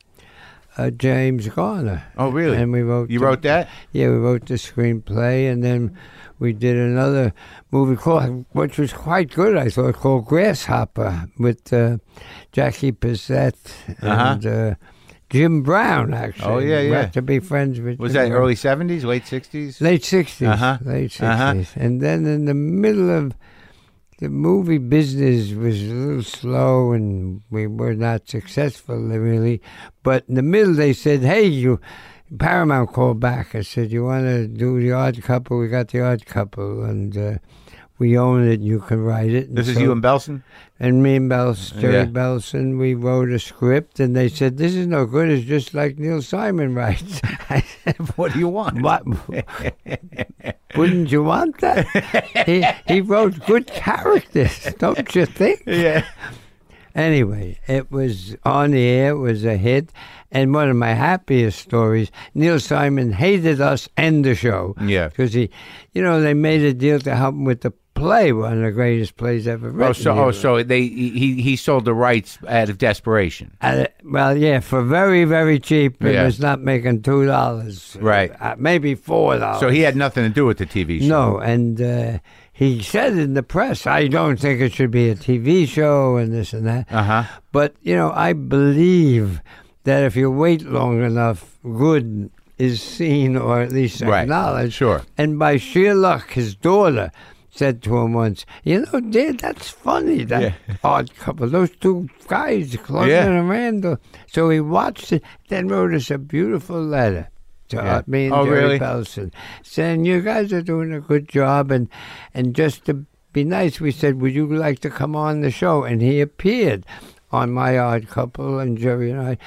[SPEAKER 7] uh, James Garner.
[SPEAKER 2] Oh, really?
[SPEAKER 7] And we wrote
[SPEAKER 2] You
[SPEAKER 7] the-
[SPEAKER 2] wrote that?
[SPEAKER 7] Yeah, we wrote the screenplay, and then we did another movie called, which was quite good, I thought, called Grasshopper with uh, Jackie Bissett and uh, Jim Brown, actually.
[SPEAKER 2] Uh-huh. Oh, yeah,
[SPEAKER 7] We
[SPEAKER 2] yeah.
[SPEAKER 7] got to be friends with
[SPEAKER 2] Was
[SPEAKER 7] Jim
[SPEAKER 2] that
[SPEAKER 7] Brown.
[SPEAKER 2] early 70s, late 60s?
[SPEAKER 7] Late 60s.
[SPEAKER 2] Uh-huh.
[SPEAKER 7] Late 60s.
[SPEAKER 2] Uh-huh.
[SPEAKER 7] And then in the middle of the movie business was a little slow and we were not successful really. But in the middle they said, hey, you, Paramount called back and said, you want to do The Odd Couple? We got The Odd Couple and uh, we own it and you can write it.
[SPEAKER 2] This is
[SPEAKER 7] so-
[SPEAKER 2] you and Belson?
[SPEAKER 7] and me and Belson, Jerry
[SPEAKER 2] Yeah.
[SPEAKER 7] Belson, we wrote a script, and they said, "This is no good. It's just like Neil Simon writes." I said,
[SPEAKER 2] What do you want?
[SPEAKER 7] "What? Wouldn't you want that?" he he wrote good characters, don't you think?
[SPEAKER 2] Yeah.
[SPEAKER 7] Anyway, it was on the air. It was a hit, and one of my happiest stories. Neil Simon hated us and the show.
[SPEAKER 2] Yeah.
[SPEAKER 7] because he, you know, they made a deal to help him with the play, one of the greatest plays ever written.
[SPEAKER 2] Oh, so
[SPEAKER 7] He
[SPEAKER 2] oh, so they he he sold the rights out of desperation.
[SPEAKER 7] Uh, well, yeah, for very, very cheap. It
[SPEAKER 2] Yeah.
[SPEAKER 7] was not making two dollars,
[SPEAKER 2] Right.
[SPEAKER 7] Uh, maybe four dollars.
[SPEAKER 2] So he had nothing to do with the TV show.
[SPEAKER 7] no, and uh, he said in the press, "I don't think it should be a TV show and this and that."
[SPEAKER 2] Uh-huh.
[SPEAKER 7] But you know, I believe that if you wait long enough, good is seen or at least
[SPEAKER 2] Right.
[SPEAKER 7] acknowledged.
[SPEAKER 2] Sure.
[SPEAKER 7] And by sheer luck, his daughter said to him once, "You know, Dad, that's funny. That odd couple, those two guys, Clark
[SPEAKER 2] Yeah.
[SPEAKER 7] and Randall." So he watched it, then wrote us a beautiful letter. To
[SPEAKER 2] Yeah.
[SPEAKER 7] uh, me and
[SPEAKER 2] Oh,
[SPEAKER 7] Jerry
[SPEAKER 2] really?
[SPEAKER 7] Belson, saying you guys are doing a good job, and and just to be nice, we said, would you like to come on the show? And he appeared on my odd couple and Jerry and I,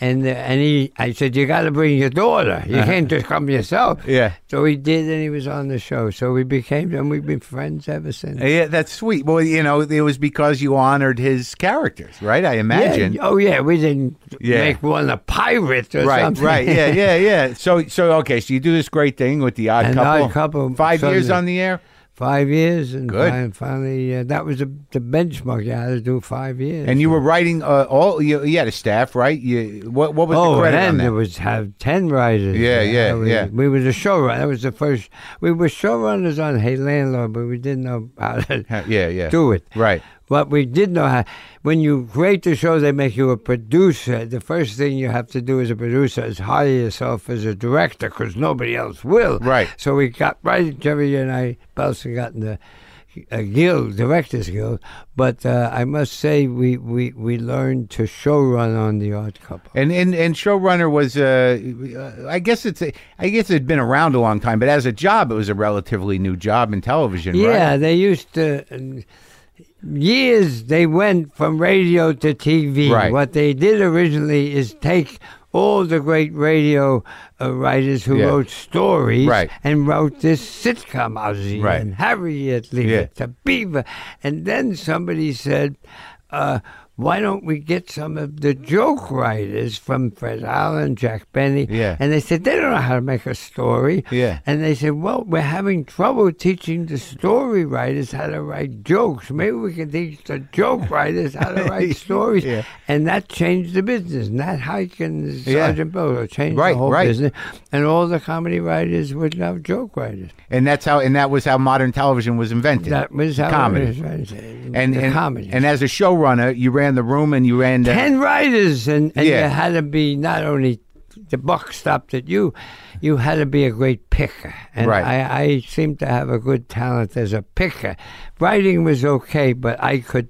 [SPEAKER 7] and uh, and he, I said, you got to bring your daughter. You can't just come yourself.
[SPEAKER 2] Uh-huh. Yeah.
[SPEAKER 7] So he did, and he was on the show. So we became, and we've been friends ever since.
[SPEAKER 2] Yeah, that's sweet. Well, you know, it was because you honored his characters, right? I imagine.
[SPEAKER 7] Yeah. Oh yeah, we didn't
[SPEAKER 2] Yeah.
[SPEAKER 7] make one a pirate or
[SPEAKER 2] right,
[SPEAKER 7] something.
[SPEAKER 2] right. Yeah, yeah, yeah. So, so okay. So you do this great thing with the Odd
[SPEAKER 7] And
[SPEAKER 2] Couple.
[SPEAKER 7] Odd Couple,
[SPEAKER 2] Five years
[SPEAKER 7] Sunday.
[SPEAKER 2] on the air,
[SPEAKER 7] Five years, and
[SPEAKER 2] Good.
[SPEAKER 7] fin- finally, uh, that was the the benchmark. You had to do five years.
[SPEAKER 2] and you were writing uh, all. You, you had a staff, right? You what? What was
[SPEAKER 7] oh,
[SPEAKER 2] the credit
[SPEAKER 7] then
[SPEAKER 2] on that?
[SPEAKER 7] there was have ten writers.
[SPEAKER 2] Yeah, yeah,
[SPEAKER 7] that was-
[SPEAKER 2] yeah.
[SPEAKER 7] We were the showrunner. That was the first. We were showrunners on Hey Landlord, but we didn't know how to
[SPEAKER 2] Ha- yeah, yeah.
[SPEAKER 7] do it.
[SPEAKER 2] Right.
[SPEAKER 7] But we did know how. When you create the show, they make you a producer. The first thing you have to do as a producer is hire yourself as a director because nobody else will.
[SPEAKER 2] Right.
[SPEAKER 7] So we got right. Jerry and I, Belson, got in the uh, guild, directors guild. But uh, I must say, we we we learned to showrun on the Odd Couple.
[SPEAKER 2] And and and showrunner was. Uh, uh, I guess it's. A, I guess it'd been around a long time, but as a job, it was a relatively new job in television.
[SPEAKER 7] Yeah,
[SPEAKER 2] Right?
[SPEAKER 7] they used to. and Years they went from radio to TV.
[SPEAKER 2] Right.
[SPEAKER 7] What they did originally is take all the great radio uh, writers who
[SPEAKER 2] Yeah.
[SPEAKER 7] wrote stories
[SPEAKER 2] Right.
[SPEAKER 7] and wrote this sitcom, Ozzy
[SPEAKER 2] Right.
[SPEAKER 7] and Harriet, Leave
[SPEAKER 2] Yeah.
[SPEAKER 7] It to Beaver. And then somebody said, uh, why don't we get some of the joke writers from Fred Allen, Jack Benny?
[SPEAKER 2] Yeah.
[SPEAKER 7] And they said they don't know how to make a story.
[SPEAKER 2] Yeah.
[SPEAKER 7] And they said, well, we're having trouble teaching the story writers how to write jokes. Maybe we can teach the joke writers how to write stories.
[SPEAKER 2] Yeah.
[SPEAKER 7] And that changed the business. Nat Hike and
[SPEAKER 2] Yeah.
[SPEAKER 7] Sergeant Bill changed
[SPEAKER 2] Right,
[SPEAKER 7] the whole
[SPEAKER 2] right.
[SPEAKER 7] business. And all the comedy writers were now joke writers.
[SPEAKER 2] And that's how. And that was how modern television was invented.
[SPEAKER 7] That was how
[SPEAKER 2] Comedy.
[SPEAKER 7] it was. right?
[SPEAKER 2] and
[SPEAKER 7] the
[SPEAKER 2] and,
[SPEAKER 7] comedy.
[SPEAKER 2] and as a showrunner, you ran the room and you ran the
[SPEAKER 7] ten writers, and, and
[SPEAKER 2] Yeah.
[SPEAKER 7] you had to be not only the buck stopped at you, you had to be a great picker. And
[SPEAKER 2] Right.
[SPEAKER 7] I, I seem to have a good talent as a picker. Writing was okay, but I could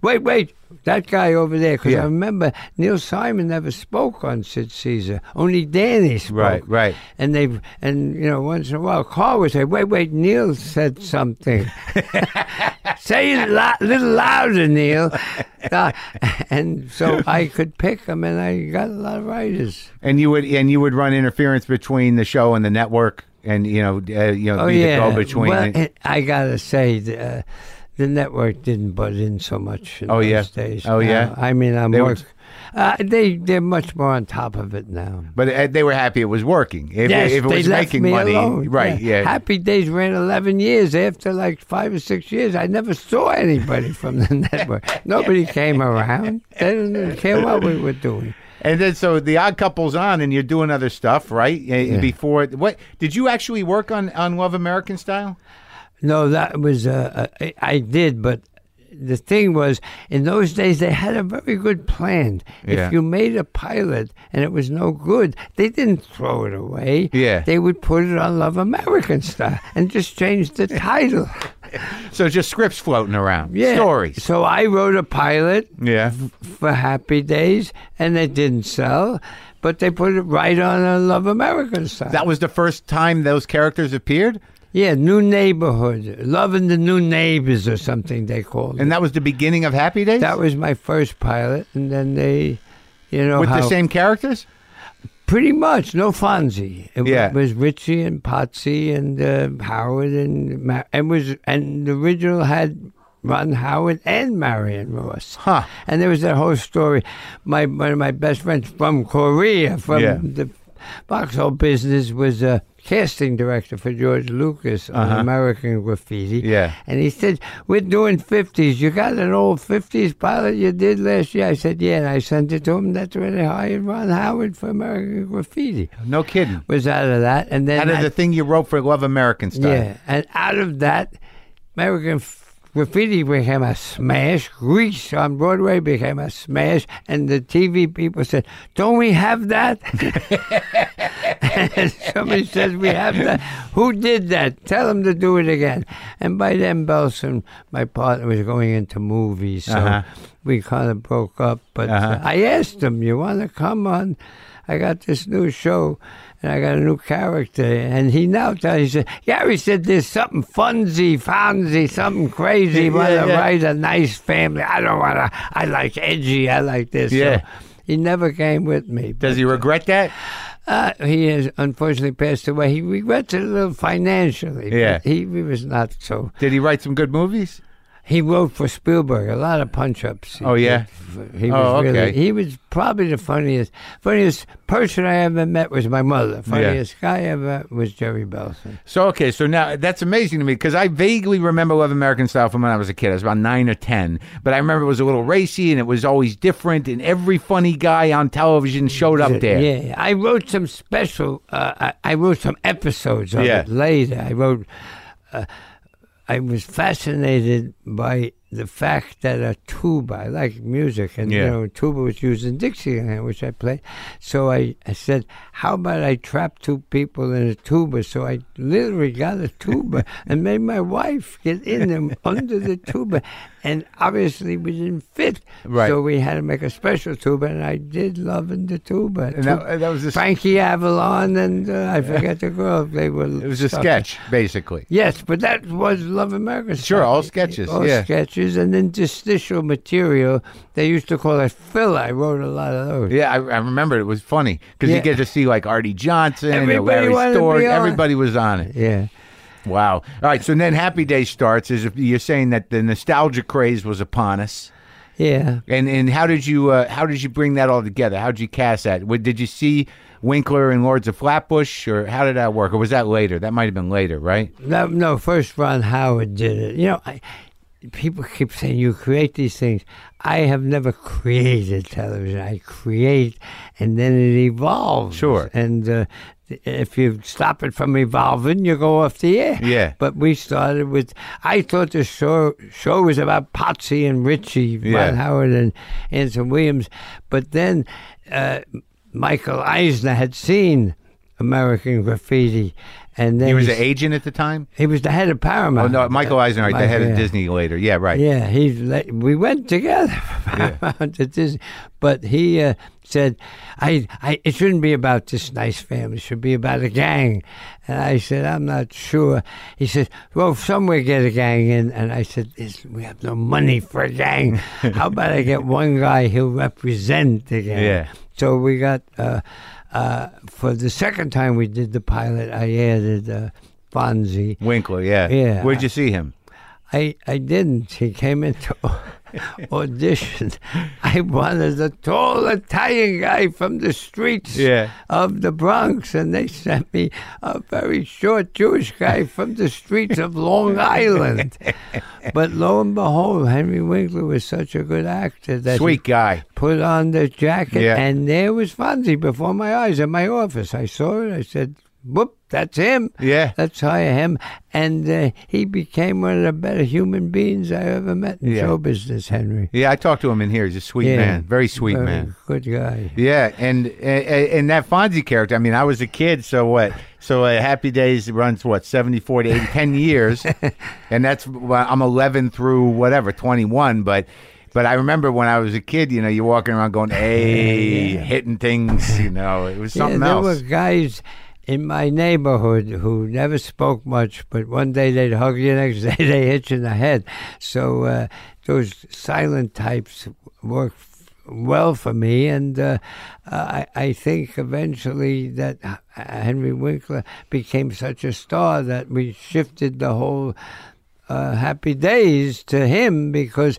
[SPEAKER 7] wait, wait. That guy over there, because
[SPEAKER 2] Yeah.
[SPEAKER 7] I remember Neil Simon never spoke on Sid Caesar. Only Danny spoke.
[SPEAKER 2] Right, right.
[SPEAKER 7] And they and you know once in a while, Carl would say, "Wait, wait, Neil said something." Say it a little louder, Neil. Uh, and so I could pick them, and I got a lot of writers.
[SPEAKER 2] and you would and you would run interference between the show and the network and you know uh, you know
[SPEAKER 7] Oh
[SPEAKER 2] be
[SPEAKER 7] yeah,
[SPEAKER 2] the eh? go between
[SPEAKER 7] Well, it- I gotta say, the, uh, the network didn't butt in so much. In
[SPEAKER 2] Oh,
[SPEAKER 7] those
[SPEAKER 2] yeah.
[SPEAKER 7] days.
[SPEAKER 2] Oh, yeah?
[SPEAKER 7] Now, I mean, I'm
[SPEAKER 2] They were-
[SPEAKER 7] work. Uh, they they're much more on top of it now.
[SPEAKER 2] but uh, they were happy it was working if,
[SPEAKER 7] yes,
[SPEAKER 2] if it
[SPEAKER 7] they
[SPEAKER 2] was
[SPEAKER 7] left
[SPEAKER 2] making
[SPEAKER 7] me
[SPEAKER 2] money
[SPEAKER 7] alone.
[SPEAKER 2] right yeah,
[SPEAKER 7] Happy Days ran 11 years. After like five or six years, I never saw anybody from the network. Nobody came around. They didn't care what we were doing.
[SPEAKER 2] and then so the odd couple's on and you're doing other stuff right And before what did you actually work on on love american style
[SPEAKER 7] No, that was uh, uh, I I did, but the thing was, in those days, they had a very good plan.
[SPEAKER 2] Yeah.
[SPEAKER 7] If you made a pilot and it was no good, they didn't throw it away.
[SPEAKER 2] Yeah.
[SPEAKER 7] They would put it on Love American Style and just change the title.
[SPEAKER 2] So just scripts floating around.
[SPEAKER 7] Yeah.
[SPEAKER 2] Stories.
[SPEAKER 7] So I wrote a pilot
[SPEAKER 2] Yeah.
[SPEAKER 7] for Happy Days, and it didn't sell, but they put it right on a Love American Style.
[SPEAKER 2] That was the first time those characters appeared,
[SPEAKER 7] yeah, New Neighborhood, Loving the New Neighbors or something they called
[SPEAKER 2] and
[SPEAKER 7] it.
[SPEAKER 2] that was the beginning of Happy Days.
[SPEAKER 7] That was my first pilot, and then they, you know,
[SPEAKER 2] with
[SPEAKER 7] how,
[SPEAKER 2] the same characters.
[SPEAKER 7] pretty much no Fonzie. It
[SPEAKER 2] Yeah.
[SPEAKER 7] was Richie and Potsy and uh, Howard and Ma- and was and the original had Ron Howard and Marion Ross.
[SPEAKER 2] Huh.
[SPEAKER 7] And there was that whole story. My one of my best friends from Korea, from
[SPEAKER 2] Yeah.
[SPEAKER 7] the Boxhole business, was a casting director for George Lucas on American Graffiti.
[SPEAKER 2] Uh-huh. Yeah.
[SPEAKER 7] And he said, We're doing 50s. You got an old 50s pilot you did last year? I said, Yeah. And I sent it to him. That's when they hired Ron Howard for American Graffiti.
[SPEAKER 2] No kidding.
[SPEAKER 7] Was out of that. And then
[SPEAKER 2] Out of
[SPEAKER 7] I-
[SPEAKER 2] the thing you wrote for Love American Style.
[SPEAKER 7] yeah, and out of that, American F- Graffiti became a smash. Grease on Broadway became a smash, and the TV people said, "Don't we have that?" and somebody says, "We have that." Who did that? Tell them to do it again. And by then, Belson, my partner, was going into movies, so
[SPEAKER 2] Uh-huh.
[SPEAKER 7] we kind of broke up. But uh,
[SPEAKER 2] Uh-huh.
[SPEAKER 7] I asked him, "You want to come on?" I got this new show, and I got a new character, and he now tells he said, "Gary said there's something funsy, fonzy, something crazy.
[SPEAKER 2] Yeah,
[SPEAKER 7] Want to
[SPEAKER 2] yeah.
[SPEAKER 7] write a nice family? I don't want to. I like edgy. I like this." So
[SPEAKER 2] Yeah.
[SPEAKER 7] he never came with me.
[SPEAKER 2] Does he regret that?
[SPEAKER 7] Uh, he has unfortunately passed away. He regrets it a little financially. but
[SPEAKER 2] Yeah.
[SPEAKER 7] he, he was not so.
[SPEAKER 2] Did he write some good movies?
[SPEAKER 7] He wrote for Spielberg a lot of punch ups.
[SPEAKER 2] Oh, yeah?
[SPEAKER 7] he was
[SPEAKER 2] Oh,
[SPEAKER 7] really.
[SPEAKER 2] okay.
[SPEAKER 7] He was probably the funniest funniest person I ever met was my mother. Funniest guy ever was Jerry Belson.
[SPEAKER 2] So okay, so now that's amazing to me because I vaguely remember Love American Style from when I was a kid. I was about nine or ten, but I remember it was a little racy and it was always different. And every funny guy on television showed up there.
[SPEAKER 7] Yeah, I wrote some special. Uh, I, I wrote some episodes of
[SPEAKER 2] Yeah.
[SPEAKER 7] it later. I wrote. Uh, I was fascinated by the fact that a tuba. I like music, and
[SPEAKER 2] Yeah.
[SPEAKER 7] you know, tuba was used in Dixieland, which I played. So I, I said, "How about I trap two people in a tuba?" So I literally got a tuba and made my wife get in them under the tuba, and obviously we didn't fit.
[SPEAKER 2] Right.
[SPEAKER 7] So we had to make a special tuba, and I did love in the tuba.
[SPEAKER 2] And that- that was a s-
[SPEAKER 7] Frankie Avalon and uh, I forget the girl. They were.
[SPEAKER 2] It was a sketch, basically.
[SPEAKER 7] Yes, but that was Love America. Style.
[SPEAKER 2] Sure, all sketches,
[SPEAKER 7] All
[SPEAKER 2] yeah.
[SPEAKER 7] sketches, and then interstitial material. They used to call it fill. I wrote a lot of those.
[SPEAKER 2] Yeah, I, I remember it was funny because
[SPEAKER 7] Yeah.
[SPEAKER 2] you get to see like Artie Johnson, and
[SPEAKER 7] Everybody
[SPEAKER 2] Larry
[SPEAKER 7] wanted to
[SPEAKER 2] Stork.
[SPEAKER 7] be on it.
[SPEAKER 2] Everybody was on it.
[SPEAKER 7] Yeah.
[SPEAKER 2] Wow. All right, so then Happy Day starts. Is you're saying that the nostalgia craze was upon us.
[SPEAKER 7] Yeah.
[SPEAKER 2] And and how did you uh, how did you bring that all together? How did you cast that? What, did you see Winkler and Lords of Flatbush, or how did that work? Or was that later? That might have been later, right?
[SPEAKER 7] No, no, first Ron Howard did it. You know, I, people keep saying you create these things. I have never created television. I create, and then it evolves.
[SPEAKER 2] Sure.
[SPEAKER 7] And uh, if you stop it from evolving, you go off the air.
[SPEAKER 2] Yeah.
[SPEAKER 7] But we started with. I thought the show show was about Patsy and Richie,
[SPEAKER 2] Yeah.
[SPEAKER 7] Ron Howard and Anson Williams, but then uh, Michael Eisner had seen. American graffiti, and then
[SPEAKER 2] He was
[SPEAKER 7] he
[SPEAKER 2] an agent at the time.
[SPEAKER 7] he was the head of
[SPEAKER 2] Oh
[SPEAKER 7] Paramount.
[SPEAKER 2] no, Michael Eisner, right, the head
[SPEAKER 7] Uh, yeah.
[SPEAKER 2] of Disney later. Yeah, right.
[SPEAKER 7] Yeah, he. le- We went together Paramount to Disney, but he uh, said, "I, I, it shouldn't be about this nice family. It should be about a gang." And I said, "I'm not sure." He said, "Well, somewhere get a gang in." And I said, "This- "We have no money for a gang. How about I get one guy? He'll represent the gang."
[SPEAKER 2] Yeah.
[SPEAKER 7] So we got uh, uh, for the second time we did the pilot. I added uh, Fonzie.
[SPEAKER 2] Winkler. Yeah.
[SPEAKER 7] Yeah.
[SPEAKER 2] Where'd you see him?
[SPEAKER 7] I, I didn't. He came into audition. I wanted a tall Italian guy from the streets
[SPEAKER 2] Yeah.
[SPEAKER 7] of the Bronx, and they sent me a very short Jewish guy from the streets of Long Island. but lo and behold, Henry Winkler was such a good actor that he
[SPEAKER 2] Sweet guy.
[SPEAKER 7] put on the jacket,
[SPEAKER 2] Yeah.
[SPEAKER 7] and there was Fonzie before my eyes in my office. I saw it. I said, whoop, that's him.
[SPEAKER 2] Yeah.
[SPEAKER 7] Let's hire him. And uh, he became one of the better human beings I ever met in
[SPEAKER 2] Yeah.
[SPEAKER 7] show business, Henry.
[SPEAKER 2] Yeah, I talked to him in here. He's a sweet
[SPEAKER 7] Yeah.
[SPEAKER 2] man, very sweet
[SPEAKER 7] Very
[SPEAKER 2] man.
[SPEAKER 7] Good guy.
[SPEAKER 2] Yeah, and, and and that Fonzie character. I mean, I was a kid, so what? So uh, Happy Days runs what seventy four to 80, 10 years, and that's well, I'm eleven through whatever twenty one. But but I remember when I was a kid, you know, you're walking around going, "Hey," hitting things. You know, it was something
[SPEAKER 7] yeah, there
[SPEAKER 2] else.
[SPEAKER 7] were guys in my neighborhood who never spoke much, but one day they'd hug you, next day they hit you in the head. So uh, those silent types work f- well for me, and uh, I, I think eventually that H- Henry Winkler became such a star that we shifted the whole uh, Happy Days to him because.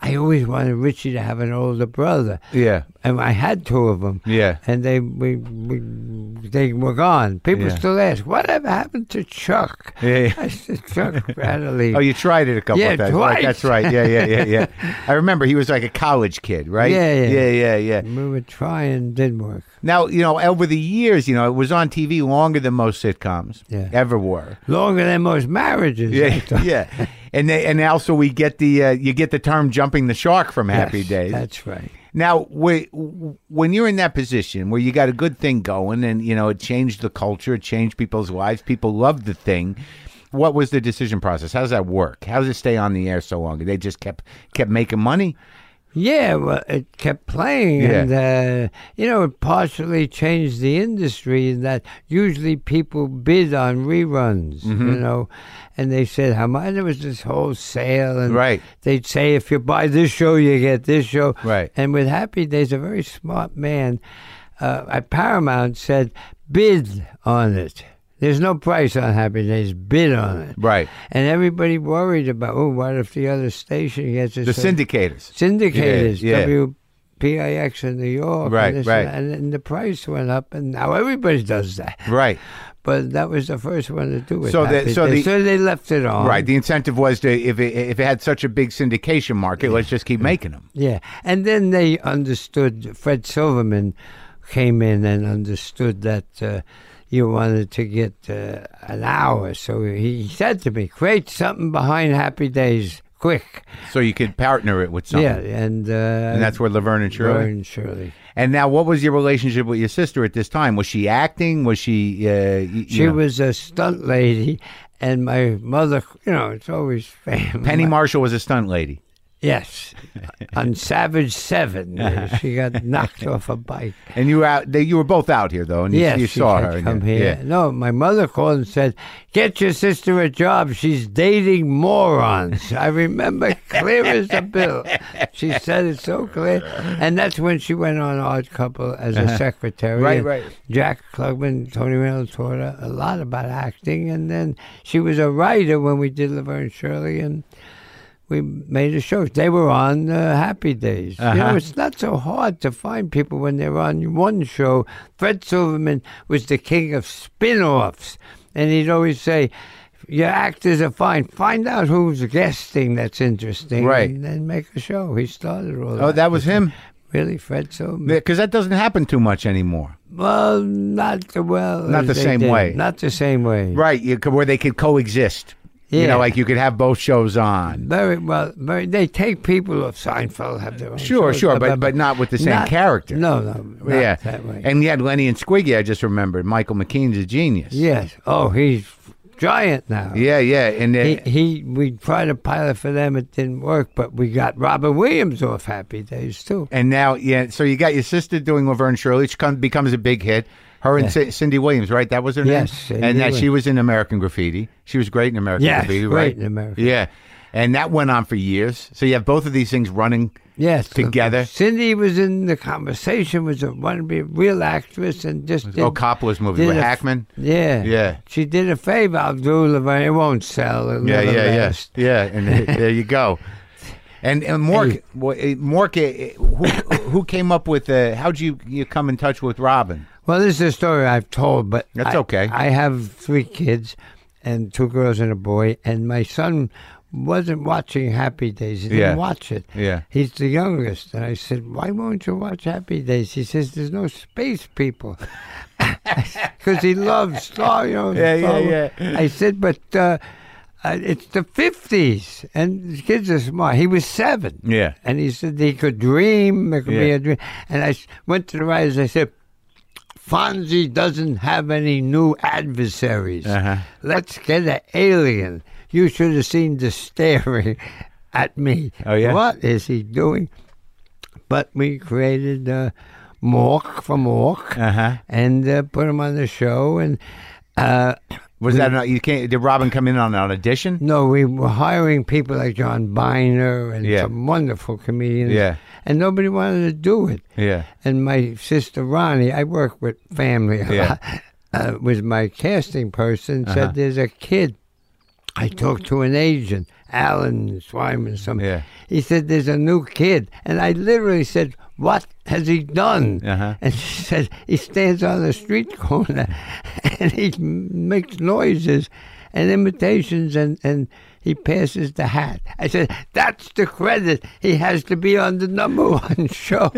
[SPEAKER 7] I always wanted Richie to have an older brother
[SPEAKER 2] yeah,
[SPEAKER 7] and I had two of them.
[SPEAKER 2] Yeah.
[SPEAKER 7] and they we, we they were gone. People
[SPEAKER 2] Yeah.
[SPEAKER 7] still ask, "Whatever happened to Chuck?"
[SPEAKER 2] Yeah, yeah.
[SPEAKER 7] I said, "Chuck Bradley."
[SPEAKER 2] Oh, you tried it a couple
[SPEAKER 7] Yeah,
[SPEAKER 2] of times. Right,
[SPEAKER 7] twice.
[SPEAKER 2] that's right. Yeah, yeah, yeah, yeah. I remember he was like a college kid, right?
[SPEAKER 7] Yeah, yeah.
[SPEAKER 2] yeah, yeah. yeah.
[SPEAKER 7] we were trying, didn't work.
[SPEAKER 2] Now, you know, over the years, you know, it was on TV longer than most sitcoms
[SPEAKER 7] Yeah.
[SPEAKER 2] ever were.
[SPEAKER 7] Longer than most marriages. I
[SPEAKER 2] Yeah,
[SPEAKER 7] thought.
[SPEAKER 2] yeah. And they, and also we get the uh, you get the term jumping the shark from Happy
[SPEAKER 7] Yes,
[SPEAKER 2] Days.
[SPEAKER 7] That's right.
[SPEAKER 2] Now, wh- when you're in that position where you got a good thing going, and you know it changed the culture, it changed people's lives, people loved the thing. What was the decision process? How does that work? How does it stay on the air so long? They just kept kept making money.
[SPEAKER 7] Yeah, well, it kept playing,
[SPEAKER 2] Yeah.
[SPEAKER 7] and uh, you know, it partially changed the industry in that usually people bid on reruns, you
[SPEAKER 2] Mm-hmm.
[SPEAKER 7] know, and they said how much there was this whole sale, and
[SPEAKER 2] Right.
[SPEAKER 7] they'd say if you buy this show, you get this show,
[SPEAKER 2] Right.
[SPEAKER 7] And with Happy Days, a very smart man uh, at Paramount said, bid on it. There's no price on Happy Days. Bid on it,
[SPEAKER 2] Right.
[SPEAKER 7] And everybody worried about, oh, what if the other station gets it?
[SPEAKER 2] The
[SPEAKER 7] So-
[SPEAKER 2] syndicators.
[SPEAKER 7] syndicators,
[SPEAKER 2] Yeah, yeah.
[SPEAKER 7] WPIX in New York.
[SPEAKER 2] Right,
[SPEAKER 7] and this
[SPEAKER 2] right.
[SPEAKER 7] And, and the price went up, and now everybody does that.
[SPEAKER 2] Right.
[SPEAKER 7] But that was the first one to do it.
[SPEAKER 2] So the-
[SPEAKER 7] Happy
[SPEAKER 2] so
[SPEAKER 7] Days.
[SPEAKER 2] the-
[SPEAKER 7] so they left it on.
[SPEAKER 2] Right. The incentive was to if it, if it had such a big syndication market, let's just keep making them.
[SPEAKER 7] Yeah, and then they understood. Fred Silverman came in and understood that uh, you wanted to get uh, an hour. So he said to me, "Create something behind Happy Days, quick."
[SPEAKER 2] So you could partner it with something.
[SPEAKER 7] Yeah, and uh,
[SPEAKER 2] And that's where Laverne and Shirley.
[SPEAKER 7] Vern Shirley.
[SPEAKER 2] And now, what was your relationship with your sister at this time? Was she acting? Was she? Uh, y-
[SPEAKER 7] She
[SPEAKER 2] you know,
[SPEAKER 7] was a stunt lady, and my mother, you know, it's always famous.
[SPEAKER 2] Penny Marshall was a stunt lady.
[SPEAKER 7] Yes. On Savage 7, uh, she got knocked off a bike.
[SPEAKER 2] And you were out. They, you were both out here though, and you,
[SPEAKER 7] yes,
[SPEAKER 2] you
[SPEAKER 7] she
[SPEAKER 2] saw
[SPEAKER 7] had
[SPEAKER 2] her. and
[SPEAKER 7] come
[SPEAKER 2] you-
[SPEAKER 7] here.
[SPEAKER 2] yeah.
[SPEAKER 7] No, my mother called and said, Get your sister a job. She's dating morons. I remember clear as a bill. She said it so clear. And that's when she went on Odd Couple as a secretary.
[SPEAKER 2] Uh-huh. Right,
[SPEAKER 7] And
[SPEAKER 2] right.
[SPEAKER 7] Jack Klugman, Tony Reynolds taught her a lot about acting. And then she was a writer when we did Laverne Shirley. And we made a show. They were on uh, Happy Days. You
[SPEAKER 2] Uh-huh.
[SPEAKER 7] know, it's not so hard to find people when they're on one show. Fred Silverman was the king of spin offs, and he'd always say, your actors are fine. Find out who's guesting that's interesting,
[SPEAKER 2] Right.
[SPEAKER 7] And then make a show. He started all that.
[SPEAKER 2] Oh, that was him.
[SPEAKER 7] really Fred Silverman.
[SPEAKER 2] Because that doesn't happen too much anymore,
[SPEAKER 7] well, not the well,
[SPEAKER 2] Not
[SPEAKER 7] as
[SPEAKER 2] the
[SPEAKER 7] they
[SPEAKER 2] same
[SPEAKER 7] did.
[SPEAKER 2] way.
[SPEAKER 7] Not the same way.
[SPEAKER 2] right? You, could- where they could coexist. You
[SPEAKER 7] Yeah.
[SPEAKER 2] know, like you could have both shows on.
[SPEAKER 7] Very well. Very, they take people off Seinfeld have their own.
[SPEAKER 2] Sure,
[SPEAKER 7] shows,
[SPEAKER 2] sure, but- but not with the same character.
[SPEAKER 7] No, no, not
[SPEAKER 2] yeah,
[SPEAKER 7] that way.
[SPEAKER 2] and yet Lenny and Squiggy, I just remembered. Michael McKean's a genius.
[SPEAKER 7] yes. Oh, he's giant now.
[SPEAKER 2] yeah, yeah. And uh,
[SPEAKER 7] He, he, we tried a pilot for them. It didn't work, but we got Robin Williams off Happy Days too.
[SPEAKER 2] And now, yeah, so you got your sister doing Laverne Shirley, which come, becomes a big hit. Her and C- Cindy Williams, right? That was her
[SPEAKER 7] Yes,
[SPEAKER 2] name.
[SPEAKER 7] Cindy
[SPEAKER 2] and that she
[SPEAKER 7] Williams.
[SPEAKER 2] was in American Graffiti. She was great in American
[SPEAKER 7] Yes,
[SPEAKER 2] Graffiti,
[SPEAKER 7] great
[SPEAKER 2] right?
[SPEAKER 7] in American.
[SPEAKER 2] Yeah, and that went on for years. So you have both of these things running.
[SPEAKER 7] Yes,
[SPEAKER 2] Together?
[SPEAKER 7] Cindy was in the conversation. Was a one be a real actress and just did,
[SPEAKER 2] oh, Coppola's movie with
[SPEAKER 7] did a-
[SPEAKER 2] Hackman.
[SPEAKER 7] Yeah,
[SPEAKER 2] Yeah.
[SPEAKER 7] She did a favor. I'll do Laverne. It won't sell. It'll
[SPEAKER 2] Yeah,
[SPEAKER 7] never
[SPEAKER 2] yeah, yeah,
[SPEAKER 7] last.
[SPEAKER 2] yeah. And there you go. And and Mork, wa- eh, Mork, eh, eh, who, who came up with? Uh, how'd you you come in touch with Robin?
[SPEAKER 7] Well, this is a story I've told, but
[SPEAKER 2] That's
[SPEAKER 7] I-
[SPEAKER 2] okay.
[SPEAKER 7] I have three kids, and two girls and a boy, and my son wasn't watching Happy Days. He didn't
[SPEAKER 2] Yeah.
[SPEAKER 7] watch it.
[SPEAKER 2] Yeah.
[SPEAKER 7] He's the youngest. And I said, Why won't you watch Happy Days? He says, There's no space people. Because he loves Star, you know,
[SPEAKER 2] Yeah, yeah,
[SPEAKER 7] Star
[SPEAKER 2] yeah.
[SPEAKER 7] Wars. I said, But uh, uh, it's the 50s. And the kids are smart. He was seven.
[SPEAKER 2] Yeah.
[SPEAKER 7] And he said he could dream. It could be
[SPEAKER 2] Yeah.
[SPEAKER 7] a dream. And I s- went to the writers. I said, Fonzie doesn't have any new adversaries.
[SPEAKER 2] Uh-huh.
[SPEAKER 7] Let's get an alien. You should have seen the staring at me.
[SPEAKER 2] Oh, yeah?
[SPEAKER 7] What is he doing? But we created uh, Mork from Mork
[SPEAKER 2] Uh-huh.
[SPEAKER 7] and uh, put him on the show. And uh,
[SPEAKER 2] Was that not, you can't? Did Robin come in on an audition?
[SPEAKER 7] no, we were hiring people like John Biner and
[SPEAKER 2] Yeah.
[SPEAKER 7] some wonderful comedians.
[SPEAKER 2] Yeah.
[SPEAKER 7] And nobody wanted to do it.
[SPEAKER 2] Yeah.
[SPEAKER 7] And my sister Ronnie, I work with family a
[SPEAKER 2] Yeah. Uh-huh.
[SPEAKER 7] lot, uh, was my casting person, said there's a kid. I talked to an agent, Alan Swyman, something.
[SPEAKER 2] Yeah.
[SPEAKER 7] He said there's a new kid. And I literally said, What has he done?
[SPEAKER 2] Uh-huh.
[SPEAKER 7] And she said, He stands on the street corner and he makes noises and imitations and, and he passes the hat. I said, That's the credit. He has to be on the number one show.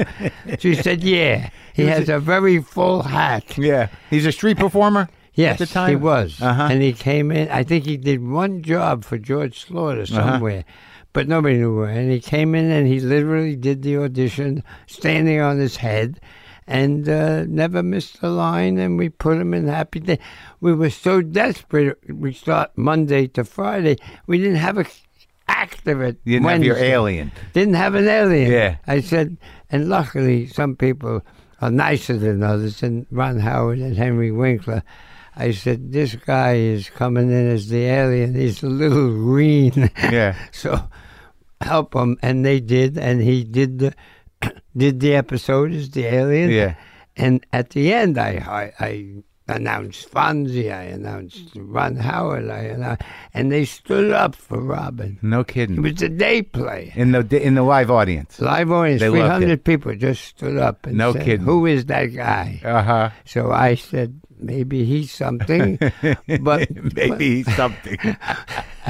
[SPEAKER 7] she said, Yeah. He has a very full hat.
[SPEAKER 2] Yeah. He's a street performer.
[SPEAKER 7] Yes,
[SPEAKER 2] the time?
[SPEAKER 7] he was,
[SPEAKER 2] Uh-huh.
[SPEAKER 7] and he came in. I think he did one job for George
[SPEAKER 2] Uh-huh.
[SPEAKER 7] Slaughter somewhere, but nobody knew where. And he came in and he literally did the audition, standing on his head, and uh, never missed a line. And we put him in Happy Day. We were so desperate. We start Monday to Friday. We didn't have a actor at
[SPEAKER 2] You didn't have your
[SPEAKER 7] Wednesday.
[SPEAKER 2] alien.
[SPEAKER 7] Didn't have an alien.
[SPEAKER 2] Yeah.
[SPEAKER 7] I said, and luckily some people are nicer than others, and Ron Howard and Henry Winkler. I said, this guy is coming in as the alien. He's a little green.
[SPEAKER 2] Yeah.
[SPEAKER 7] so help him. And they did, and he did the, did the episode as the alien.
[SPEAKER 2] Yeah.
[SPEAKER 7] And at the end, I I, I announced Fonzie, I announced Ron Howard, I announced, and they stood up for Robin.
[SPEAKER 2] No
[SPEAKER 7] It
[SPEAKER 2] kidding.
[SPEAKER 7] was a day play.
[SPEAKER 2] In the in the live audience.
[SPEAKER 7] Live audience,
[SPEAKER 2] They loved
[SPEAKER 7] three
[SPEAKER 2] it.
[SPEAKER 7] hundred people just stood up and
[SPEAKER 2] No
[SPEAKER 7] said,
[SPEAKER 2] kidding.
[SPEAKER 7] "Who is that guy?"
[SPEAKER 2] Uh huh.
[SPEAKER 7] So I said, "Maybe he's something," but
[SPEAKER 2] Maybe he's something.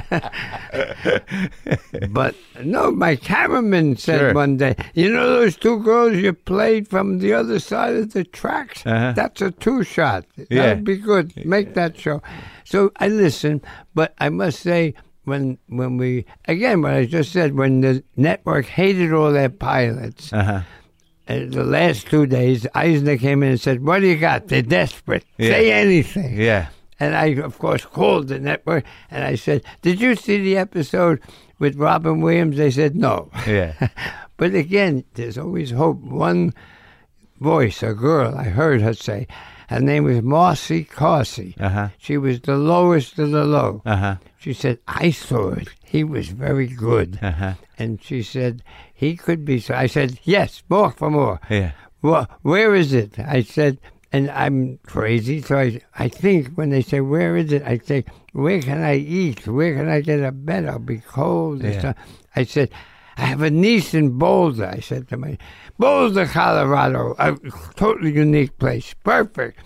[SPEAKER 7] but no. My cameraman said
[SPEAKER 2] Sure.
[SPEAKER 7] one day, "You know those two girls you played from the other side of the tracks?
[SPEAKER 2] Uh-huh.
[SPEAKER 7] That's a two shot.
[SPEAKER 2] Yeah.
[SPEAKER 7] That'd be good. Make that show." So I listened, but I must say. When when we again what I just said when the network hated all their pilots
[SPEAKER 2] Uh-huh.
[SPEAKER 7] And the last two days, Eisner came in and said, "What do you got? They're desperate. Say anything."
[SPEAKER 2] Yeah.
[SPEAKER 7] And I, of course, called the network and I said, "Did you see the episode with Robin Williams?" They said, "No."
[SPEAKER 2] Yeah.
[SPEAKER 7] but again, there's always hope. One voice, a girl, I heard her say, her name was Marcy Carsey.
[SPEAKER 2] Uh-huh.
[SPEAKER 7] She was the lowest of the low.
[SPEAKER 2] Uh-huh.
[SPEAKER 7] She said, I saw it. He was very good.
[SPEAKER 2] Uh-huh.
[SPEAKER 7] And she said, he could be. So I said, yes, more for more.
[SPEAKER 2] Yeah.
[SPEAKER 7] Well, where is it? I said, and I'm crazy, so I, I think when they say, where is it? I say, where can I eat? Where can I get a bed? I'll be cold. and
[SPEAKER 2] Yeah.
[SPEAKER 7] stuff." I said, I have a niece in Boulder. I said to my, Boulder, Colorado, a totally unique place, perfect.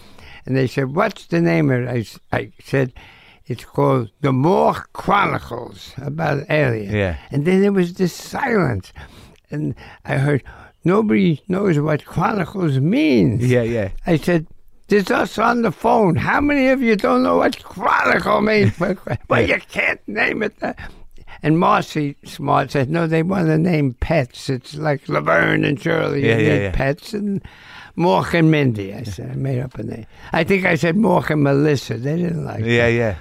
[SPEAKER 7] And they said, what's the name of it? I s- I, said, it's called The Moore Chronicles, about an alien.
[SPEAKER 2] Yeah.
[SPEAKER 7] And then there was this silence. And I heard, nobody knows what chronicles means.
[SPEAKER 2] Yeah. Yeah.
[SPEAKER 7] I said, there's us on the phone. How many of you don't know what chronicle means? well, you can't name it that. And Marcy Smart said, no, they want to name pets. It's like Laverne and Shirley.
[SPEAKER 2] Yeah,
[SPEAKER 7] you
[SPEAKER 2] yeah,
[SPEAKER 7] need
[SPEAKER 2] yeah.
[SPEAKER 7] Pets and Mork and Mindy. I said, I made up a name. I think I said Mork and Melissa. They didn't like
[SPEAKER 2] Yeah.
[SPEAKER 7] it.
[SPEAKER 2] Yeah.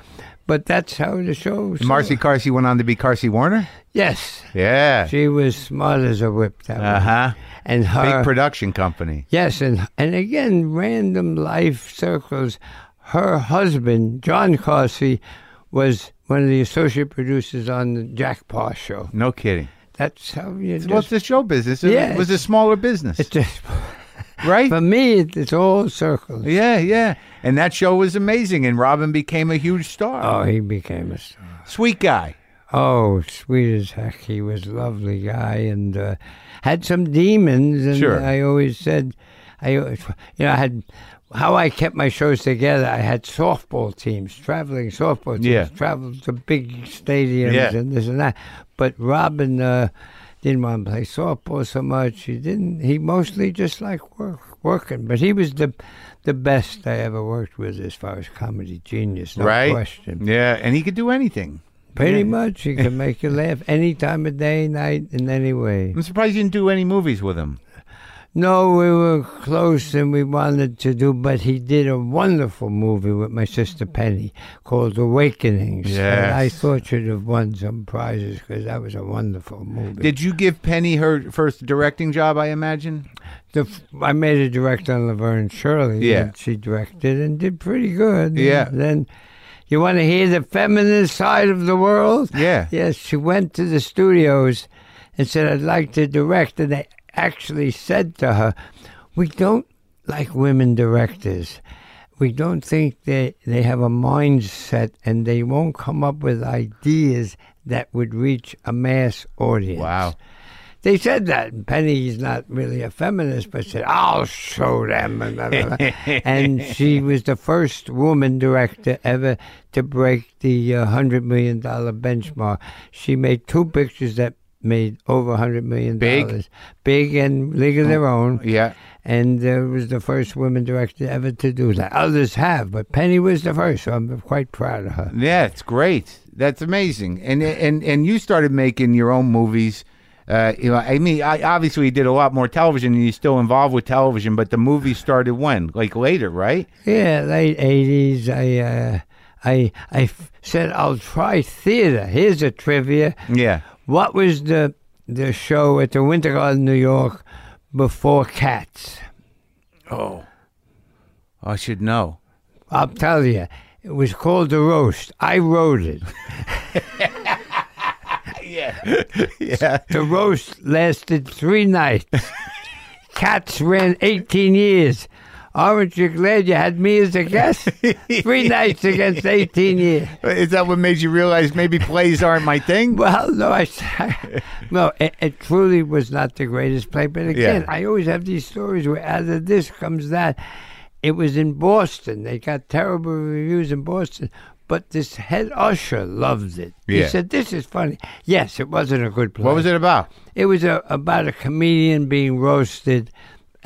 [SPEAKER 7] But that's how the show
[SPEAKER 2] Marcy Carsey went on to be Carsey Warner.
[SPEAKER 7] Yes.
[SPEAKER 2] Yeah.
[SPEAKER 7] She Uh, was smart as a whip. That
[SPEAKER 2] Uh
[SPEAKER 7] woman.
[SPEAKER 2] huh.
[SPEAKER 7] And her.
[SPEAKER 2] Big production company.
[SPEAKER 7] Yes, and and again, random life circles. Her husband, John Carsey, was one of the associate producers on the Jack Paw show.
[SPEAKER 2] No kidding.
[SPEAKER 7] That's how you
[SPEAKER 2] well, it's
[SPEAKER 7] just,
[SPEAKER 2] the show business. It
[SPEAKER 7] Yeah.
[SPEAKER 2] was a smaller business,
[SPEAKER 7] it's just
[SPEAKER 2] right?
[SPEAKER 7] for me. It, it's all circles.
[SPEAKER 2] yeah, yeah. And that show was amazing, and Robin became a huge star.
[SPEAKER 7] Oh, he became a star.
[SPEAKER 2] Sweet guy.
[SPEAKER 7] Oh, sweet as heck. He was a lovely guy and uh, had some demons. And
[SPEAKER 2] Sure.
[SPEAKER 7] I always said, I, always- you know, I had how I kept my shows together, I had softball teams, traveling softball teams,
[SPEAKER 2] Yeah.
[SPEAKER 7] traveled to big stadiums
[SPEAKER 2] Yeah.
[SPEAKER 7] and this and that. But Robin uh, didn't want to play softball so much. He didn't. He mostly just liked work, working. But he was the the best I ever worked with as far as comedy genius, no
[SPEAKER 2] right?
[SPEAKER 7] question.
[SPEAKER 2] Yeah, and he could do anything.
[SPEAKER 7] Pretty much, he could make you laugh any time of day, night, in any way.
[SPEAKER 2] I'm surprised you didn't do any movies with him.
[SPEAKER 7] No, we were close and we wanted to do, but he did a wonderful movie with my sister Penny called Awakenings. And I
[SPEAKER 2] Mm. Yes.
[SPEAKER 7] thought you'd have won some prizes because that was a wonderful movie.
[SPEAKER 2] Did you give Penny her first directing job? I imagine.
[SPEAKER 7] the, f- I made a direct on Laverne and Shirley.
[SPEAKER 2] Yeah.
[SPEAKER 7] And she directed and did pretty good.
[SPEAKER 2] Yeah.
[SPEAKER 7] And then you want to hear the feminist side of the world?
[SPEAKER 2] Yeah.
[SPEAKER 7] Yes, she went to the studios and said, I'd like to direct. And they actually said to her, We don't like women directors. We don't think they, they have a mindset and they won't come up with ideas that would reach a mass audience.
[SPEAKER 2] Wow.
[SPEAKER 7] They said that. And Penny's not really a feminist, but said, I'll show them. and blah, blah, blah. and she was the first woman director ever to break the uh, $100 million benchmark. She made two pictures that made over $100 million.
[SPEAKER 2] Big? Oh,
[SPEAKER 7] Big and League of Their Own.
[SPEAKER 2] Yeah.
[SPEAKER 7] And uh, was the first woman director ever to do that. Others have, but Penny was the first, so I'm quite proud of her.
[SPEAKER 2] Yeah, it's great. That's amazing. And and and you started making your own movies. Uh, you know, I mean, I, obviously, you did a lot more television, and you're still involved with television. But the movie started when, like later, right?
[SPEAKER 7] Yeah, late eighties. I, uh, I, I f- said I'll try theater. Here's a trivia.
[SPEAKER 2] Yeah.
[SPEAKER 7] What was the the show at the Winter Garden, New York, before Cats?
[SPEAKER 2] Oh, I should know.
[SPEAKER 7] I'll tell you. It was called The Roast. I wrote it.
[SPEAKER 2] Yeah.
[SPEAKER 7] The Roast lasted three nights. Cats ran 18 years. Aren't you glad you had me as a guest? three nights against 18 years.
[SPEAKER 2] Is that what made you realize maybe plays aren't my thing?
[SPEAKER 7] Well, no, I, no, it, it truly was not the greatest play. But again, I always have these stories where out of this comes that. It was in Boston. They got terrible reviews in Boston, but this head usher loved it.
[SPEAKER 2] Yeah.
[SPEAKER 7] He said, "This is funny." Yes, it wasn't a good play.
[SPEAKER 2] What was it about?
[SPEAKER 7] It was a, about a comedian being roasted,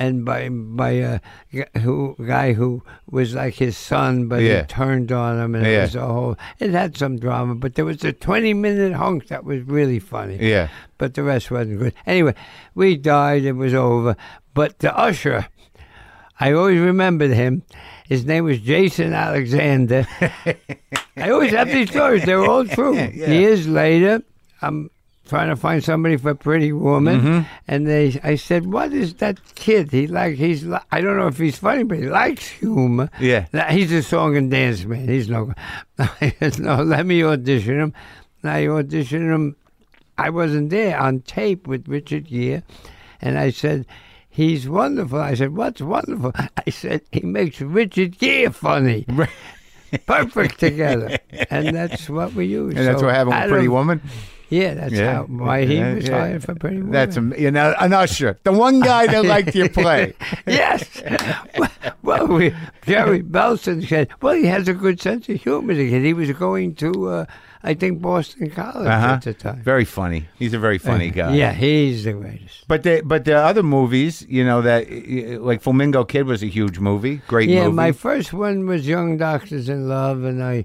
[SPEAKER 7] and by by a g- who guy who was like his son, but
[SPEAKER 2] Yeah.
[SPEAKER 7] he turned on him, and
[SPEAKER 2] Yeah.
[SPEAKER 7] it was a whole. It had some drama, but there was a twenty-minute hunk that was really funny.
[SPEAKER 2] Yeah.
[SPEAKER 7] but the rest wasn't good. Anyway, we died. It was over. But the usher. I always remembered him. His name was Jason Alexander. I always have these stories. They're all true. Years later, I'm trying to find somebody for Pretty Woman, and they, I said, "What is that kid? He like he's li- I don't know if he's funny, but he likes humor.
[SPEAKER 2] Yeah.
[SPEAKER 7] Nah, he's a song and dance man. He's no, I said, no. Let me audition him. And I auditioned him. I wasn't there on tape with Richard Gere, and I said. He's wonderful. I said, "What's wonderful?" I said, "He makes Richard Gere funny." perfect together. and that's what we use.
[SPEAKER 2] And that's
[SPEAKER 7] So
[SPEAKER 2] what happened
[SPEAKER 7] out
[SPEAKER 2] with Pretty
[SPEAKER 7] of-
[SPEAKER 2] Woman.
[SPEAKER 7] Yeah, that's
[SPEAKER 2] Yeah.
[SPEAKER 7] how why he
[SPEAKER 2] Yeah,
[SPEAKER 7] was
[SPEAKER 2] yeah.
[SPEAKER 7] hired for Pretty Woman.
[SPEAKER 2] That's am- you know an usher, the one guy that liked your play.
[SPEAKER 7] yes. well, we, Jerry Belson said, well, he has a good sense of humor. And he was going to, uh, I think, Boston College
[SPEAKER 2] Uh-huh.
[SPEAKER 7] at the time.
[SPEAKER 2] Very funny. He's a very funny guy.
[SPEAKER 7] Yeah, he's the greatest.
[SPEAKER 2] But the but the other movies, you know that uh, like Flamingo Kid was a huge movie, great
[SPEAKER 7] Yeah,
[SPEAKER 2] movie.
[SPEAKER 7] my first one was Young Doctors in Love, and I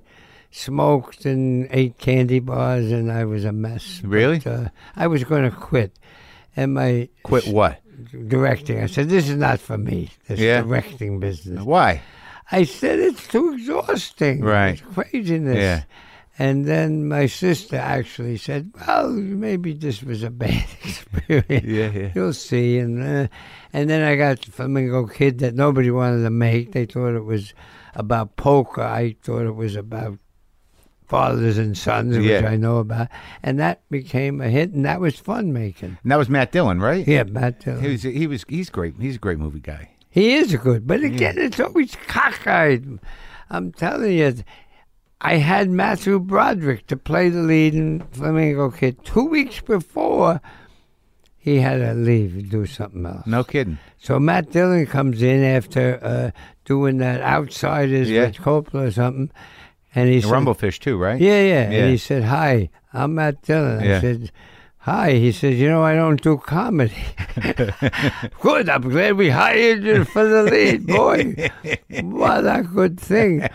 [SPEAKER 7] smoked and ate candy bars, and I was a mess.
[SPEAKER 2] Really?
[SPEAKER 7] But, uh, I was going to quit. And my
[SPEAKER 2] Quit what?
[SPEAKER 7] directing. I said, "This is not for me. This
[SPEAKER 2] Yeah.
[SPEAKER 7] directing business."
[SPEAKER 2] Why?
[SPEAKER 7] I said, "It's too exhausting.
[SPEAKER 2] Right.
[SPEAKER 7] it's craziness."
[SPEAKER 2] Yeah.
[SPEAKER 7] And then my sister actually said, "Well, maybe this was a bad experience.
[SPEAKER 2] Yeah, yeah.
[SPEAKER 7] You'll see." And uh, and then I got Flamingo Kid that nobody wanted to make. They thought it was about poker. I thought it was about fathers and sons, which
[SPEAKER 2] Yeah.
[SPEAKER 7] I know about. And that became a hit, and that was fun making.
[SPEAKER 2] And that was Matt Dillon, right?
[SPEAKER 7] Yeah, Matt Dillon.
[SPEAKER 2] He was he was he's great. He's a great movie guy.
[SPEAKER 7] He is good, but again, it's always cockeyed. I'm telling you, I had Matthew Broderick to play the lead in Flamingo Kid two weeks before. he had to leave and do something else.
[SPEAKER 2] No kidding.
[SPEAKER 7] So Matt Dillon comes in after uh, doing that Outsiders
[SPEAKER 2] Yeah.
[SPEAKER 7] with Coppola or something, and he
[SPEAKER 2] The
[SPEAKER 7] said,
[SPEAKER 2] Rumblefish too, right?
[SPEAKER 7] yeah, yeah,
[SPEAKER 2] Yeah.
[SPEAKER 7] And he said, "Hi, I'm Matt Dillon."
[SPEAKER 2] Yeah.
[SPEAKER 7] I said, "Hi." He says, "You know, I don't do comedy." good. I'm glad we hired you for the lead, boy. what a good thing.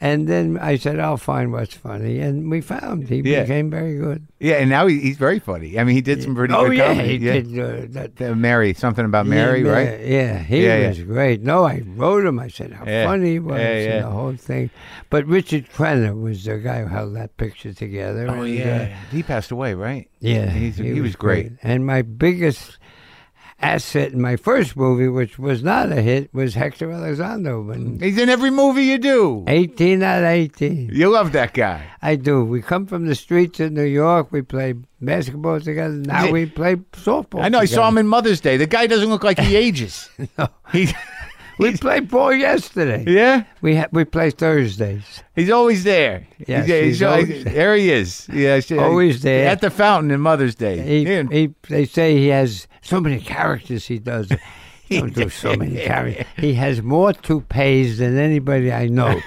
[SPEAKER 7] And then I said, "I'll find what's funny," and we found he
[SPEAKER 2] Yeah.
[SPEAKER 7] became very good.
[SPEAKER 2] Yeah, and now he, he's very funny. I mean, he did some pretty
[SPEAKER 7] oh
[SPEAKER 2] good
[SPEAKER 7] yeah,
[SPEAKER 2] comedy.
[SPEAKER 7] he did uh, that.
[SPEAKER 2] The Mary, something about Mary,
[SPEAKER 7] yeah,
[SPEAKER 2] right?
[SPEAKER 7] Yeah, he
[SPEAKER 2] Yeah, yeah.
[SPEAKER 7] was great. No, I wrote him. I said how
[SPEAKER 2] Yeah.
[SPEAKER 7] funny he was
[SPEAKER 2] Yeah, yeah.
[SPEAKER 7] and the whole thing. But Richard Crenna was the guy who held that picture together.
[SPEAKER 2] Oh,
[SPEAKER 7] and, uh,
[SPEAKER 2] He passed away, right?
[SPEAKER 7] yeah,
[SPEAKER 2] He's- he, was, great.
[SPEAKER 7] And my biggest asset in my first movie, which was not a hit, was Hector Alexander. When
[SPEAKER 2] He's in every movie you do.
[SPEAKER 7] eighteen out of eighteen,
[SPEAKER 2] You love that guy.
[SPEAKER 7] I do. We come from the streets of New York. We play basketball together. Now
[SPEAKER 2] Yeah.
[SPEAKER 7] we play softball.
[SPEAKER 2] I know. I saw
[SPEAKER 7] together.
[SPEAKER 2] him in Mother's Day. The guy doesn't look like he ages. He-
[SPEAKER 7] We played ball yesterday.
[SPEAKER 2] yeah,
[SPEAKER 7] We ha- we play Thursdays.
[SPEAKER 2] he's always there.
[SPEAKER 7] Yes,
[SPEAKER 2] he's,
[SPEAKER 7] he's
[SPEAKER 2] always,
[SPEAKER 7] always-
[SPEAKER 2] there. He is. Yeah, she-
[SPEAKER 7] Always there.
[SPEAKER 2] at the fountain in Mother's Day.
[SPEAKER 7] He,
[SPEAKER 2] Yeah.
[SPEAKER 7] he, they say he has so many characters he does. He don't do so many characters. He has more toupees than anybody I know.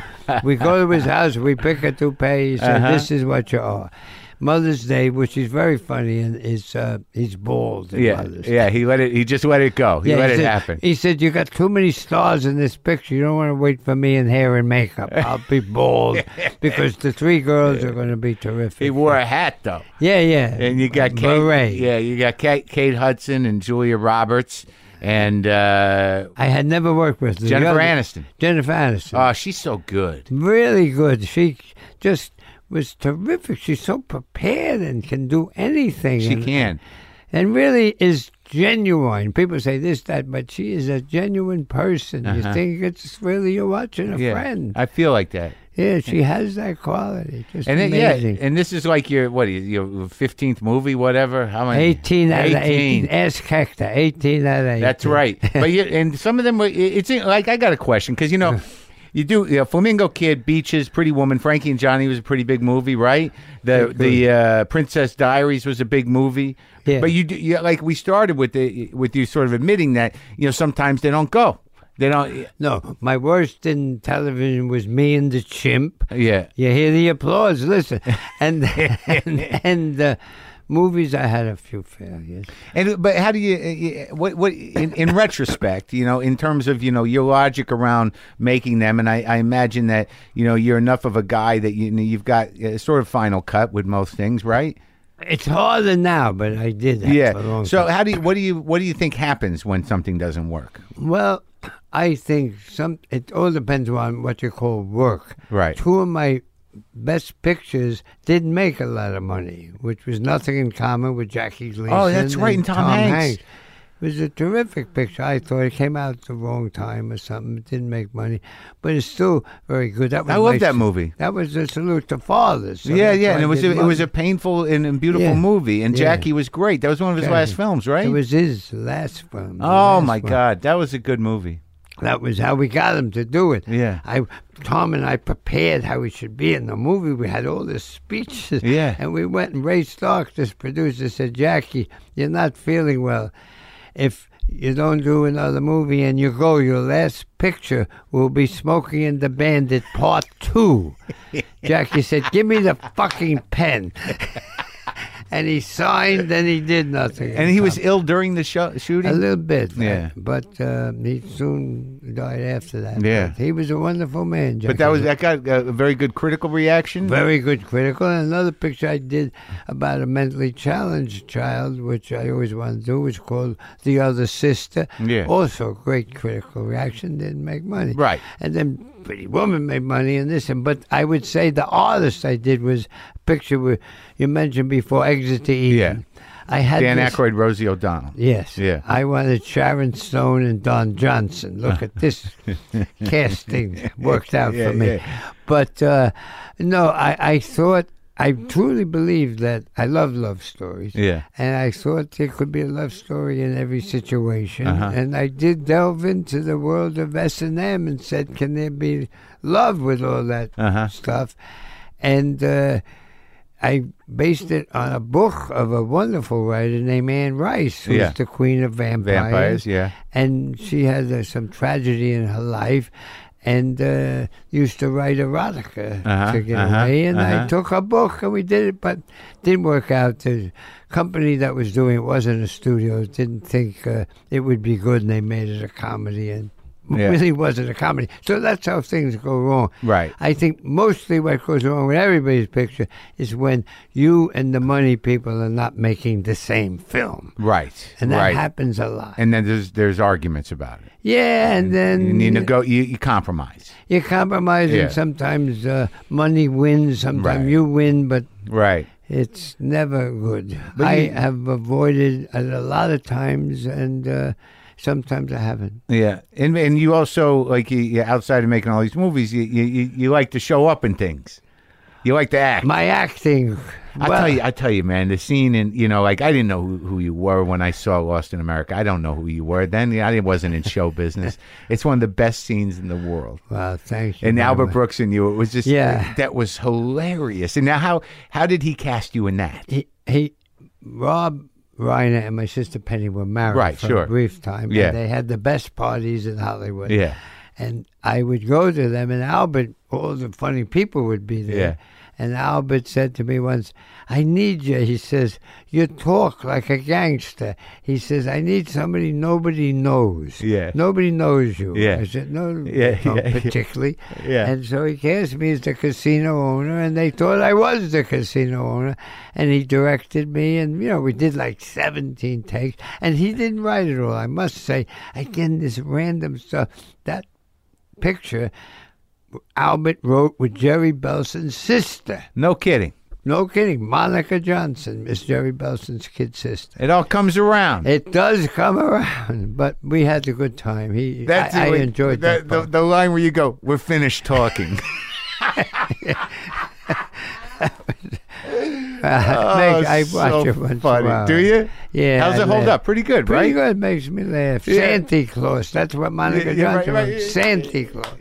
[SPEAKER 7] we go to his house, we pick a toupee, he says, this
[SPEAKER 2] Uh-huh.
[SPEAKER 7] is what you are. Mother's Day, which is very funny, and is uh, he's bald. at
[SPEAKER 2] yeah,
[SPEAKER 7] Mother's Day.
[SPEAKER 2] yeah. He let it. He just let it go. He
[SPEAKER 7] Yeah,
[SPEAKER 2] let it
[SPEAKER 7] said,
[SPEAKER 2] happen.
[SPEAKER 7] He said, "You got too many stars in this picture. You don't want to wait for me in hair and makeup. I'll be bald because the three girls are going to be terrific."
[SPEAKER 2] he wore a hat though.
[SPEAKER 7] yeah, yeah,
[SPEAKER 2] and you got Kate,
[SPEAKER 7] beret.
[SPEAKER 2] yeah, you got Kate, Kate Hudson and Julia Roberts and uh,
[SPEAKER 7] I had never worked with the
[SPEAKER 2] Jennifer
[SPEAKER 7] other-
[SPEAKER 2] Aniston.
[SPEAKER 7] Jennifer Aniston,
[SPEAKER 2] Oh, she's so good.
[SPEAKER 7] really good. She just was terrific. She's so prepared and can do anything.
[SPEAKER 2] She
[SPEAKER 7] and,
[SPEAKER 2] can.
[SPEAKER 7] and really is genuine. People say this, that, but she is a genuine person. You think it's really you're watching a
[SPEAKER 2] Uh-huh. Yeah,
[SPEAKER 7] friend.
[SPEAKER 2] I feel like that.
[SPEAKER 7] yeah, she has that quality. Just
[SPEAKER 2] And then, yeah,
[SPEAKER 7] amazing.
[SPEAKER 2] and this is like your what your fifteenth movie, whatever. How many?
[SPEAKER 7] 18 out of 18. Ask Hector. 18 out of 18.
[SPEAKER 2] That's right. But you, and some of them were. It's like I got a question because you know. You do you know, Flamingo Kid, Beaches, Pretty Woman, Frankie and Johnny was a pretty big movie, right? The the uh, Princess Diaries was a big movie.
[SPEAKER 7] Yeah.
[SPEAKER 2] But you do you, like we started with the with you sort of admitting that you know sometimes they don't go, they don't.
[SPEAKER 7] No, my worst in television was me and the chimp.
[SPEAKER 2] Yeah,
[SPEAKER 7] You hear the applause. Listen, and and, and uh, movies. I had a few failures.
[SPEAKER 2] And but how do you uh, uh, what what in, in retrospect, you know, in terms of you know your logic around making them, and I, I imagine that you know you're enough of a guy that you you've got a sort of final cut with most things, right?
[SPEAKER 7] It's harder now, but I did that for a
[SPEAKER 2] Yeah.
[SPEAKER 7] long
[SPEAKER 2] So
[SPEAKER 7] time.
[SPEAKER 2] how do you what do you what do you think happens when something doesn't work?
[SPEAKER 7] Well, I think some. It all depends on what you call work.
[SPEAKER 2] Right.
[SPEAKER 7] Two of my best pictures did make a lot of money, which was nothing in common with Jackie Gleason.
[SPEAKER 2] Oh, that's right, and Tom Hanks.
[SPEAKER 7] It was a terrific picture. I thought it came out at the wrong time or something. It didn't make money, but it's still very good. That was
[SPEAKER 2] I love
[SPEAKER 7] my-
[SPEAKER 2] that movie.
[SPEAKER 7] That was a salute to fathers. so
[SPEAKER 2] yeah,
[SPEAKER 7] that's
[SPEAKER 2] yeah, and
[SPEAKER 7] why I
[SPEAKER 2] it was a,
[SPEAKER 7] did
[SPEAKER 2] it was a
[SPEAKER 7] love
[SPEAKER 2] painful and, and beautiful
[SPEAKER 7] Yeah.
[SPEAKER 2] movie, and
[SPEAKER 7] Yeah.
[SPEAKER 2] Jackie was great. That was one of his
[SPEAKER 7] Jackie.
[SPEAKER 2] last films, right?
[SPEAKER 7] It was his last film. the
[SPEAKER 2] oh
[SPEAKER 7] last
[SPEAKER 2] my
[SPEAKER 7] one.
[SPEAKER 2] God, that was a good movie.
[SPEAKER 7] That was how we got him to do it.
[SPEAKER 2] Yeah.
[SPEAKER 7] I Tom and I prepared how he should be in the movie. We had all this speeches.
[SPEAKER 2] Yeah.
[SPEAKER 7] And we went and Ray Stark, this producer, said, Jackie, you're not feeling well. If you don't do another movie and you go, your last picture will be Smoking and the Bandit Part Two. Jackie said, Give me the fucking pen. and he signed and he did nothing.
[SPEAKER 2] And he was ill during the show,
[SPEAKER 7] A
[SPEAKER 2] shooting.
[SPEAKER 7] little bit,
[SPEAKER 2] Yeah.
[SPEAKER 7] But uh, he soon died after that.
[SPEAKER 2] Yeah.
[SPEAKER 7] But he was a wonderful man. Jack
[SPEAKER 2] But that was that
[SPEAKER 7] Nicholson.
[SPEAKER 2] got a very good critical reaction.
[SPEAKER 7] very good critical. And another picture I did about a mentally challenged child, which I always wanted to do, was called The Other Sister.
[SPEAKER 2] Yeah.
[SPEAKER 7] Also, great critical reaction. Didn't make money.
[SPEAKER 2] Right.
[SPEAKER 7] And then Pretty Woman made money and this and. But I would say the artist I did was a picture with you mentioned before, Exit to Eden. Yeah. I had
[SPEAKER 2] Dan
[SPEAKER 7] this,
[SPEAKER 2] Aykroyd, Rosie O'Donnell.
[SPEAKER 7] Yes.
[SPEAKER 2] Yeah.
[SPEAKER 7] I wanted Sharon Stone and Don Johnson. Look at this casting worked out
[SPEAKER 2] Yeah,
[SPEAKER 7] for me. But uh, no, I, I thought I truly believe that I love love stories.
[SPEAKER 2] Yeah.
[SPEAKER 7] And I thought there could be a love story in every situation.
[SPEAKER 2] Uh-huh.
[SPEAKER 7] And I did delve into the world of S and M and said,
[SPEAKER 2] Uh-huh.
[SPEAKER 7] Can there be love with all that stuff? And uh I based it on a book of a wonderful writer named Anne Rice, who's
[SPEAKER 2] Yeah.
[SPEAKER 7] the queen of vampires.
[SPEAKER 2] Vampires, yeah.
[SPEAKER 7] And she had uh, some tragedy in her life and uh, used to write erotica
[SPEAKER 2] Uh-huh,
[SPEAKER 7] to get
[SPEAKER 2] uh-huh,
[SPEAKER 7] away. And I
[SPEAKER 2] uh-huh.
[SPEAKER 7] took her book and we did it, but didn't work out. The company that was doing it wasn't a studio, didn't think uh, it would be good, and they made it a comedy. And
[SPEAKER 2] Yeah.
[SPEAKER 7] really wasn't a comedy. So that's how things go wrong.
[SPEAKER 2] Right.
[SPEAKER 7] I think mostly what goes wrong with everybody's picture is when you and the money people are not making the same film.
[SPEAKER 2] Right.
[SPEAKER 7] And that
[SPEAKER 2] right.
[SPEAKER 7] happens a lot.
[SPEAKER 2] and then there's there's arguments about it.
[SPEAKER 7] yeah, and then
[SPEAKER 2] You need to go. You, you compromise.
[SPEAKER 7] you compromise,
[SPEAKER 2] Yeah.
[SPEAKER 7] and sometimes uh, money wins, sometimes
[SPEAKER 2] Right.
[SPEAKER 7] you win, but
[SPEAKER 2] Right.
[SPEAKER 7] it's never good.
[SPEAKER 2] But
[SPEAKER 7] I
[SPEAKER 2] you-
[SPEAKER 7] have avoided it a lot of times, and uh, sometimes I haven't.
[SPEAKER 2] Yeah. And and you also like you, you outside of making all these movies, you, you you you like to show up in things. You like to act.
[SPEAKER 7] My acting.
[SPEAKER 2] I
[SPEAKER 7] well,
[SPEAKER 2] tell you, I tell you, man, the scene in you know, like I didn't know who, who you were when I saw Lost in America. I don't know who you were then. I wasn't in show business. It's one of the best scenes in the world.
[SPEAKER 7] Well, thank you.
[SPEAKER 2] And
[SPEAKER 7] very
[SPEAKER 2] Albert
[SPEAKER 7] much.
[SPEAKER 2] Brooks and you, it was just
[SPEAKER 7] Yeah.
[SPEAKER 2] that was hilarious. And now how how did he cast you in that?
[SPEAKER 7] he, he Rob Reiner and my sister Penny were married
[SPEAKER 2] Right,
[SPEAKER 7] for
[SPEAKER 2] sure.
[SPEAKER 7] a brief time.
[SPEAKER 2] Yeah.
[SPEAKER 7] And they had the best parties in Hollywood.
[SPEAKER 2] Yeah.
[SPEAKER 7] And I would go to them and Albert all the funny people would be there.
[SPEAKER 2] Yeah.
[SPEAKER 7] And Albert said to me once, I need you. He says, You talk like a gangster. He says, I need somebody nobody knows.
[SPEAKER 2] Yeah.
[SPEAKER 7] Nobody knows you.
[SPEAKER 2] Yeah.
[SPEAKER 7] I said, No,
[SPEAKER 2] Yeah,
[SPEAKER 7] not
[SPEAKER 2] yeah, yeah.
[SPEAKER 7] particularly.
[SPEAKER 2] Yeah.
[SPEAKER 7] And so he cast me as the casino owner, and they thought I was the casino owner. And he directed me, and you know we did like seventeen takes, and he didn't write it all. I must say, again, this random stuff. That picture, Albert wrote with Jerry Belson's sister.
[SPEAKER 2] No kidding.
[SPEAKER 7] No kidding, Monica Johnson, Miss Jerry Belson's kid sister.
[SPEAKER 2] It all comes around.
[SPEAKER 7] It does come around, but we had a good time. He, I, I
[SPEAKER 2] the way-
[SPEAKER 7] enjoyed
[SPEAKER 2] the,
[SPEAKER 7] that.
[SPEAKER 2] the,
[SPEAKER 7] part.
[SPEAKER 2] the line where you go, "We're finished talking."
[SPEAKER 7] Make- I
[SPEAKER 2] Oh, so
[SPEAKER 7] watch it once in a
[SPEAKER 2] funny.
[SPEAKER 7] while.
[SPEAKER 2] Do you?
[SPEAKER 7] Yeah.
[SPEAKER 2] How's
[SPEAKER 7] I
[SPEAKER 2] it hold
[SPEAKER 7] laugh.
[SPEAKER 2] up? Pretty good,
[SPEAKER 7] Pretty
[SPEAKER 2] right?
[SPEAKER 7] good. Makes me laugh.
[SPEAKER 2] Yeah.
[SPEAKER 7] Santa Claus. That's what Monica
[SPEAKER 2] Yeah, yeah, right,
[SPEAKER 7] Johnson
[SPEAKER 2] right,
[SPEAKER 7] wrote.
[SPEAKER 2] yeah.
[SPEAKER 7] Santa Claus.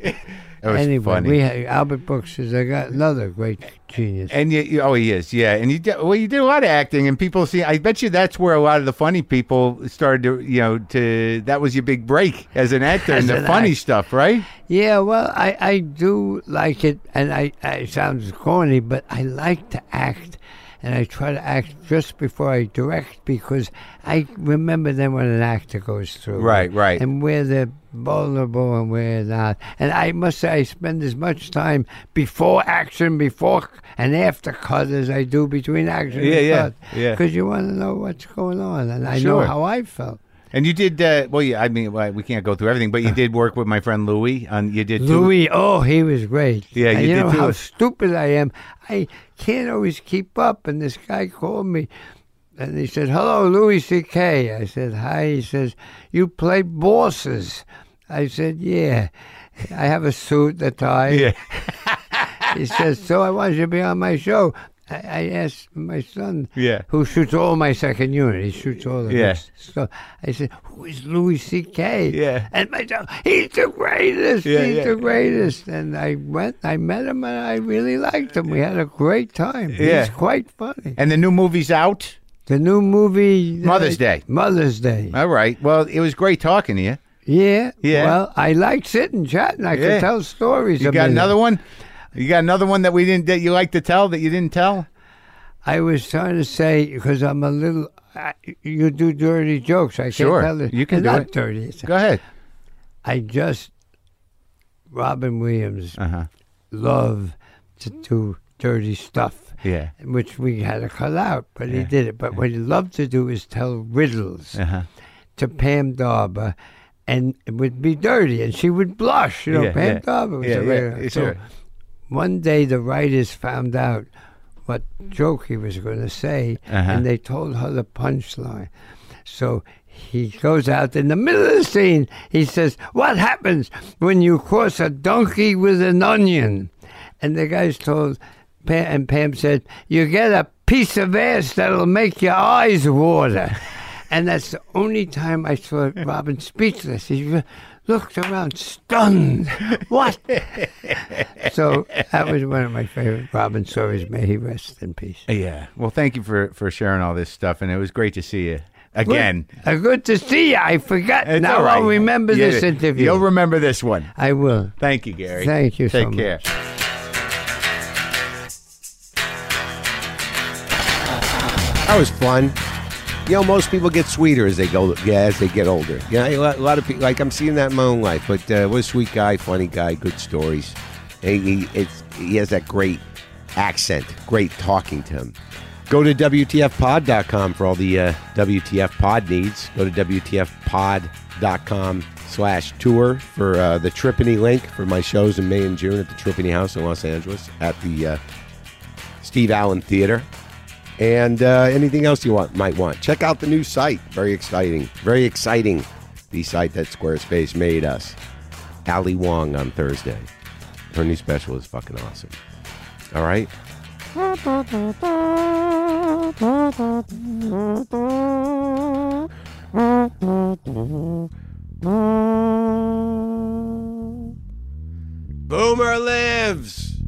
[SPEAKER 2] It was
[SPEAKER 7] anyway,
[SPEAKER 2] funny.
[SPEAKER 7] we had Albert Brooks is a guy, another great genius.
[SPEAKER 2] And you, you, oh, he is, yeah. And you, did- well, you did a lot of acting, and people see. I bet you that's where a lot of the funny people started to, you know, to that was your big break as an actor
[SPEAKER 7] As
[SPEAKER 2] and the
[SPEAKER 7] an
[SPEAKER 2] funny
[SPEAKER 7] act-
[SPEAKER 2] stuff, right?
[SPEAKER 7] yeah, well, I, I do like it, and I, I it sounds corny, but I like to act. And I try to act just before I direct because I remember then what an actor goes through.
[SPEAKER 2] Right, right.
[SPEAKER 7] And where they're vulnerable and where not. And I must say, I spend as much time before action, before c- and after cut as I do between action
[SPEAKER 2] Yeah,
[SPEAKER 7] and
[SPEAKER 2] yeah,
[SPEAKER 7] cut.
[SPEAKER 2] yeah.
[SPEAKER 7] Because you want to know what's going on. And I
[SPEAKER 2] Sure.
[SPEAKER 7] know how I felt.
[SPEAKER 2] And you did, uh, well, yeah. I mean, well, we can't go through everything, but you did work with my friend Louis. On you did two-
[SPEAKER 7] Louis, oh, he was great.
[SPEAKER 2] Yeah,
[SPEAKER 7] And
[SPEAKER 2] you
[SPEAKER 7] you
[SPEAKER 2] did
[SPEAKER 7] know
[SPEAKER 2] too.
[SPEAKER 7] how stupid I am. I can't always keep up. And this guy called me, and he said, "Hello, Louis C.K." I said, "Hi." He says, "You play bosses." I said, "Yeah." I have a suit, a tie.
[SPEAKER 2] Yeah.
[SPEAKER 7] he says, "So I want you to be on my show." I, I asked my son,
[SPEAKER 2] Yeah.
[SPEAKER 7] who shoots all my second unit. He shoots all of
[SPEAKER 2] Yeah.
[SPEAKER 7] this stuff. I said, "Who is Louis C.K.?"
[SPEAKER 2] Yeah.
[SPEAKER 7] and my son, he's the greatest.
[SPEAKER 2] Yeah,
[SPEAKER 7] he's
[SPEAKER 2] yeah.
[SPEAKER 7] the greatest. And I went, I met him, and I really liked him. We had a great time.
[SPEAKER 2] Yeah.
[SPEAKER 7] he's quite funny.
[SPEAKER 2] and the new movie's out.
[SPEAKER 7] The new movie,
[SPEAKER 2] Mother's Day.
[SPEAKER 7] Mother's Day.
[SPEAKER 2] All right. Well, it was great talking to you.
[SPEAKER 7] yeah,
[SPEAKER 2] Yeah.
[SPEAKER 7] Well, I like sitting chatting. I
[SPEAKER 2] Yeah.
[SPEAKER 7] can tell stories.
[SPEAKER 2] You
[SPEAKER 7] a
[SPEAKER 2] got
[SPEAKER 7] minute.
[SPEAKER 2] another one. You got another one that we didn't that you like to tell that you didn't tell.
[SPEAKER 7] I was trying to say because I'm a little. I, you do dirty jokes. I can't
[SPEAKER 2] Sure.
[SPEAKER 7] tell it.
[SPEAKER 2] You can
[SPEAKER 7] They're
[SPEAKER 2] do
[SPEAKER 7] not
[SPEAKER 2] it.
[SPEAKER 7] dirty. It's-
[SPEAKER 2] Go ahead.
[SPEAKER 7] I just Robin Williams
[SPEAKER 2] Uh huh.
[SPEAKER 7] love to do dirty stuff.
[SPEAKER 2] Yeah.
[SPEAKER 7] Which we had to cut out, but he did it. But what he loved to do is tell riddles
[SPEAKER 2] Uh-huh.
[SPEAKER 7] to Pam Darber, and it would be dirty, and she would blush. You know,
[SPEAKER 2] Yeah,
[SPEAKER 7] Pam
[SPEAKER 2] yeah.
[SPEAKER 7] Darber was
[SPEAKER 2] Yeah,
[SPEAKER 7] a
[SPEAKER 2] yeah,
[SPEAKER 7] regular.
[SPEAKER 2] sure.
[SPEAKER 7] one day the writers found out what joke he was going to say,
[SPEAKER 2] Uh-huh.
[SPEAKER 7] and they told her the punchline. So he goes out in the middle of the scene. He says, "What happens when you cross a donkey with an onion?" And the guys told, Pam, and Pam said, "You get a piece of ass that'll make your eyes water." And that's the only time I saw Robin speechless. He, looked around stunned. What? so that was one of my favorite Robin stories. May he rest in peace.
[SPEAKER 2] Yeah. Well, thank you for for sharing all this stuff, and it was great to see you again.
[SPEAKER 7] Uh, good to see you. I forgot.
[SPEAKER 2] It's
[SPEAKER 7] now
[SPEAKER 2] all right.
[SPEAKER 7] I'll remember
[SPEAKER 2] You-
[SPEAKER 7] this interview.
[SPEAKER 2] You'll remember this one.
[SPEAKER 7] I will.
[SPEAKER 2] Thank you, Gary.
[SPEAKER 7] Thank you so
[SPEAKER 2] Take
[SPEAKER 7] much.
[SPEAKER 2] care.
[SPEAKER 1] That was fun. You know, most people get sweeter as they go, yeah, as they get older. Yeah, a lot, a lot of people. Like I'm seeing that in my own life. But uh, what a sweet guy, funny guy, good stories. He, he, it's, he has that great accent. Great talking to him. Go to WTFpod.com for all the uh, WTF pod needs. Go to WTFpod.com slash tour for uh, the Trippany link for my shows in May and June at the Trippany House in Los Angeles at the uh, Steve Allen Theater and uh, anything else you want might want. Check out the new site. Very exciting. Very exciting. The site that Squarespace made us. Ali Wong on Thursday. Her new special is fucking awesome. All right. Boomer lives.